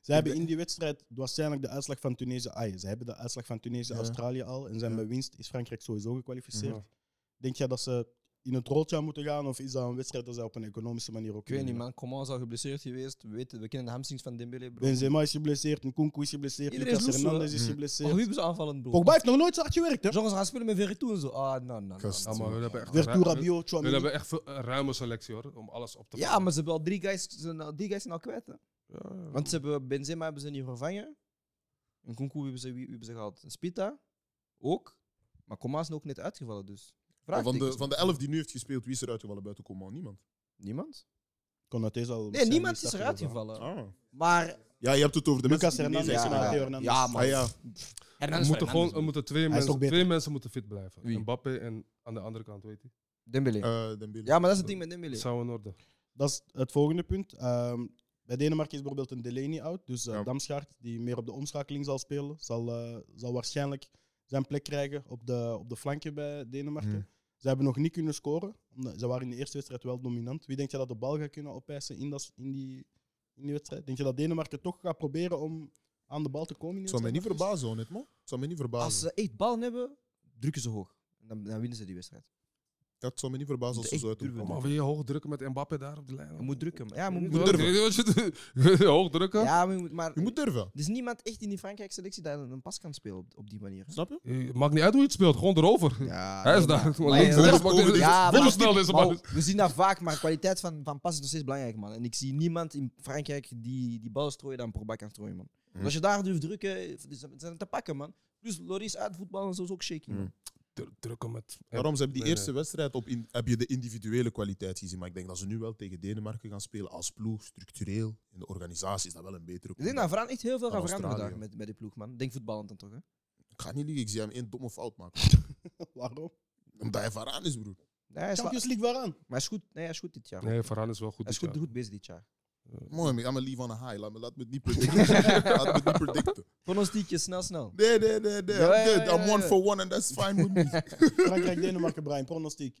[SPEAKER 1] Zij hebben in die wedstrijd waarschijnlijk de uitslag van Tunesië. Ah, ja, zij hebben de uitslag van
[SPEAKER 4] Ja.
[SPEAKER 1] Tunesië-Australië al. En zijn
[SPEAKER 4] Ja.
[SPEAKER 1] bij winst is Frankrijk sowieso gekwalificeerd.
[SPEAKER 3] Mhm.
[SPEAKER 1] Denk jij dat ze in het roodje aan moeten gaan? Of is dat een wedstrijd dat zij op een economische manier ook
[SPEAKER 2] Ik weet
[SPEAKER 1] kunnen
[SPEAKER 2] niet,
[SPEAKER 1] winnen?
[SPEAKER 2] man. Coman is al geblesseerd geweest. We, weten, we kennen de hamstrings van Dembele, bro.
[SPEAKER 1] Benzema is geblesseerd, Nkunku is geblesseerd,
[SPEAKER 2] Iedereen is
[SPEAKER 1] Lucas
[SPEAKER 2] loes,
[SPEAKER 1] Hernandez
[SPEAKER 3] hè?
[SPEAKER 1] is
[SPEAKER 3] Hm.
[SPEAKER 2] Maar
[SPEAKER 1] geblesseerd.
[SPEAKER 2] wie hebben ze aanvallend, bro?
[SPEAKER 1] Pogba heeft nog nooit zo hard gewerkt, hè?
[SPEAKER 2] Jongens gaan spelen met Verretou en zo. Ah, nou, nou.
[SPEAKER 4] Gast.
[SPEAKER 3] Ja, maar we hebben echt
[SPEAKER 1] Vertu,
[SPEAKER 3] een ru-
[SPEAKER 1] Rabiot,
[SPEAKER 3] we
[SPEAKER 1] Chouamini.
[SPEAKER 3] hebben echt veel- een ruime selectie hoor, om alles op te
[SPEAKER 2] Ja,
[SPEAKER 3] vangen.
[SPEAKER 2] maar ze hebben al drie guys, ze zijn al, die guys zijn al kwijt. Hè.
[SPEAKER 3] Ja, ja.
[SPEAKER 2] Want ze hebben Benzema hebben ze niet vervangen. En Kunku hebben ze, wie, wie hebben ze gehad? En Spita ook. Maar Coman is ook net uitgevallen, dus.
[SPEAKER 4] Maar Van de,
[SPEAKER 2] Vraagtekens.
[SPEAKER 4] van de elf die nu heeft gespeeld, wie is er uitgevallen buiten Coman? Niemand.
[SPEAKER 2] Niemand?
[SPEAKER 1] Konaté is al
[SPEAKER 2] Nee,
[SPEAKER 1] waarschijnlijk
[SPEAKER 2] niemand
[SPEAKER 1] niet
[SPEAKER 2] is
[SPEAKER 1] starten
[SPEAKER 2] eruit
[SPEAKER 1] gevallen.
[SPEAKER 2] gevallen.
[SPEAKER 4] Ah.
[SPEAKER 2] Maar.
[SPEAKER 4] Ja, je hebt het over de
[SPEAKER 1] Lucas
[SPEAKER 4] mensen die mee
[SPEAKER 1] Hernandez
[SPEAKER 4] zijn
[SPEAKER 1] is
[SPEAKER 4] gegaan.
[SPEAKER 1] eruit.
[SPEAKER 2] ja,
[SPEAKER 1] Hernandez.
[SPEAKER 2] ja, man.
[SPEAKER 4] Ah ja,
[SPEAKER 3] we
[SPEAKER 2] Hernandez
[SPEAKER 3] moeten gewoon
[SPEAKER 2] Fernandes,
[SPEAKER 3] we
[SPEAKER 2] man.
[SPEAKER 3] moeten twee,
[SPEAKER 1] is
[SPEAKER 3] mensen,
[SPEAKER 1] toch beter?
[SPEAKER 3] twee mensen moeten fit blijven.
[SPEAKER 2] Wie?
[SPEAKER 3] Mbappé en aan de andere kant, weet je.
[SPEAKER 2] Dembele.
[SPEAKER 4] eh, Dembele.
[SPEAKER 2] ja, maar dat is het ding met Dembele.
[SPEAKER 3] Het zou in orde.
[SPEAKER 1] Dat is het volgende punt. Ehm, bij Denemarken is bijvoorbeeld een Delaney out. Dus eh
[SPEAKER 4] Ja.
[SPEAKER 1] Damsgaard, die meer op de omschakeling zal spelen, zal, eh, zal waarschijnlijk zijn plek krijgen op de, op de flanken bij Denemarken.
[SPEAKER 4] Hmm.
[SPEAKER 1] Ze hebben nog niet kunnen scoren. Omdat, ze waren in de eerste wedstrijd wel dominant. Wie denkt je dat de bal gaat kunnen opeisen in, dat, in, die, in die wedstrijd? Denk je dat Denemarken toch gaat proberen om aan de bal te komen? in die
[SPEAKER 4] Het zou mij niet
[SPEAKER 1] wedstrijd?
[SPEAKER 4] verbazen, hoor, net man. Het zou mij niet verbazen.
[SPEAKER 2] Als ze echt bal hebben, drukken ze hoog. Dan, dan winnen ze die wedstrijd.
[SPEAKER 4] Ja, het zou mij niet verbazen als
[SPEAKER 2] Echt
[SPEAKER 4] ze zo uit
[SPEAKER 2] durven
[SPEAKER 3] Oh, Maar
[SPEAKER 4] komen.
[SPEAKER 3] wil je hoog drukken met Mbappé daar op de lijn?
[SPEAKER 2] Je moet drukken. Ja, maar je
[SPEAKER 3] Je
[SPEAKER 2] moet
[SPEAKER 3] moet durven. Hoog drukken?
[SPEAKER 2] Ja, maar je moet. Maar,
[SPEAKER 4] Je moet durven.
[SPEAKER 2] er is niemand echt in die Frankrijk-selectie dat een pas kan spelen op, op die manier. hè?
[SPEAKER 4] Snap je?
[SPEAKER 3] Eh, Maakt niet uit hoe je het speelt, gewoon erover.
[SPEAKER 2] Ja,
[SPEAKER 3] Hij is
[SPEAKER 2] nee,
[SPEAKER 3] daar.
[SPEAKER 2] maar-
[SPEAKER 3] Gewoon
[SPEAKER 2] maar
[SPEAKER 3] links,
[SPEAKER 2] ja,
[SPEAKER 3] rechts,
[SPEAKER 2] maar-
[SPEAKER 3] maakt niet uit.
[SPEAKER 2] Ja,
[SPEAKER 3] Hoe
[SPEAKER 2] maar-
[SPEAKER 3] snel deze
[SPEAKER 2] maar
[SPEAKER 3] bal is.
[SPEAKER 2] we zien dat vaak, maar kwaliteit van, van pas is nog steeds belangrijk, man. En ik zie niemand in Frankrijk die die bal strooien dan Pogba kan strooien, man.
[SPEAKER 4] Mm.
[SPEAKER 3] Mhm.
[SPEAKER 2] Dus als je daar durft drukken, eh, is- zijn het te pakken, man. Plus Loris uit voetbal en zo is ook shaky, man.
[SPEAKER 3] Mhm.
[SPEAKER 4] Mm.
[SPEAKER 3] Dru- Drukken met...
[SPEAKER 4] Daarom ze hebben die
[SPEAKER 3] Nee,
[SPEAKER 4] eerste wedstrijd op in, heb je de individuele kwaliteit gezien. Maar ik denk dat ze nu wel tegen Denemarken gaan spelen als ploeg, structureel. In de organisatie is dat wel een betere
[SPEAKER 2] Ik denk dat
[SPEAKER 4] combinatie.
[SPEAKER 2] Vraan echt heel veel gaat
[SPEAKER 4] Van
[SPEAKER 2] veranderen
[SPEAKER 4] Australië.
[SPEAKER 2] daar met, met die ploeg, man. Ik Denk voetballend dan toch, hè?
[SPEAKER 4] Ik ga niet liegen, ik zie hem één domme fout maken.
[SPEAKER 1] Waarom?
[SPEAKER 4] Omdat hij varaan is, broer.
[SPEAKER 2] Nee, hij is la- maar
[SPEAKER 1] Champions League waaraan?
[SPEAKER 2] hij is goed, nee, hij is goed dit jaar.
[SPEAKER 3] Nee, Varane is wel goed.
[SPEAKER 2] hij is
[SPEAKER 3] dit
[SPEAKER 2] goed,
[SPEAKER 3] jaar.
[SPEAKER 2] goed bezig dit jaar.
[SPEAKER 4] Mooi, maar ik ga leave on a high. Laat me, laat me het niet predicten. laat me het niet predicten.
[SPEAKER 2] Pronostiekje, snel, snel.
[SPEAKER 4] Nee, nee, nee, nee.
[SPEAKER 2] Ja, ja,
[SPEAKER 4] I'm dead.
[SPEAKER 2] ja,
[SPEAKER 4] I'm
[SPEAKER 2] ja,
[SPEAKER 4] one
[SPEAKER 2] ja.
[SPEAKER 4] for one and that's fine with me.
[SPEAKER 1] Frankrijk, Denemarken, Brian, pronostiek.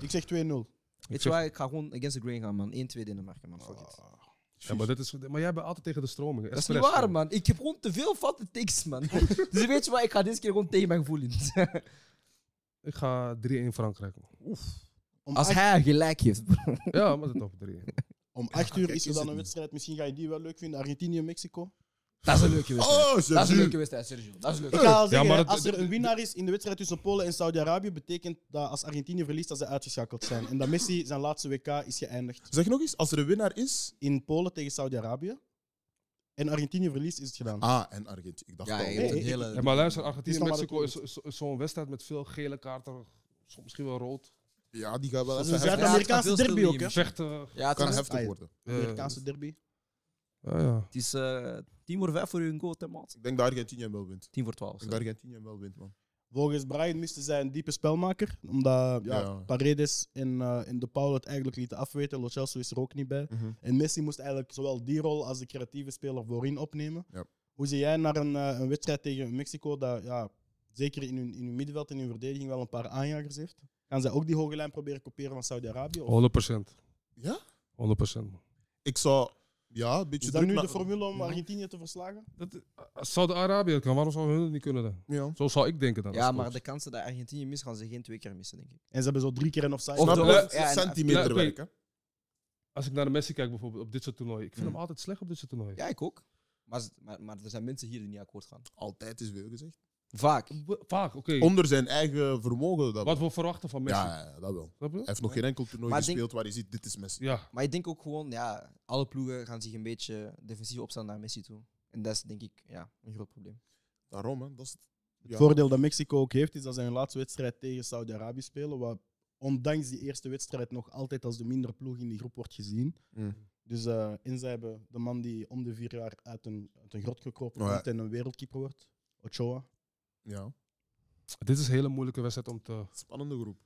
[SPEAKER 1] Ik zeg 2-0.
[SPEAKER 2] Weet je waar, ik ga gewoon against the grain gaan, man. 1-2 Denemarken, man.
[SPEAKER 3] Ah,
[SPEAKER 2] Fuck it.
[SPEAKER 3] Ja, maar, dit is, maar jij bent altijd tegen de stroming.
[SPEAKER 2] Dat is niet waar, man. Ik heb gewoon te veel vatte tekst, man. dus weet je wat, ik ga deze keer gewoon tegen mijn gevoel in.
[SPEAKER 3] Ik ga 3-1 Frankrijk. man.
[SPEAKER 1] Om
[SPEAKER 2] Als hij gelijk heeft.
[SPEAKER 3] Ja, maar dat is toch 3-1.
[SPEAKER 1] Om 8 uur
[SPEAKER 4] kijk,
[SPEAKER 1] is er dan
[SPEAKER 4] is het
[SPEAKER 1] een
[SPEAKER 4] niet.
[SPEAKER 1] wedstrijd, misschien ga je die wel leuk vinden. Argentinië, Mexico.
[SPEAKER 2] Dat is een leuke wedstrijd.
[SPEAKER 4] Oh,
[SPEAKER 2] dat is een
[SPEAKER 4] Sergio.
[SPEAKER 2] leuke wedstrijd, Sergio. Dat is leuk.
[SPEAKER 1] Ik ga al zeggen,
[SPEAKER 3] maar
[SPEAKER 1] hè,
[SPEAKER 3] dat-
[SPEAKER 1] als er een winnaar is in de wedstrijd tussen Polen en Saudi-Arabië, betekent dat als Argentinië verliest, dat ze uitgeschakeld zijn. En dat Messi zijn laatste WK is geëindigd
[SPEAKER 4] Zeg nog eens, als er een winnaar is...
[SPEAKER 1] in Polen tegen Saudi-Arabië. En Argentinië verliest, is het gedaan.
[SPEAKER 4] Ah, en Argentinië. Ik dacht
[SPEAKER 2] Ja,
[SPEAKER 4] al.
[SPEAKER 2] je hebt een
[SPEAKER 1] Nee, ik-
[SPEAKER 2] hele...
[SPEAKER 3] Ja, maar luister,
[SPEAKER 1] Is nog maar
[SPEAKER 3] Argentinië-Mexico
[SPEAKER 1] de
[SPEAKER 3] is, is, is zo'n wedstrijd met veel gele kaarten. Soms misschien wel rood.
[SPEAKER 4] Ja, die gaat wel
[SPEAKER 1] Dat is
[SPEAKER 4] even
[SPEAKER 1] een
[SPEAKER 4] heftig,
[SPEAKER 2] Ja, het gaat
[SPEAKER 1] Zuid-Amerikaanse
[SPEAKER 2] veel
[SPEAKER 1] derby ook, hè?
[SPEAKER 2] spelen
[SPEAKER 3] Vechten.
[SPEAKER 2] Ja, het
[SPEAKER 4] kan
[SPEAKER 2] is,
[SPEAKER 4] heftig
[SPEAKER 1] Ah, ja.
[SPEAKER 4] worden.
[SPEAKER 3] eh,
[SPEAKER 1] Amerikaanse derby.
[SPEAKER 3] ja, ja.
[SPEAKER 2] het is eh, 10 voor 5 voor hun goal, hè, maat.
[SPEAKER 4] Ik denk dat Argentinië hem wel wint.
[SPEAKER 2] 10 voor 12.
[SPEAKER 4] Ik denk dat Argentinië hem wel wint, man.
[SPEAKER 1] Volgens Brian miste zij een diepe spelmaker, omdat ja,
[SPEAKER 4] Ja.
[SPEAKER 1] Paredes en, eh, en De Paul het eigenlijk lieten afweten. Lo Celso is er ook niet bij.
[SPEAKER 4] Mhm.
[SPEAKER 1] En Messi moest eigenlijk zowel die rol als de creatieve speler voorin opnemen.
[SPEAKER 4] Ja.
[SPEAKER 1] Hoe zie jij naar een, eh, een wedstrijd tegen Mexico dat ja, zeker in hun, in hun middenveld en hun verdediging wel een paar aanjagers heeft? Gaan zij ook die hoge lijn proberen kopiëren van Saudi-Arabië? Of
[SPEAKER 3] 100%.
[SPEAKER 4] Ja?
[SPEAKER 3] 100%. man.
[SPEAKER 4] Ik zou... Ja, een beetje
[SPEAKER 1] is dat nu
[SPEAKER 4] maar-
[SPEAKER 1] de formule om Argentinië te verslagen?
[SPEAKER 3] Dat- als Saudi-Arabië het kan, waarom zou hun het niet kunnen dan?
[SPEAKER 4] Ja.
[SPEAKER 3] Zo zou ik denken dan.
[SPEAKER 2] Ja,
[SPEAKER 3] als
[SPEAKER 2] maar
[SPEAKER 3] coach.
[SPEAKER 2] de kansen dat Argentinië mist, gaan ze geen twee keer missen, denk ik.
[SPEAKER 1] En ze hebben zo drie keer een offside.
[SPEAKER 2] Of
[SPEAKER 4] Snap
[SPEAKER 2] de-
[SPEAKER 4] je?
[SPEAKER 2] of- ja, en-
[SPEAKER 4] Centimeter
[SPEAKER 3] Ja,
[SPEAKER 4] werken.
[SPEAKER 3] Als ik naar de Messi kijk bijvoorbeeld op dit soort toernooi, ik vind
[SPEAKER 2] Mm.
[SPEAKER 3] hem altijd slecht op dit soort toernooi.
[SPEAKER 2] Ja, ik ook. Maar, ze- maar, maar er zijn mensen hier die niet akkoord gaan.
[SPEAKER 4] Altijd is veel gezegd.
[SPEAKER 2] Vaak.
[SPEAKER 3] W- Vaak, oké.
[SPEAKER 4] Onder zijn eigen vermogen. Dat
[SPEAKER 3] Wat
[SPEAKER 4] wel.
[SPEAKER 3] we verwachten van Messi.
[SPEAKER 4] ja, ja, ja, dat wel.
[SPEAKER 3] Snap je?
[SPEAKER 4] Hij heeft nog geen enkel toernooi
[SPEAKER 2] Maar ik
[SPEAKER 4] gespeeld waar je ziet, dit is Messi.
[SPEAKER 3] Ja.
[SPEAKER 2] Maar ik denk ook gewoon, ja, alle ploegen gaan zich een beetje defensief opstellen naar Messi toe. En dat is denk ik ja, een groot probleem.
[SPEAKER 4] Daarom, hè. Dat is, ja.
[SPEAKER 1] Het voordeel dat Mexico ook heeft, is dat zij hun laatste wedstrijd tegen Saudi-Arabië spelen. Wat ondanks die eerste wedstrijd nog altijd als de mindere ploeg in die groep wordt gezien.
[SPEAKER 4] Mm.
[SPEAKER 1] Dus, eh en zij hebben de man die om de vier jaar uit een, uit een grot gekropen
[SPEAKER 4] Ja.
[SPEAKER 1] komt en een wereldkeeper wordt. Ochoa.
[SPEAKER 4] Ja.
[SPEAKER 3] Dit is een hele moeilijke wedstrijd om te...
[SPEAKER 4] Spannende groep.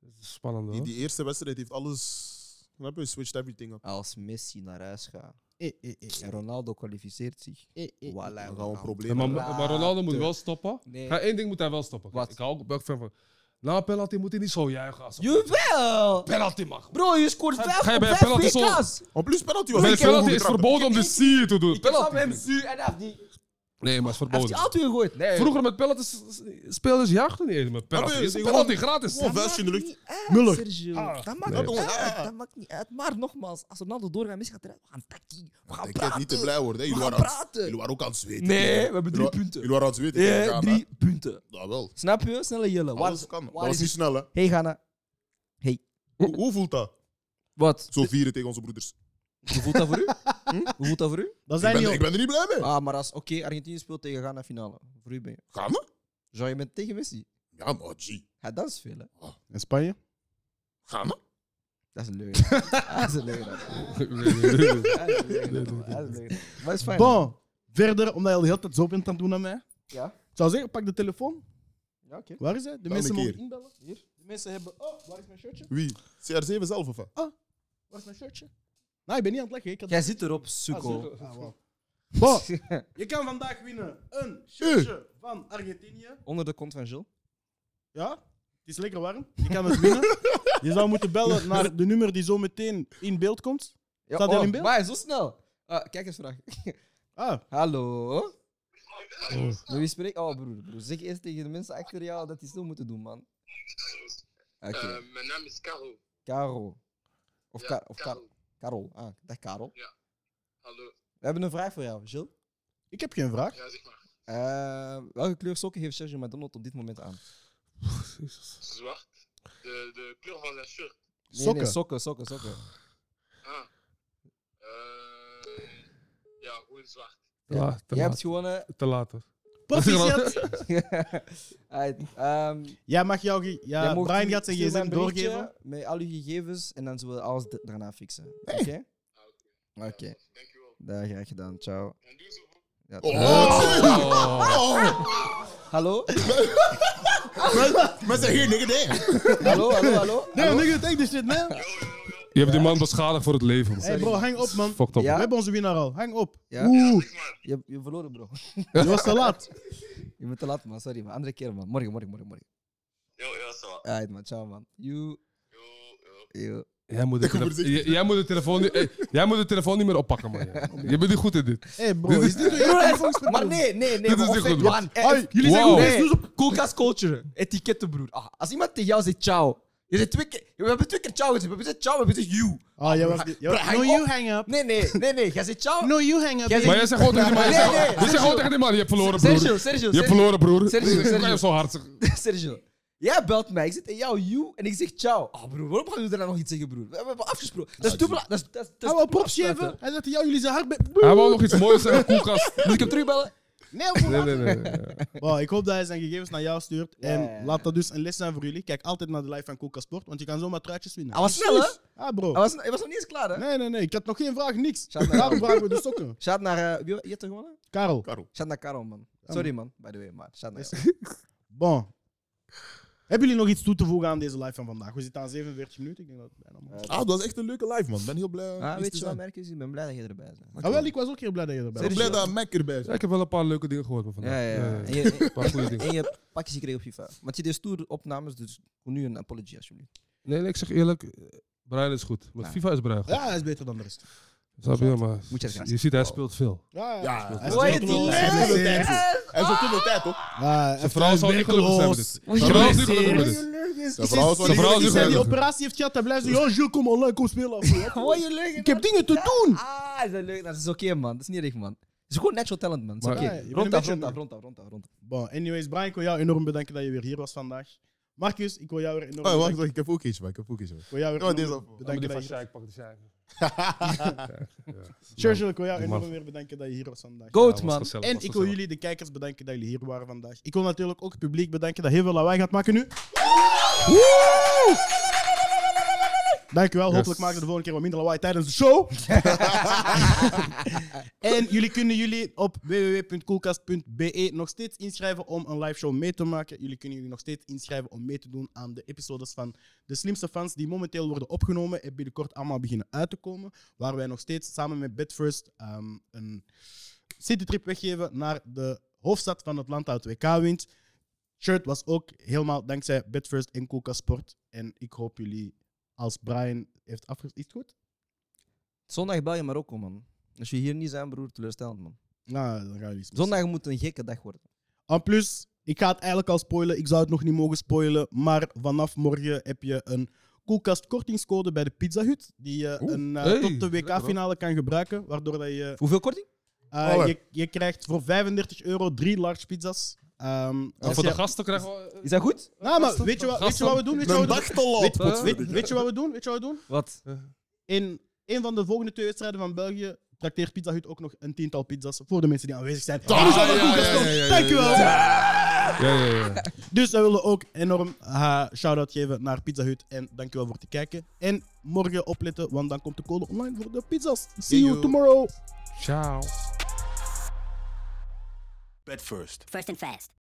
[SPEAKER 3] Het is Spannend hoor.
[SPEAKER 4] Die, die eerste wedstrijd heeft alles... Snap je? Switched everything up.
[SPEAKER 2] Als Messi naar huis gaat
[SPEAKER 1] Eh, eh, eh,
[SPEAKER 2] en Ronaldo kwalificeert zich,
[SPEAKER 1] eh, eh.
[SPEAKER 2] voilà.
[SPEAKER 4] Dan gaan we een
[SPEAKER 2] Ronaldo.
[SPEAKER 4] probleem
[SPEAKER 3] Ja, maar,
[SPEAKER 4] hebben.
[SPEAKER 3] maar Ronaldo moet
[SPEAKER 2] Later.
[SPEAKER 3] wel stoppen.
[SPEAKER 2] eh. Nee.
[SPEAKER 3] Ga één ding moet hij wel stoppen. Kijk,
[SPEAKER 2] Wat?
[SPEAKER 3] Ik hou ook ben ook fan van. Na een penalty moet hij niet zo juichen. Als een
[SPEAKER 2] Jawel!
[SPEAKER 3] penalty mag.
[SPEAKER 2] Bro, je scoort vijf
[SPEAKER 3] ga je
[SPEAKER 2] op
[SPEAKER 3] bij
[SPEAKER 2] vijf
[SPEAKER 3] penalty zo-
[SPEAKER 2] WK's.
[SPEAKER 4] En plus penalty was
[SPEAKER 3] Bij de
[SPEAKER 4] ik heel
[SPEAKER 3] penalty
[SPEAKER 4] goed
[SPEAKER 3] is
[SPEAKER 4] getrapt.
[SPEAKER 3] verboden om de sier te doen.
[SPEAKER 2] Ik kwam hem
[SPEAKER 3] Penalty.
[SPEAKER 2] zuur en hij heeft die,
[SPEAKER 3] Nee, maar het is
[SPEAKER 2] hij heeft die
[SPEAKER 3] verboden.
[SPEAKER 2] altijd gegooid. Nee.
[SPEAKER 3] Vroeger met penalty spelers jaagden niet eens met penalty.
[SPEAKER 4] nee,
[SPEAKER 3] Is een
[SPEAKER 4] gewoon-
[SPEAKER 3] penalty
[SPEAKER 2] Oh,
[SPEAKER 3] gratis.
[SPEAKER 4] Gewoon vuistje in de lucht.
[SPEAKER 5] niet uit,
[SPEAKER 1] Muller.
[SPEAKER 5] Sergio.
[SPEAKER 3] Ah,
[SPEAKER 5] dat maakt
[SPEAKER 3] nee.
[SPEAKER 5] niet
[SPEAKER 4] Ah.
[SPEAKER 5] uit. Dat maakt niet uit. Maar nogmaals, als Ronaldo doorgaat, Messi gaat eruit. We gaan tactiek. We gaan
[SPEAKER 4] Ik heb
[SPEAKER 5] praten.
[SPEAKER 4] niet te blij worden. hè. Jullie
[SPEAKER 5] We gaan
[SPEAKER 4] waren aan het-
[SPEAKER 5] praten.
[SPEAKER 4] jullie waren ook aan het zweten.
[SPEAKER 5] Nee, we hebben
[SPEAKER 4] Jullie
[SPEAKER 5] drie
[SPEAKER 4] wa-
[SPEAKER 5] punten.
[SPEAKER 4] Jullie waren aan het zweten. tegen
[SPEAKER 5] Ja,
[SPEAKER 4] Ghana.
[SPEAKER 5] drie punten.
[SPEAKER 4] Ja, wel.
[SPEAKER 2] Snap je? Snelle jelle. Waar
[SPEAKER 4] Alles
[SPEAKER 2] is,
[SPEAKER 4] kan. Dat
[SPEAKER 2] waar
[SPEAKER 4] was
[SPEAKER 2] is
[SPEAKER 4] niet
[SPEAKER 2] het?
[SPEAKER 4] snel, hè.
[SPEAKER 2] Hey Ghana.
[SPEAKER 4] Hoe hoe voelt dat?
[SPEAKER 2] Wat?
[SPEAKER 4] Zo vieren tegen onze broeders.
[SPEAKER 2] Hoe voelt dat voor u? Hm? Hoe voelt dat voor u?
[SPEAKER 1] Dat
[SPEAKER 4] Ik
[SPEAKER 1] zijn niet
[SPEAKER 4] ben, ik
[SPEAKER 1] op.
[SPEAKER 4] ben er niet blij mee.
[SPEAKER 2] Ah, maar als oké, Argentinië speelt tegen Ghana finale. Voor u ben je.
[SPEAKER 4] Ghana?
[SPEAKER 2] Zou je met tegen Messi?
[SPEAKER 4] Ja, maar G.
[SPEAKER 2] Ja, dat is veel, hè?
[SPEAKER 1] En Spanje?
[SPEAKER 4] Ghana?
[SPEAKER 2] Dat is een leugen. dat is een leugen. Dat is een leugen. man. Dat is een leugen. Maar het is fijn.
[SPEAKER 1] Bon, verder, omdat je al de hele tijd zo bent aan het doen aan mij.
[SPEAKER 2] Ja.
[SPEAKER 1] Ik zou zeggen, pak de telefoon.
[SPEAKER 2] Ja, oké.
[SPEAKER 1] Waar is hij? De
[SPEAKER 4] een
[SPEAKER 1] mensen
[SPEAKER 4] keer.
[SPEAKER 1] mogen inbellen. Hier. De mensen hebben... Oh, waar is mijn shirtje?
[SPEAKER 4] Wie? CR7 zelf of wat?
[SPEAKER 1] Waar is mijn shirtje? Nou, ik ben niet aan het lachen. Ik had...
[SPEAKER 2] Jij zit erop,
[SPEAKER 1] Ah,
[SPEAKER 2] sukkel.
[SPEAKER 1] zo. Ah, wow. Bon, je kan vandaag winnen een shirtje van Argentinië.
[SPEAKER 2] Onder de kont van Jill.
[SPEAKER 1] Ja, het is lekker warm. Je kan het winnen. Je zou moeten bellen naar de nummer die zo meteen in beeld komt.
[SPEAKER 2] Ja, oh.
[SPEAKER 1] Staat hij al in beeld?
[SPEAKER 2] Maar zo snel. Ah, kijk eens vraag.
[SPEAKER 1] Ah,
[SPEAKER 2] Hallo?
[SPEAKER 6] Oh.
[SPEAKER 2] Met wie spreek Oh, broer, broer. Zeg eerst tegen de mensen achter jou dat die stil moeten doen, man. Oké.
[SPEAKER 6] Eh, mijn naam is Karel.
[SPEAKER 2] Karel. Of,
[SPEAKER 6] Ja,
[SPEAKER 2] Ka- of Ka- Karel. Ah, dag Karel.
[SPEAKER 6] Hallo.
[SPEAKER 2] We hebben een vraag voor jou, Jill.
[SPEAKER 1] ik heb geen vraag.
[SPEAKER 6] Ja, zeg maar.
[SPEAKER 2] Eh, welke kleur sokken heeft Sergio McDonald op dit moment aan?
[SPEAKER 6] Zwart. De, de kleur van zijn shirt.
[SPEAKER 2] Nee,
[SPEAKER 1] Sokken.
[SPEAKER 2] Nee, sokken, sokken, sokken.
[SPEAKER 6] Ah. Eh, ja, gewoon zwart.
[SPEAKER 3] Ja, te
[SPEAKER 2] Je hebt
[SPEAKER 3] laat.
[SPEAKER 2] gewonnen.
[SPEAKER 3] Te laat. hoor.
[SPEAKER 1] Proficiat.
[SPEAKER 2] Alright, ehm,
[SPEAKER 1] Jij mag jou... ge- Ja,
[SPEAKER 2] jij mocht
[SPEAKER 1] Brian
[SPEAKER 2] nu-
[SPEAKER 1] gaat zijn
[SPEAKER 2] stuur mij
[SPEAKER 1] gsm
[SPEAKER 2] een berichtje
[SPEAKER 1] doorgeven.
[SPEAKER 2] Met al uw gegevens en dan zullen we alles d- daarna fixen. Oké?
[SPEAKER 6] Ah, Oké.
[SPEAKER 2] Oké,
[SPEAKER 6] Dankjewel.
[SPEAKER 2] daar graag gedaan. Ciao.
[SPEAKER 6] En doe zo.
[SPEAKER 2] Ja,
[SPEAKER 4] Oh!
[SPEAKER 2] Hallo?
[SPEAKER 4] Oh. Mensen hier, nigga, damn.
[SPEAKER 2] Hallo, hallo, hallo?
[SPEAKER 1] Nee, nigga, take this shit, man.
[SPEAKER 3] Je hebt die man beschadigd voor het leven. man.
[SPEAKER 1] Hey bro, hang op, man.
[SPEAKER 3] Fucked up.
[SPEAKER 2] Ja?
[SPEAKER 1] We hebben onze winnaar al. Hang op.
[SPEAKER 2] Ja?
[SPEAKER 1] Oeh,
[SPEAKER 2] Je hebt je hebt verloren, bro.
[SPEAKER 1] je was te laat.
[SPEAKER 2] Je bent te laat, man. Sorry, man. Andere keer, man. Morgen, morgen, morgen, morgen.
[SPEAKER 6] Yo, yo, ça va.
[SPEAKER 2] Alright, man. Ciao, man. You,
[SPEAKER 6] Yo, yo.
[SPEAKER 2] you.
[SPEAKER 3] Jij moet, de
[SPEAKER 4] Ik hoef
[SPEAKER 3] tele-
[SPEAKER 4] het niet.
[SPEAKER 3] J- jij moet de telefoon niet- hey, jij moet de telefoon niet meer oppakken, man. Je bent niet goed in dit.
[SPEAKER 1] Hey bro, is dit een
[SPEAKER 2] Maar nee, nee, nee.
[SPEAKER 3] Dit is
[SPEAKER 2] maar
[SPEAKER 3] niet
[SPEAKER 2] offend,
[SPEAKER 3] goed,
[SPEAKER 2] man. Eh,
[SPEAKER 1] Hey, jullie zijn
[SPEAKER 3] Wow.
[SPEAKER 1] goed
[SPEAKER 2] Nee.
[SPEAKER 1] bezig.
[SPEAKER 2] Koelkast dus culture. Etiketten, broer. Ah, als iemand tegen jou zegt ciao. Je zegt twee keer, we hebben twee keer ciao gezegd. We hebben gezegd ciao, we hebben gezegd you.
[SPEAKER 1] Oh, jij was niet... jij was-
[SPEAKER 2] Bro,
[SPEAKER 1] No,
[SPEAKER 2] hang
[SPEAKER 1] you
[SPEAKER 2] op.
[SPEAKER 1] hang up.
[SPEAKER 2] Nee, nee, nee, nee. Jij zegt ciao.
[SPEAKER 1] No, you hang up.
[SPEAKER 2] Jij
[SPEAKER 1] bitch.
[SPEAKER 3] Maar jij zegt gewoon tegen die man.
[SPEAKER 2] Nee,
[SPEAKER 3] jij
[SPEAKER 2] nee,
[SPEAKER 3] zegt- Je zegt gewoon
[SPEAKER 2] Sergio.
[SPEAKER 3] tegen die man. Je hebt verloren,
[SPEAKER 2] Sergio,
[SPEAKER 3] broer.
[SPEAKER 2] Sergio,
[SPEAKER 3] Je hebt
[SPEAKER 2] Sergio.
[SPEAKER 3] verloren, broer.
[SPEAKER 2] Sergio,
[SPEAKER 3] Sergio,
[SPEAKER 2] Sergio.
[SPEAKER 3] zo hard.
[SPEAKER 2] Sergio. Jij belt mij, ik zit in jou, you, en ik zeg ciao. Ah, broer, waarom gaan jullie daarna nog iets zeggen, broer? We hebben afgesproken. Dat is dubbel. Dat is, dat is, dat
[SPEAKER 1] Hij
[SPEAKER 2] is
[SPEAKER 1] wou
[SPEAKER 2] dubbel
[SPEAKER 1] props geven.
[SPEAKER 2] afsluiten.
[SPEAKER 1] Hij zegt, jou, jullie zijn hard...
[SPEAKER 3] Hij wou nog iets moois zeggen. Koelkast.
[SPEAKER 2] Moet ik hem terugbellen?
[SPEAKER 1] Nee,
[SPEAKER 3] Nee, nee, nee. nee.
[SPEAKER 1] Wow, ik hoop dat hij zijn gegevens naar jou stuurt.
[SPEAKER 2] Ja,
[SPEAKER 1] en
[SPEAKER 2] ja, ja.
[SPEAKER 1] laat dat dus een les zijn voor jullie. Kijk altijd naar de live van Coca Sport, want je kan zomaar truitjes winnen.
[SPEAKER 2] Hij was snel, hè?
[SPEAKER 1] Ah, bro.
[SPEAKER 2] Hij was, hij was nog niet eens klaar, hè?
[SPEAKER 1] Nee, nee, nee. Ik had nog geen vraag, niks.
[SPEAKER 2] Shout naar
[SPEAKER 1] Daarom
[SPEAKER 2] jou.
[SPEAKER 1] vragen we de sokken.
[SPEAKER 2] Shout naar... eh, wie wie heeft er gewonnen?
[SPEAKER 1] Karel.
[SPEAKER 4] Karel.
[SPEAKER 2] Shout naar Karel, man. Sorry, man. By the way, maar shout naar
[SPEAKER 1] Yes.
[SPEAKER 2] jou.
[SPEAKER 1] Bon. Hebben jullie nog iets toe te voegen aan deze live van vandaag? We zitten aan 47 minuten. Ik denk dat het bijna mag.
[SPEAKER 4] Ah, dat was echt een leuke live, man. Ik ben heel blij.
[SPEAKER 2] Ah,
[SPEAKER 4] iets
[SPEAKER 2] weet
[SPEAKER 4] te
[SPEAKER 2] je wat,
[SPEAKER 4] zijn.
[SPEAKER 2] Merkens? Ik ben blij dat je erbij bent.
[SPEAKER 1] Ah, wel, ik was ook heel blij dat je erbij
[SPEAKER 4] Ik ben
[SPEAKER 1] was.
[SPEAKER 4] blij dat Mac erbij is.
[SPEAKER 3] Ja, ik heb wel een paar leuke dingen gehoord van vandaag.
[SPEAKER 2] Ja, ja, ja. En
[SPEAKER 3] Ja,
[SPEAKER 2] je,
[SPEAKER 3] Een paar goede dingen.
[SPEAKER 2] en je hebt pakjes gekregen op FIFA. Maar het zit in stoere opnames, dus doe nu een apology, alsjeblieft.
[SPEAKER 3] Nee, nee, ik zeg eerlijk, eh, Brian is goed. Met
[SPEAKER 2] Ja.
[SPEAKER 3] FIFA is Brian goed.
[SPEAKER 1] Ja, hij is beter dan de rest.
[SPEAKER 3] Snap je? Maar
[SPEAKER 2] Moet je het gaan
[SPEAKER 3] je ziet, hij speelt veel.
[SPEAKER 1] Ja, ja. Hij
[SPEAKER 4] Ja, hij
[SPEAKER 1] is
[SPEAKER 4] is
[SPEAKER 1] Hoe
[SPEAKER 4] ook
[SPEAKER 1] heet
[SPEAKER 4] te
[SPEAKER 1] die?
[SPEAKER 4] veel tijd. Hij is ook te veel tijd. Hij is ook te veel tijd, hoor.
[SPEAKER 1] Ja,
[SPEAKER 3] Zijn vrouw zal niet gelukkig zijn met dit. Zijn vrouw is niet gelukkig met dit.
[SPEAKER 4] De vrouw is wel
[SPEAKER 3] De vrouw is
[SPEAKER 1] Die
[SPEAKER 3] niet
[SPEAKER 1] zijn die
[SPEAKER 3] gelukkig.
[SPEAKER 1] operatie heeft gehad, hij blijft zeggen, oh Jules, kom online, kom spelen.
[SPEAKER 2] Mooi je leuk.
[SPEAKER 1] Ik heb dingen te doen.
[SPEAKER 2] Ah, is dat leuk? Dat is oké, man. Dat is niet echt, man. Het is gewoon natural talent, man. Het is
[SPEAKER 3] Maar-
[SPEAKER 2] oké.
[SPEAKER 1] Ja, je bent een
[SPEAKER 2] Rond af,
[SPEAKER 1] beetje
[SPEAKER 2] rond af,
[SPEAKER 1] een-
[SPEAKER 2] rond af, rond af, rond af.
[SPEAKER 1] Bon, anyways, Brian, ik wil jou enorm bedanken dat je weer hier was vandaag. Marcus, ik wil jou weer enorm
[SPEAKER 4] Oh, wacht,
[SPEAKER 1] bedanken.
[SPEAKER 4] wacht, ik heb ook iets, man. Ik heb ook iets, man.
[SPEAKER 1] Ik wil jou weer
[SPEAKER 4] Oh,
[SPEAKER 1] enorm
[SPEAKER 4] deze afval.
[SPEAKER 1] bedanken dat je hier was.
[SPEAKER 3] pak de Sjaak.
[SPEAKER 1] Churchill, ik wil jou
[SPEAKER 3] Doe
[SPEAKER 1] enorm
[SPEAKER 3] maar.
[SPEAKER 1] weer bedanken dat je hier was vandaag.
[SPEAKER 2] Goat, man.
[SPEAKER 1] En ik wil jullie, de kijkers, bedanken dat jullie hier waren vandaag. Ik wil natuurlijk ook het publiek bedanken dat heel veel lawaai gaat maken nu. Woe! Dankjewel, hopelijk maken we de volgende keer wat minder lawaai tijdens de show. en jullie kunnen jullie op www.koelkast.be nog steeds inschrijven om een live show mee te maken. Jullie kunnen jullie nog steeds inschrijven om mee te doen aan de episodes van de slimste fans die momenteel worden opgenomen en binnenkort allemaal beginnen uit te komen. Waar wij nog steeds samen met Bitfirst ehm, een citytrip weggeven naar de hoofdstad van het land dat het WK wint. Shirt was ook helemaal dankzij Bitfirst en Coca Sport. En ik hoop jullie, als Brian heeft afges... Is het goed?
[SPEAKER 2] Zondag bel je Marokko, man. Als je hier niet zijn, broer, teleurstellend, man.
[SPEAKER 1] Nou, dan gaan jullie... missen.
[SPEAKER 2] Zondag moet een gekke dag worden.
[SPEAKER 1] En plus, ik ga het eigenlijk al spoilen. Ik zou het nog niet mogen spoilen. Maar vanaf morgen heb je een koelkast kortingscode bij de Pizza Hut. Die je
[SPEAKER 3] Oeh,
[SPEAKER 1] een, eh,
[SPEAKER 3] hey,
[SPEAKER 1] tot de
[SPEAKER 3] lekker, hoor.
[SPEAKER 1] WK-finale kan gebruiken. Waardoor dat je,
[SPEAKER 2] Hoeveel korting?
[SPEAKER 1] eh,
[SPEAKER 4] Alle.
[SPEAKER 1] je... Je krijgt voor 35 euro drie large pizza's. Ehm, als
[SPEAKER 3] voor
[SPEAKER 1] je-
[SPEAKER 3] de gasten krijgen we...
[SPEAKER 2] Is dat goed?
[SPEAKER 1] Nou, maar weet je, wat, weet je wat we doen? Weet je wat
[SPEAKER 4] Mijn
[SPEAKER 1] we doen?
[SPEAKER 4] dag te laat.
[SPEAKER 3] Weet-
[SPEAKER 4] potverdikke.
[SPEAKER 1] Weet, weet je wat we doen? Weet je wat we doen?
[SPEAKER 2] Wat?
[SPEAKER 1] In een van de volgende twee wedstrijden van België trakteert Pizza Hut ook nog een tiental pizza's voor de mensen die aanwezig zijn.
[SPEAKER 3] Ah,
[SPEAKER 1] Jullie zijn van
[SPEAKER 3] ja,
[SPEAKER 1] Koelkast
[SPEAKER 3] ja,
[SPEAKER 1] Sport.
[SPEAKER 3] ja, ja, ja,
[SPEAKER 1] Dankjewel.
[SPEAKER 3] Ja, ja, ja.
[SPEAKER 1] Dus wij willen ook enorm eh, shout-out geven naar Pizza Hut. En dankjewel voor het kijken. En morgen opletten, want dan komt de code online voor de pizza's. See you
[SPEAKER 4] Yo.
[SPEAKER 1] tomorrow.
[SPEAKER 3] Ciao.
[SPEAKER 7] First and fast.